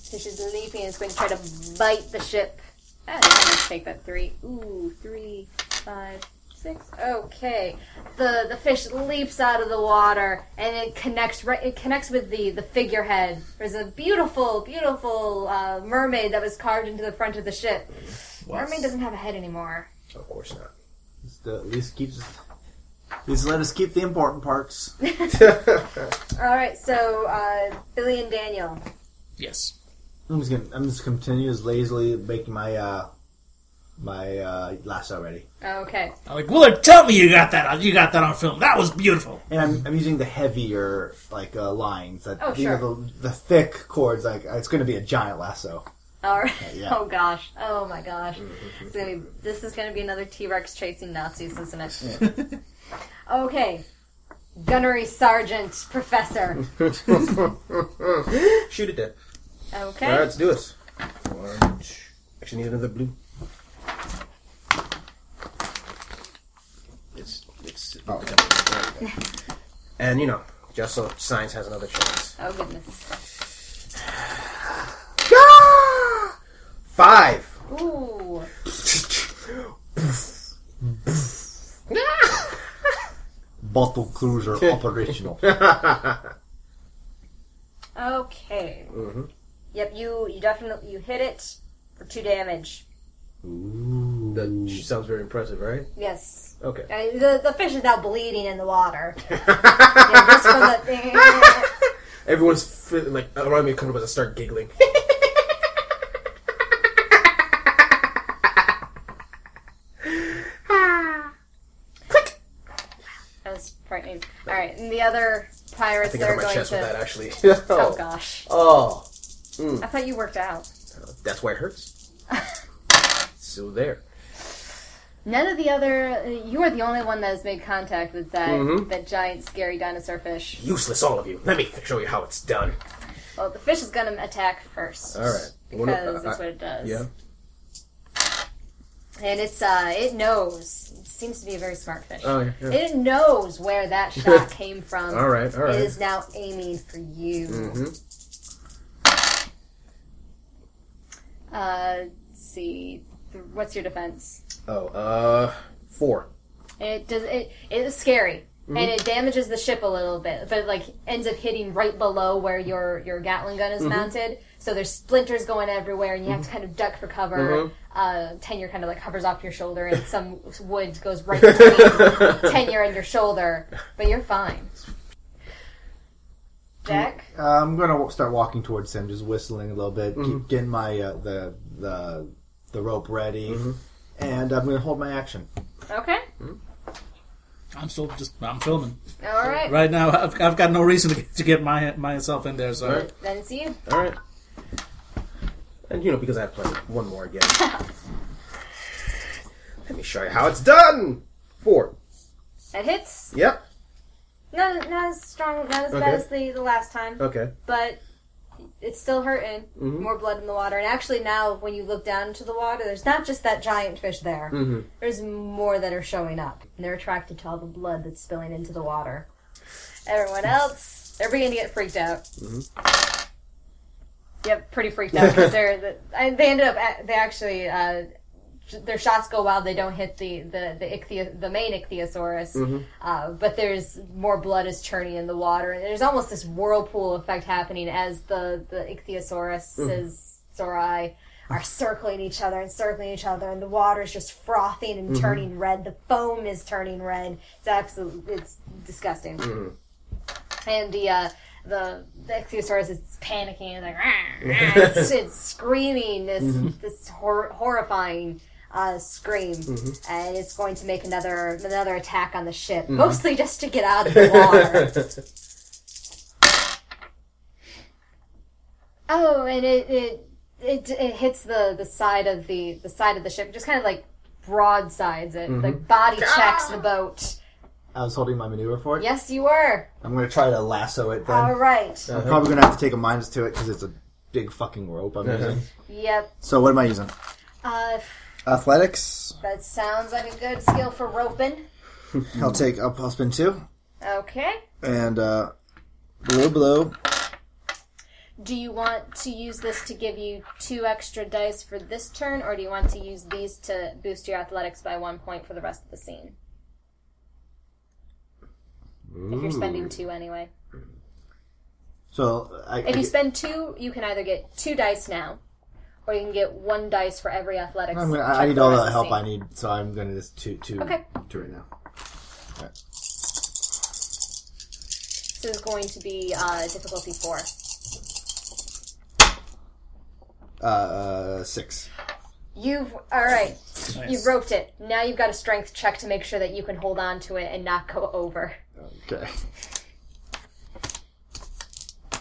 Fish is leaping and is going to try to bite the ship. Ah, it's going to take that three. Ooh, three, five, six. Okay, the the fish leaps out of the water and it connects right. It connects with the the figurehead. There's a beautiful, beautiful uh, mermaid that was carved into the front of the ship. Mermaid doesn't have a head anymore. Of course not. Just, uh, at least keeps. at least let us keep the important parts. All right, so uh, Billy and Daniel. Yes. I'm just gonna. I'm just continue as lazily making my uh, my uh, lasso ready, Okay. I'm like, Willard, tell me you got that. on You got that on film. That was beautiful. and I'm, I'm using the heavier like uh, lines. That, Oh, you know, sure. the, the thick cords. Like uh, it's going to be a giant lasso. All right. Yeah. Oh gosh. Oh my gosh. Mm-hmm. It's gonna be, this is going to be another T Rex chasing Nazis, isn't it? okay. Gunnery Sergeant Professor. Shoot it dead. Okay. All right, let's do this. One, two. Actually, need another blue. It's it's. Oh, okay. There we go. And you know, just so science has another chance. Oh goodness. Five. Ooh. Bottle cruiser operational. Uh, Okay. Mm-hmm. Yep. You you definitely you hit it for two damage. That sounds very impressive, right? Yes. Okay. Uh, the, the fish is now bleeding in the water. yeah, just from the, Everyone's feeling like around me comfortable as I start giggling. That was frightening. All right. And the other pirates I they got are on my going chest with that to. actually. Oh oh, gosh. oh, I thought you worked out. that's why it hurts. Still there. None of the other. uh, You are the only one that has made contact with that Mm-hmm. that giant scary dinosaur fish. Useless, all of you. Let me show you how it's done. Well, the fish is going to attack first. All right. Because One of- uh, that's uh, what it does. yeah. And it's uh, it knows. It seems to be a very smart fish. Oh, yeah. yeah. It knows where that shot came from. All right, all right. Mm. Mm-hmm. It is now aiming for you. Uh, let's see, Th- what's your defense? Oh, uh, four. It does. It, it is scary, and it damages the ship a little bit, but it, like ends up hitting right below where your your Gatling gun is mounted. So there's splinters going everywhere, and you have to kind of duck for cover. Uh, tenure kind of like hovers off your shoulder, and some wood goes right between tenure and your shoulder, but you're fine. Jack. Uh, I'm gonna w- start walking towards him, just whistling a little bit, keep getting my uh, the the the rope ready, and I'm gonna hold my action. Okay. I'm still just I'm filming All right. right now. I've, I've got no reason to, to get my myself in there. So All right. Then it's you. All right. And you know, because I have plenty, one more again. Let me show you how it's done. Four. It hits. Yep. Not, not as strong, not as Okay. bad as the, the last time, Okay. but it's still hurting. More blood in the water. And actually, now when you look down into the water, there's not just that giant fish there, there's more that are showing up. And they're attracted to all the blood that's spilling into the water. Everyone else, they're beginning to get freaked out. Yep, pretty freaked out because they're the, I, they ended up at, they actually uh, j- their shots go wild. They don't hit the the the, ichthyo, the main ichthyosaurus, uh, but there's more blood is churning in the water, and there's almost this whirlpool effect happening as the the ichthyosaurus is Zorai are circling each other and circling each other, and the water's just frothing and turning red. The foam is turning red. It's absolutely it's disgusting. And the uh, the the ichthyosaurus is panicking. It's like "Rah, rah." it's, it's screaming this this hor- horrifying uh, scream, and it's going to make another another attack on the ship, mostly just to get out of the water. oh, and it it. It, it hits the, the side of the the side of the ship, just kind of like broadsides it, like body checks the boat. I was holding my maneuver for it. Yes, you were. I'm gonna try to lasso it. Then All right. I'm probably gonna have to take a minus to it because it's a big fucking rope I'm using. Yep. So what am I using? Uh, Athletics. that sounds like a good skill for roping. I'll take. I'll, I'll spin two Okay. and uh, blow blow. Do you want to use this to give you two extra dice for this turn, or do you want to use these to boost your athletics by one point for the rest of the scene? If you're spending two anyway. So I, I If you get- spend two, you can either get two dice now, or you can get one dice for every athletics. Uh-huh. I'm gonna, check I, I for need all rest the of help I scene. need, so I'm gonna just two two Okay. two right now. This is going to be uh, difficulty four. Uh, uh, six. You've all right. You roped it. Now you've got a strength check to make sure that you can hold on to it and not go over. Okay.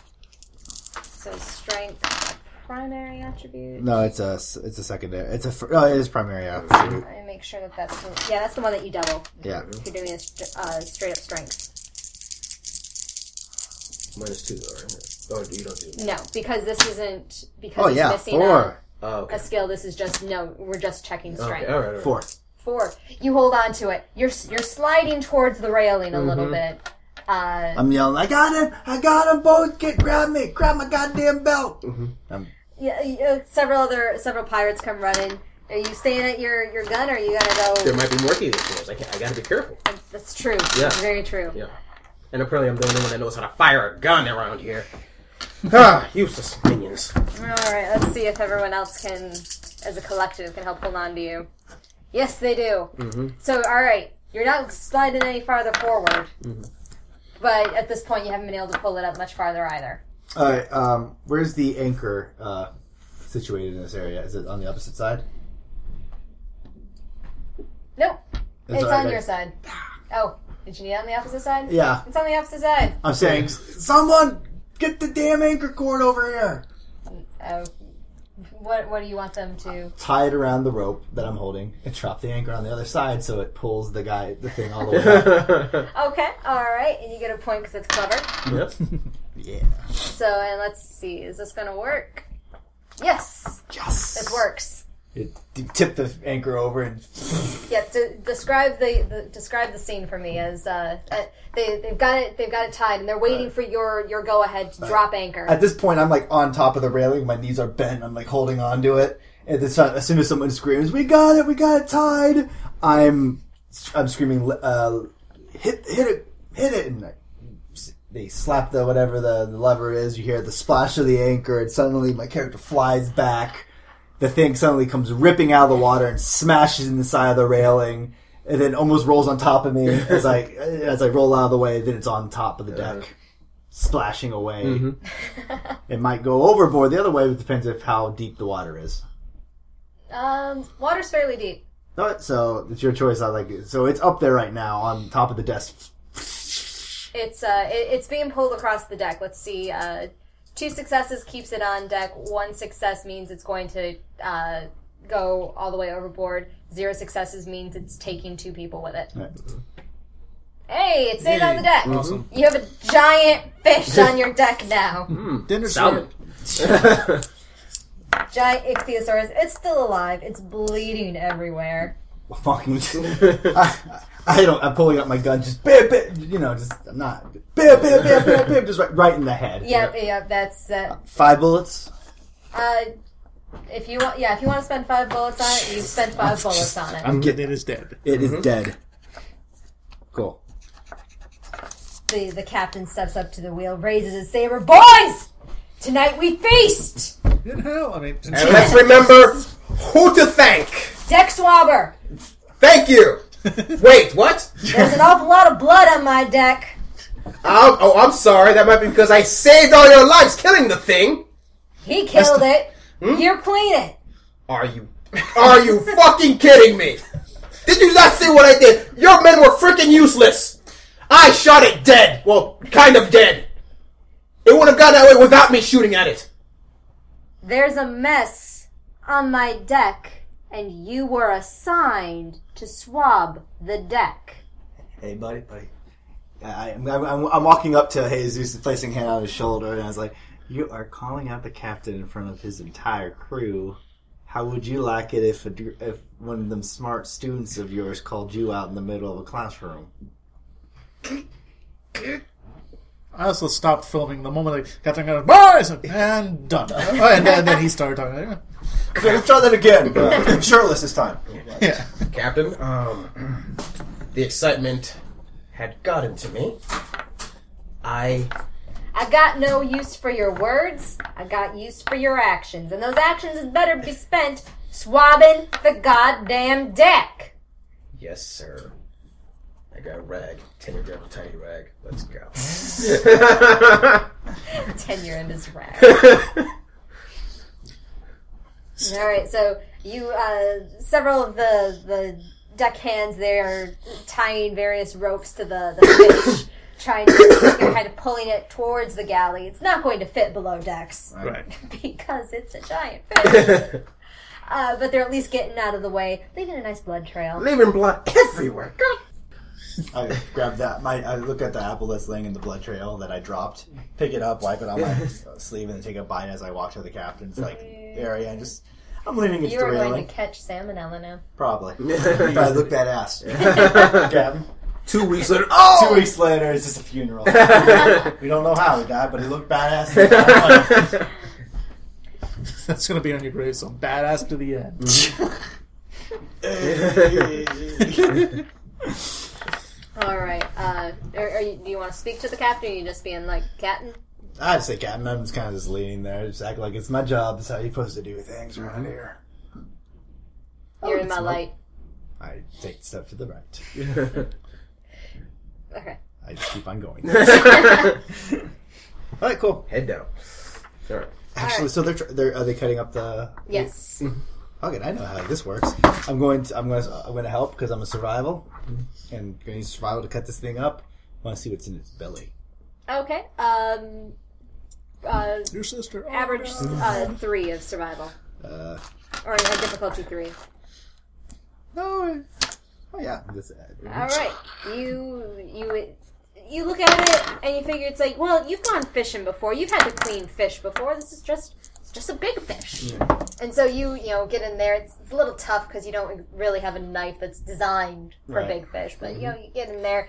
So strength, primary attribute. No, it's a it's a secondary. It's a fir- oh, it is primary attribute. I make sure that that's the, yeah, that's the one that you double. Yeah. If you're doing a st- uh, straight up strength. Minus two, though, right? Oh, you don't do it. No, because this isn't because Oh it's yeah, missing a- four, Oh, A, okay. skill. This is just no. We're just checking strength. Okay, all right, all right. four. Four. You hold on to it. You're s- you're sliding towards the railing a little bit. Uh, I'm yelling. I got him! I got him! Boys, get grab me! Grab my goddamn belt! yeah, yeah, several other several pirates come running. Are you staying at your your gun, or are you gonna go? There might be more keys upstairs. I, can't, I gotta be careful. That's true. Yeah. That's very true. Yeah. And apparently I'm the only one that knows how to fire a gun around here. ah, useless minions. All right, let's see if everyone else can, as a collective, can help hold on to you. Yes, they do. Mm-hmm. So, all right, you're not sliding any farther forward, Mm-hmm. but at this point, you haven't been able to pull it up much farther either. All right. Um, where's the anchor uh, situated in this area? Is it on the opposite side? Nope, it's, all on right. your side. Oh, did you need it on the opposite side? Yeah. It's on the opposite side. I'm saying, someone get the damn anchor cord over here. Oh, what what do you want them to? Tie it around the rope that I'm holding and drop the anchor on the other side so it pulls the guy, the thing all the way up. Okay, all right, and you get a point because it's clever. Yep. yeah. So, and let's see, is this gonna work? Yes, Yes. this works. It d- tip the anchor over and. Yeah, de- describe the, the describe the scene for me as uh, uh, they they've got it they've got it tied and they're waiting for your your go ahead to drop anchor. At this point, I'm like on top of the railing. My knees are bent. I'm like holding on to it. And this, as soon as someone screams, "We got it! We got it tied!" I'm, I'm screaming, uh, "Hit! Hit it! Hit it!" And I, they slap the whatever the, the lever is. You hear the splash of the anchor, and suddenly my character flies back. The thing suddenly comes ripping out of the water and smashes in the side of the railing, and then almost rolls on top of me as I as I roll out of the way. Then it's on top of the deck, splashing away. It might go overboard the other way. It depends if how deep the water is. Um, water's fairly deep. No, So it's your choice. I like it. So it's up there right now on top of the desk. It's uh, it, it's being pulled across the deck. Let's see. Uh, two successes keeps it on deck. One success means it's going to uh, go all the way overboard. Zero successes means it's taking two people with it. Right. Hey, it stayed on the deck. Awesome. You have a giant fish on your deck now. Dinner Salmon. Giant ichthyosaurus. It's still alive. It's bleeding everywhere. Fucking. I, I don't. I'm pulling up my gun. Just bam, bam. You know, just I'm not. Bam, bam, bam, bam, bam. Just right, right in the head. Yep, yep. That's uh, Five bullets. Uh, if you want, yeah, if you want to spend five bullets on it, you spend five bullets on it. I'm getting it is dead. It is dead. Cool. The the captain steps up to the wheel, raises his saber. Boys, tonight we feast. In hell, I mean, And let's remember who to thank. Deck swabber. Thank you. Wait, what? There's an awful lot of blood on my deck. i oh, I'm sorry. That might be because I saved all your lives killing the thing. He killed it. You're clean it. Are you? Are you fucking kidding me? Did you not see what I did? Your men were freaking useless. I shot it dead. Well, kind of dead. It would have gone that way without me shooting at it. There's a mess on my deck, and you were assigned to swab the deck. Hey, buddy, buddy. I, I'm, I'm, I'm walking up to Jesus and placing hand on his shoulder, and I was like, "You are calling out the captain in front of his entire crew. How would you like it if a, dr- if one of them smart students of yours called you out in the middle of a classroom?" I also stopped filming the moment I got done. Boys, and done. Oh, and, then then he started talking. like, Okay, let's try that again. Uh, shirtless this time. Yeah. Captain, um, the excitement had gotten to me. I I got no use for your words. I got use for your actions, and those actions had better be spent swabbing the goddamn deck. Yes, sir. I got a rag. Timmy grab a tiny rag. Let's go. Tenure in his rag. All right, so You, uh, several of the the deck hands there are tying various ropes to the, the fish, trying to you're kind of pulling it towards the galley. It's not going to fit below decks Right. because it's a giant fish. Uh, but they're at least getting out of the way, leaving a nice blood trail. Leaving blood everywhere. God. I grab that. My I look at the apple that's laying in the blood trail that I dropped, pick it up, wipe it on my sleeve, and then take a bite as I walk to the captain's like area and just. I'm leaning against You the are going railing, to catch salmonella now. probably. but I look badass. Captain. Two weeks later. Oh! Two weeks later, it's just a funeral. we don't know how he died, but he looked badass. That's gonna be on your grave. So badass to the end. Mm-hmm. All right. Uh, are, are you, do you want to speak to the captain? Or are you just being like captain? I'd say Captain. I'm just kind of just leaning there, just act like it's my job. That's how you're supposed to do things around here. Oh, You're in my light. I take a step to the right. Okay. I just keep on going. All right, cool. Head down. Alright. Actually, so they're, tr- they're are they cutting up the? Yes. Okay, I know how this works. I'm going to I'm going to I'm going to help because I'm a survival, and going to use survival to cut this thing up. want to see what's in its belly. Okay. Um. Uh, Your sister. Oh, average no. uh, three of survival, Uh, or a difficulty three. oh, oh yeah, this, All right, you you you look at it and you figure it's like, well, you've gone fishing before. You've had to clean fish before. This is just it's just a big fish. And so you you know get in there. It's, it's a little tough because you don't really have a knife that's designed for Right. big fish. But you know you get in there,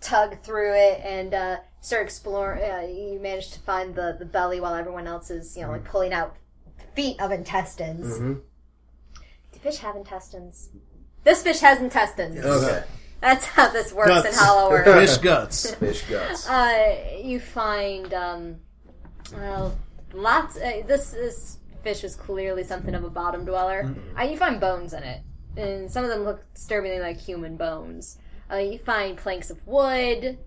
tug through it, and uh, start exploring. Uh, you manage to find the the belly while everyone else is you know like pulling out Feet of intestines. Do fish have intestines? This fish has intestines. Okay. That's how this works in Guts. uh, Hollow Earth. Fish guts. Fish guts. uh, you find, um, well, lots. Uh, this this fish was clearly something of a bottom dweller. Uh, you find bones in it, and some of them look disturbingly like human bones. Uh, you find planks of wood.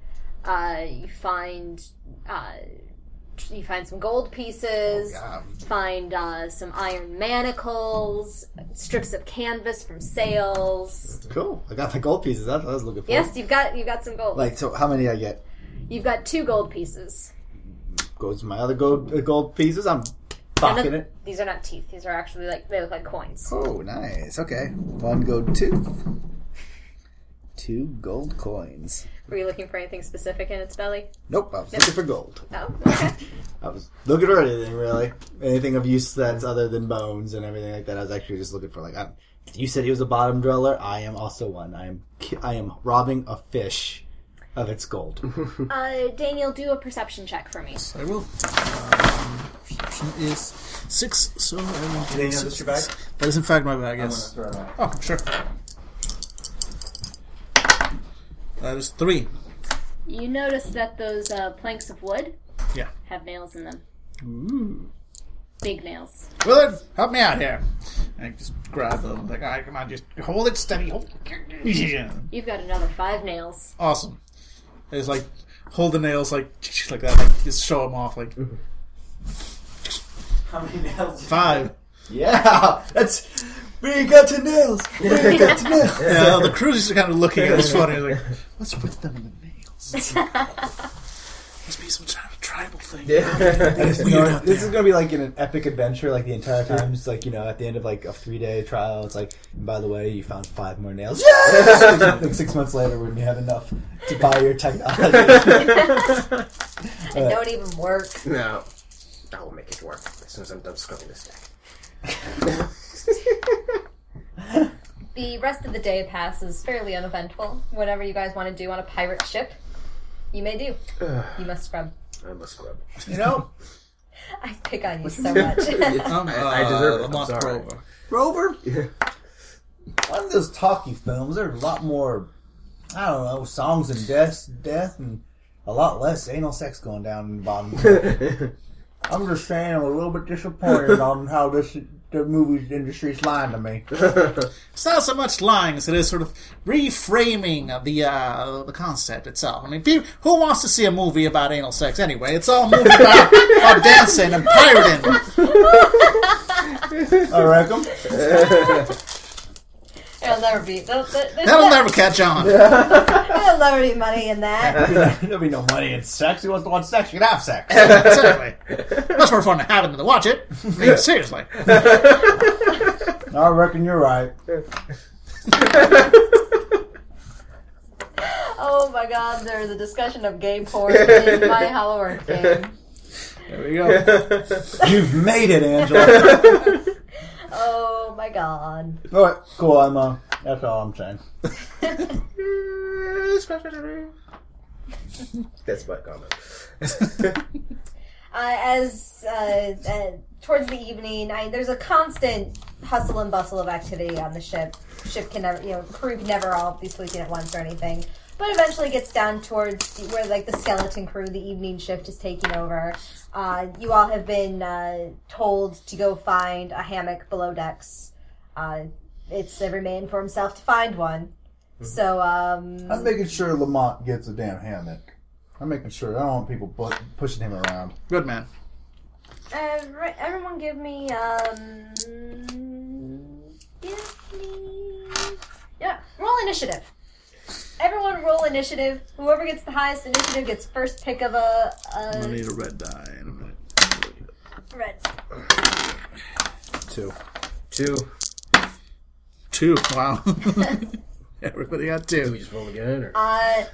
Uh, you find. Uh, tr- you find some gold pieces Oh, find uh, some iron manacles, strips of canvas from sails. cool. I got my gold pieces. That's what I was looking for. Yes, you've got you've got some gold. Like so, how many I get? You've got two gold pieces. Goes to my other gold uh, gold pieces. I'm They're not- pocketing it. These are not teeth. These are actually like they look like coins. Oh, nice. Okay, one gold tooth, two gold coins. Were you looking for anything specific in its belly? Nope, I was looking for gold. Oh, okay. I was looking for anything really, anything of use that's other than bones and everything like that. I was actually just looking for like, I, you said he was a bottom dweller. I am also one. I am ki- I am robbing a fish of its gold. uh, Daniel, do a perception check for me. I will. Um, perception is six. So I will. Did any of this your bag? That is in fact my bag. I'm gonna Yes. throw it out. Oh, sure. That is three. You notice that those uh, planks of wood Yeah. have nails in them. Ooh. Big nails. Willard, help me out here. And I just grab them. Like, all right, come on, just hold it steady. Hold. You've got another five nails. Awesome. I just like hold the nails like like that. Like just show them off. Like How many nails? five. yeah, that's we got to nails. We got to nails. Yeah, the cruisers are kind of looking at us funny, like, what's with them in the nails? It's like, Must be some kind of tribal thing. You know, this is gonna be like in an epic adventure, like the entire time. It's like you know, at the end of like a three day trial, it's like, and by the way, you found five more nails. Yes! like six months later, when you have enough to buy your technology. It don't even work. Now, I will make it work as soon as I'm done scrubbing this deck. The rest of the day passes fairly uneventful. Whatever you guys want to do on a pirate ship, you may do. you must scrub. I must scrub. you know, I pick on you so much. Um, I deserve it, uh, I'm Lost sorry. Grover. Rover. One of those talkie films. There's a lot more, I don't know, songs and death, death, and a lot less anal sex going down in the bottom. I'm just saying, I'm a little bit disappointed on how this the movie industry's lying to me. It's not so much lying as it is sort of reframing of the uh, the concept itself. I mean, people, who wants to see a movie about anal sex anyway? It's all a movie about, about dancing and pirating. All right, come. It'll never be. There'll, there's That'll no- never catch on. there'll never be money in that. There'll be no money in sex. Who wants to watch sex? You can have sex. Exactly. Much more fun to have than to watch it. I mean, seriously. I reckon you're right. Oh my God! There's a discussion of gay porn in my Hollow Earth game. There we go. You've made it, Angela. Oh my God! All right, cool. I'm. Uh, that's all I'm saying. That's my comment. Uh, as uh, uh, towards the evening, I, there's a constant hustle and bustle of activity on the ship. Ship can never, you know, crew can never all be sleeping at once or anything. But eventually gets down towards the- where like the skeleton crew, the evening shift is taking over. Uh, you all have been uh, told to go find a hammock below decks. Uh, it's every man for himself to find one. So um, I'm making sure Lamont gets a damn hammock. I'm making sure. I don't want people bu- pushing him around. Good man. Every, everyone give me, um, give me, yeah, roll initiative. Everyone roll initiative. Whoever gets the highest initiative gets first pick of a, I a need a red die in a minute. red. Two. Two. Two. Wow. Everybody got We two. just roll again, or Uh,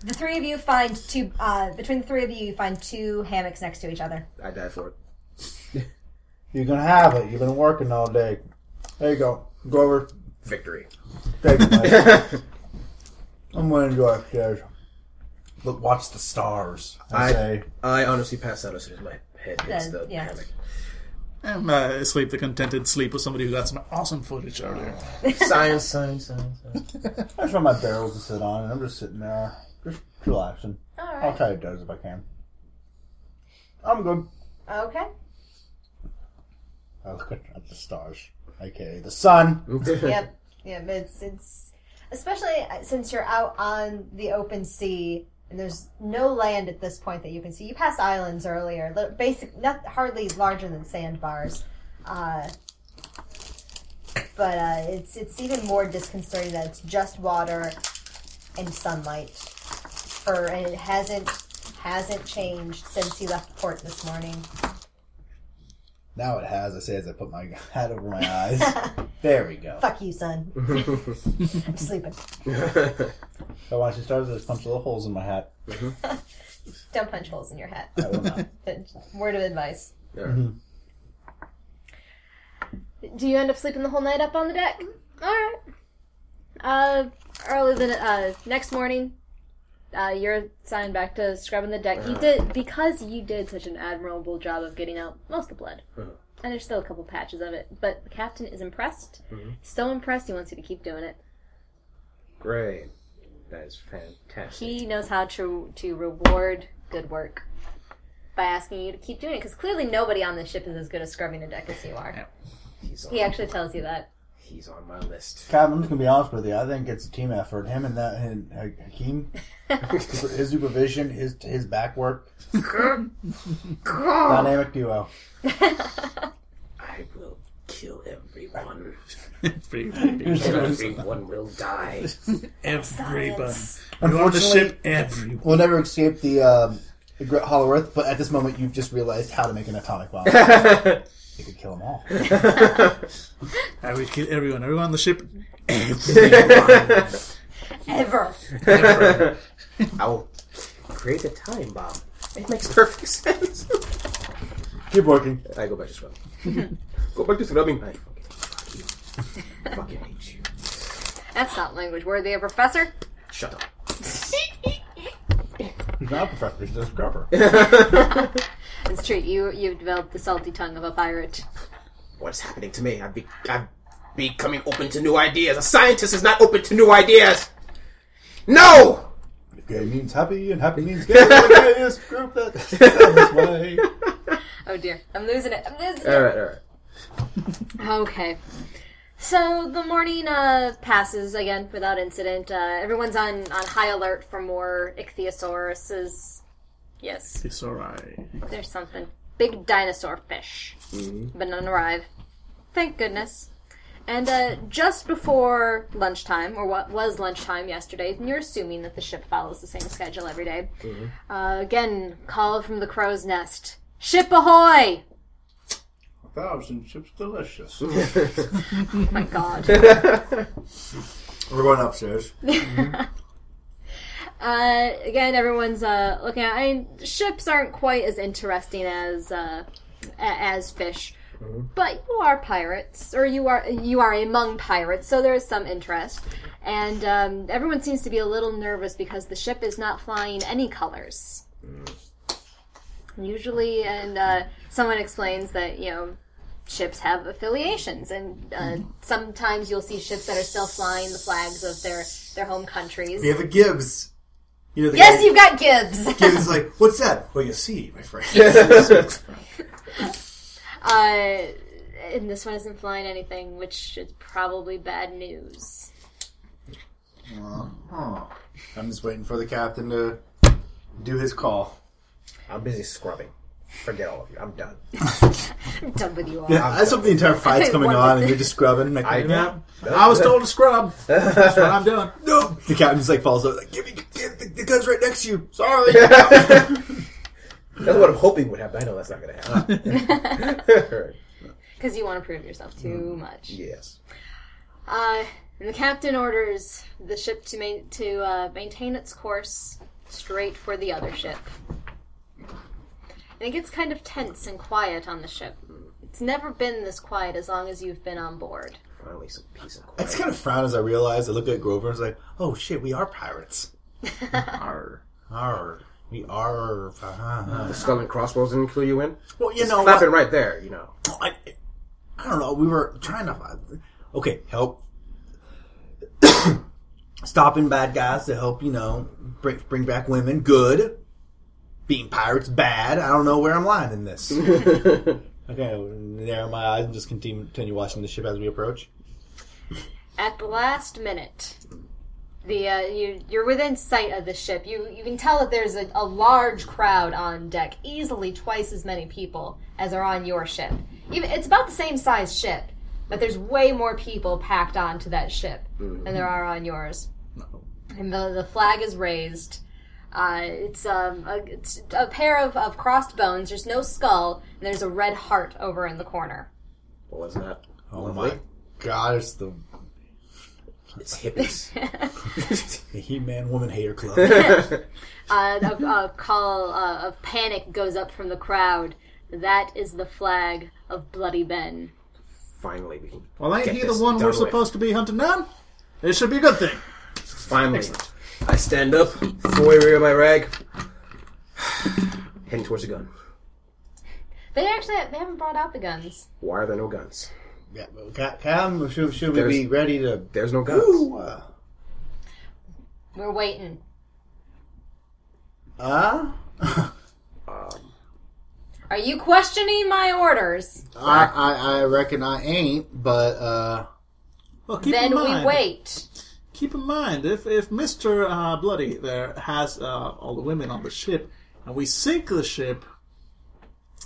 the three of you find two, uh, between the three of you, you find two hammocks next to each other. I die for it. You can have it. You've been working all day. There you go. Go over. Victory. Take it, mate. I'm gonna go upstairs. Look, watch the stars. I, I- say. I honestly passed out as soon as my head hits Then, the yeah. hammock. And uh, sleep the contented sleep with somebody who got some awesome footage earlier. Science, science, science, science. I just want my barrels to sit on, and I'm just sitting there, just relaxing. I'll try to doze if I can. I'm good. Okay. I look at the stars, aka the sun. yep. Yep. It's it's especially uh, since you're out on the open sea and there's no land at this point that you can see. You passed islands earlier, li- basic, not hardly larger than sandbars. Uh, but uh, it's it's even more disconcerting that it's just water and sunlight, or and it hasn't hasn't changed since you left port this morning. Now it has. I say as I put my hat over my eyes. there we go. Fuck you, son. I'm sleeping. I watch the stars. I just punch little holes in my hat. Don't punch holes in your hat. I will not. Word of advice. Yeah. Do you end up sleeping the whole night up on the deck? Mm-hmm. All right. Uh, early the uh, next morning, uh, you're assigned back to scrubbing the deck. You did because you did such an admirable job of getting out most of the blood, and there's still a couple patches of it. But the captain is impressed. So impressed, he wants you to keep doing it. Great. That is fantastic. He knows how to to reward good work by asking you to keep doing it because clearly nobody on the ship is as good at scrubbing a deck as you are. He's on, He actually tells you that. he's on my list. Cap, I'm just gonna be honest with you. I think it's a team effort. Him and that and uh, Hakeem, his supervision, his his back work, dynamic duo. I will kill everyone. Everybody. everyone will die. Everybody. You're on the ship. Everyone. We'll never escape the um, the Gr- Hollow Earth, but at this moment, you've just realized how to make an atomic bomb. you could kill them all. I would kill everyone. Everyone on the ship. Ever. I will create a time bomb. It makes perfect sense. Keep working. I go back to scrubbing. go back to scrubbing. I fucking, fuck you. I fucking hate you. That's not language worthy, a professor. Shut up. He's not a professor. He's a scrubber. It's true. You you've developed the salty tongue of a pirate. What's happening to me? I've, be- I've becoming open to new ideas. A scientist is not open to new ideas. No! gay means happy, and happy means gay. Yes, group that this way. Oh dear, I'm losing it. I'm losing All right, all right. it. Okay. So the morning uh, passes again without incident. Uh, everyone's on on high alert for more ichthyosaurus's. Yes, It's alright. there's something big dinosaur fish, but none arrive. Thank goodness. And uh, just before lunchtime, or what was lunchtime yesterday, and you're assuming that the ship follows the same schedule every day, Uh, again, call from the crow's nest. Ship ahoy! Thousand ships delicious. Oh my god. We're going upstairs. uh, again, everyone's uh, looking at. I mean, ships aren't quite as interesting as uh, a- as fish, but you are pirates, or you are you are among pirates, so there is some interest. And um, everyone seems to be a little nervous because the ship is not flying any colors. Usually, and uh, someone explains that you know ships have affiliations, and uh, sometimes you'll see ships that are still flying the flags of their their home countries. We have a Gibbs. You know, the Yes, you've got Gibbs. guy Gibbs is like, what's that? Well, you see, my friend. Uh, and this one isn't flying anything, which is probably bad news. Huh. I'm just waiting for the captain to do his call. I'm busy scrubbing. Forget all of you. I'm done. I'm done with you all. I just hope the entire fight's Okay, coming one on more and you're just scrubbing. Like, I no. I was told to scrub. That's what I'm doing. no. The captain just like falls over, like, give me, give, the, the gun's right next to you. Sorry. That's what I'm hoping would happen. I know that's not going to happen. Because you want to prove yourself too much. yes. Uh, and the captain orders the ship to, ma- to uh, maintain its course straight for the other ship. And it gets kind of tense and quiet on the ship. It's never been this quiet as long as you've been on board. Finally, some peace and I quiet. just kind of frown as I realize. I look at Grover and I was like, oh shit, we are pirates. Arr. Arr. We are. Uh-huh. The skull and crossbones didn't clue you in. Well, you know. Stop it right there. You know. I, I don't know. We were trying to. Okay, help. Stopping bad guys to help, you know, bring, bring back women. Good. Being pirates, bad. I don't know where I'm lying in this. okay, narrow my eyes and just continue, continue watching the ship as we approach. at the last minute the uh, you, you're within sight of the ship you you can tell that there's a, a large crowd on deck easily twice as many people as are on your ship Even, it's about the same size ship but there's way more people packed onto that ship than there are on yours and the, the flag is raised uh, it's, um, a, it's a pair of, of crossed bones there's no skull and there's a red heart over in the corner What was that? Oh my god, it's the, It's hippies. the He Man Woman Hater Club. uh, a, a call uh, of panic goes up from the crowd. That is the flag of Bloody Ben. Finally, we can. Well, ain't Get he the this one done we're with. supposed to be hunting down? It should be a good thing. Finally, I stand up, fully rear my rag, heading towards the gun. They actually they haven't brought out the guns. Why are there no guns? yeah, well, ca- Cam, should, should we be There's- ready to. There's no guns. Ooh, uh, We're waiting. uh, Are you questioning my orders? I, I, I reckon I ain't, but uh, Well, keep then in mind, we wait. Keep in mind, if if Mister uh, Bloody there has uh, all the women on the ship, and we sink the ship,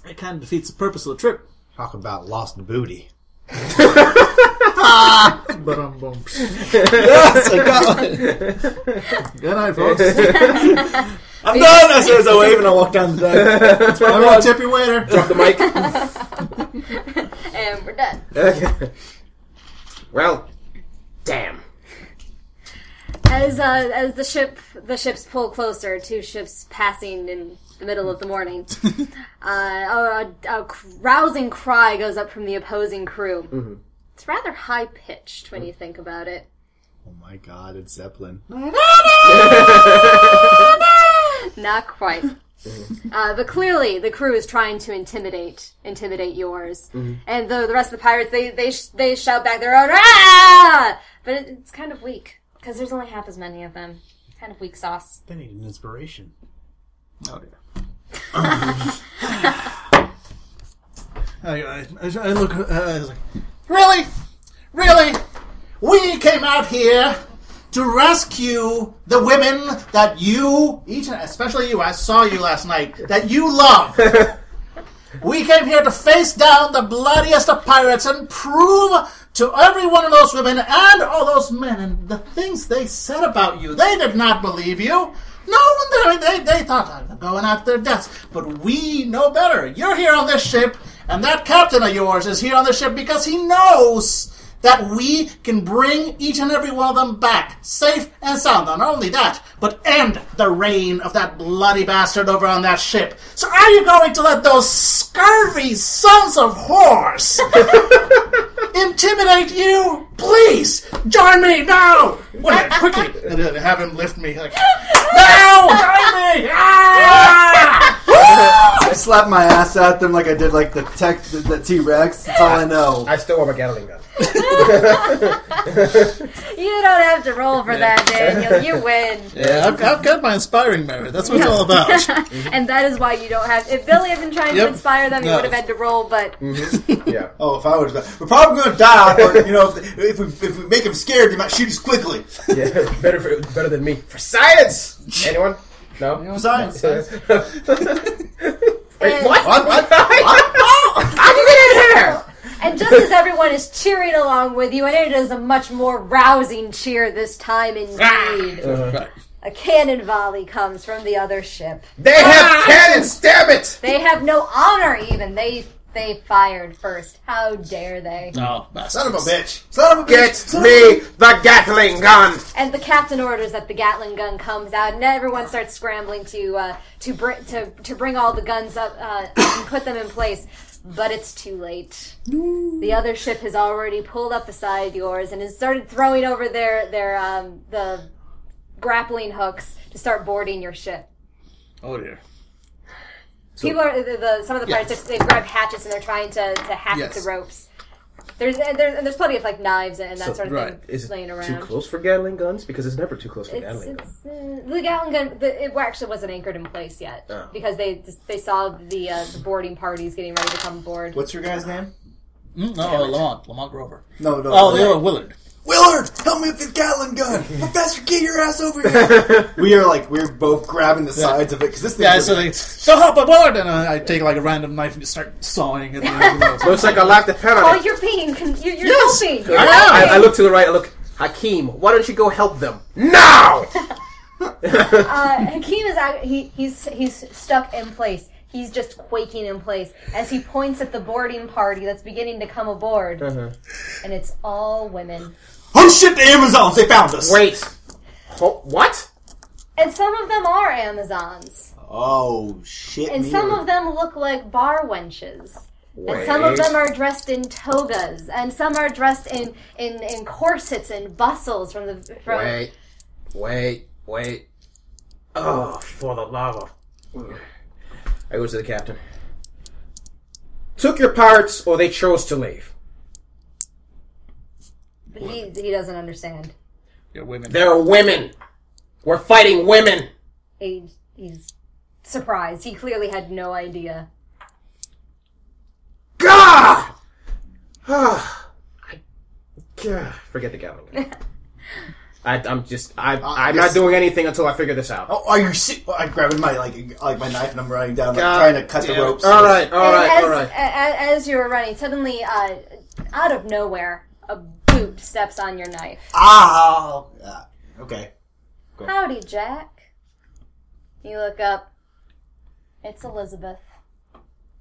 it kind of defeats the purpose of the trip. talk about lost booty. But um, boom. It's like, uh, God. good night, folks. I'm done. As soon as I wave and I walk down the deck. Everyone, tip your waiter. Drop the mic. And we're done. well, damn. As uh, as the ship the ships pull closer, two ships passing in the middle of the morning, uh, a, a, a rousing cry goes up from the opposing crew. It's rather high pitched when you think about it. Oh my God, it's Zeppelin. Not quite. Uh, but clearly, the crew is trying to intimidate intimidate yours, and the the rest of the pirates they they sh- they shout back their own ah! But it, it's kind of weak because there's only half as many of them. Kind of weak sauce. They need an inspiration. Oh dear. I, I, I look. Uh, I was like, really, really, we came out here to rescue the women that you, each, especially you. I saw you last night. That you love. We came here to face down the bloodiest of pirates and prove to every one of those women and all those men and the things they said about you. They did not believe you. No one there, they, they thought I was going after their deaths. But we know better. You're here on this ship, and that captain of yours is here on this ship because he knows that we can bring each and every one of them back safe and sound. Not only that, but end the reign of that bloody bastard over on that ship. So are you going to let those scurvy sons of whores intimidate you? Please join me now! Wait, a minute, quickly! And then have him lift me like, now join me! Ah! I slapped my ass at them like I did like the tech the T Rex. That's all I know. I still want my Gatling gun. You don't have to roll for that, Daniel. You win. Yeah, I've, I've got my inspiring merit. That's what it's all about. and that is why you don't have. If Billy had been trying Yep. to inspire them, he No. would have had to roll. But Yeah. Oh, if I was, we're probably going to die. But you know, if, if we if we make them scared, they might shoot us quickly. Yeah. better for, better than me. For science! Anyone? No? Science. and, What? What? How'd you get in here? and just as everyone is cheering along with you, and it is a much more rousing cheer this time, indeed. Uh-huh. A cannon volley comes from the other ship. They have cannons, damn it! Ah! They have no honor, even they they fired first. How dare they? Son Oh, bastard. of a bitch! Son of a bitch! Get me the Gatling gun! And the captain orders that the Gatling gun comes out, and everyone starts scrambling to uh, to br- to to bring all the guns up uh, and put them in place. But it's too late. The other ship has already pulled up beside yours and has started throwing over their their um, the grappling hooks to start boarding your ship. Oh, dear. People are the, the some of the pirates just they grab hatchets and they're trying to, to hack Yes. the ropes. There's and there's, and there's plenty of like knives and that sort of right. thing laying around. for Gatling guns? Because it's never too close for It's, it's, uh, the Gatling gun. The, it actually wasn't anchored in place yet Oh. because they just- they saw the uh, the boarding parties getting ready to come aboard. What's your guy's name? Mm, no, Lamont. Lamont Grover. No, no. Oh, they were Willard. Willard, help me with this Gatlin gun. Professor, get your ass over here. we are like we're both grabbing the sides of it because this thing. Yeah, is so they so help aboard, and I, I take like a random knife and just start sawing at the Looks like I locked the pen on Oh, it. you're being con- you're, you're Yes. helping. You're I, helping. I, I look to the right, I look, Hakeem, why don't you go help them? Now! uh, Hakeem is out, he, he's he's stuck in place. He's just quaking in place as he points at the boarding party that's beginning to come aboard, and it's all women. Oh shit! The Amazons! They found us. Wait. Ho- what? And some of them are Amazons. oh shit. And me. some of them look like bar wenches. And some of Wait. them are dressed in togas. And some are dressed in, in, in corsets and bustles from the. From, Wait. Wait. Wait. Oh, for the love of. I go to the captain. Took your pirates, or they chose to leave. But he, he doesn't understand. You're women. There are women. We're fighting women. He, he's surprised. He clearly had no idea. God! Ah, I- Gah. Forget the Gatling gun. I, I'm just. I, I'm not Uh, yes. doing anything until I figure this out. Oh, are you? Si- I'm grabbing my like like my knife and I'm running down, like God trying to cut the damn. ropes. All right, all And right, as, all right. a- a- as you're running, suddenly, uh, out of nowhere, a boot steps on your knife. Ah. Yeah. Okay. Howdy, Jack. You look up. It's Elizabeth.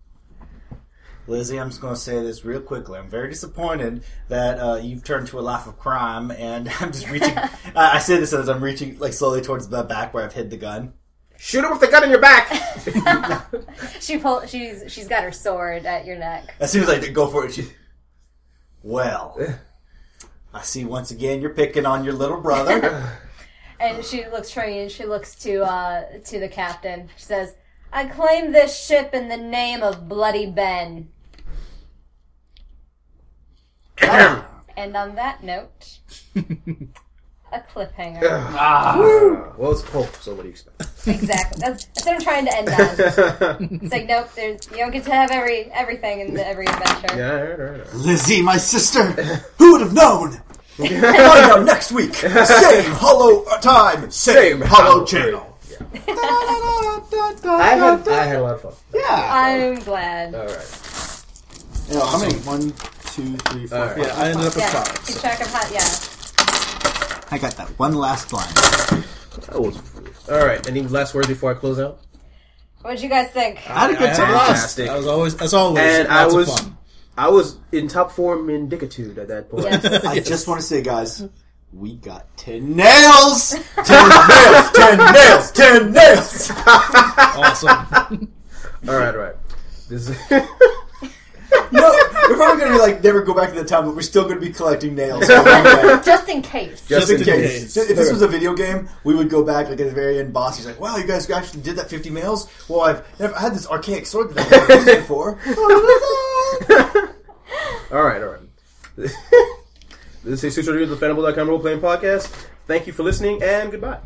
Lizzie, I'm just going to say this real quickly. I'm very disappointed that uh, you've turned to a life of crime, and I'm just reaching. I, I say this as I'm reaching, like slowly towards the back where I've hid the gun. Shoot him with the gun in your back. She pull, she's she's got her sword at your neck. As soon as I go for it, she. Well, I see once again you're picking on your little brother. And she looks from you and she looks to uh to the captain. She says, I claim this ship in the name of Bloody Ben. and on that note a cliffhanger. Well, it's Pope, so what do you expect? Exactly. That's, that's what I'm trying to end on. It's like nope, there's you don't get to have every everything in the, every adventure. Yeah, all right, all right, all right. Lizzie, my sister, who would have known? Find out next week. Same hollow uh, time, same, Same hollow hollow channel. I had, I had a lot of fun. Yeah. I'm glad. All right. You know, how many? One, two, three, four. All right. five. Yeah, I ended up Yeah, at five. keep track of how. Yeah, I got that one last line. All right. Any last words before I close out? what'd you guys think? I had a good I time. had a blast. Fantastic. I was always, as always, And I lots of was- fun. I was in top form in Dickitude at that point. Yes. I just want to say, guys, we got ten nails. Ten nails. Ten nails. Ten nails. awesome. All right, all right. This is No, we're probably gonna be like never go back to the time, but we're still gonna be collecting nails. Just Just in case. Just in in case. case. If this was a video game, we would go back like at the very end. Boss, he's like, "Wow, you guys actually did that fifty nails." Well, I've never I had this archaic sword that I've never used before. all right, all right. this is Sushiro the Fanable.com role playing podcast. Thank you for listening and goodbye.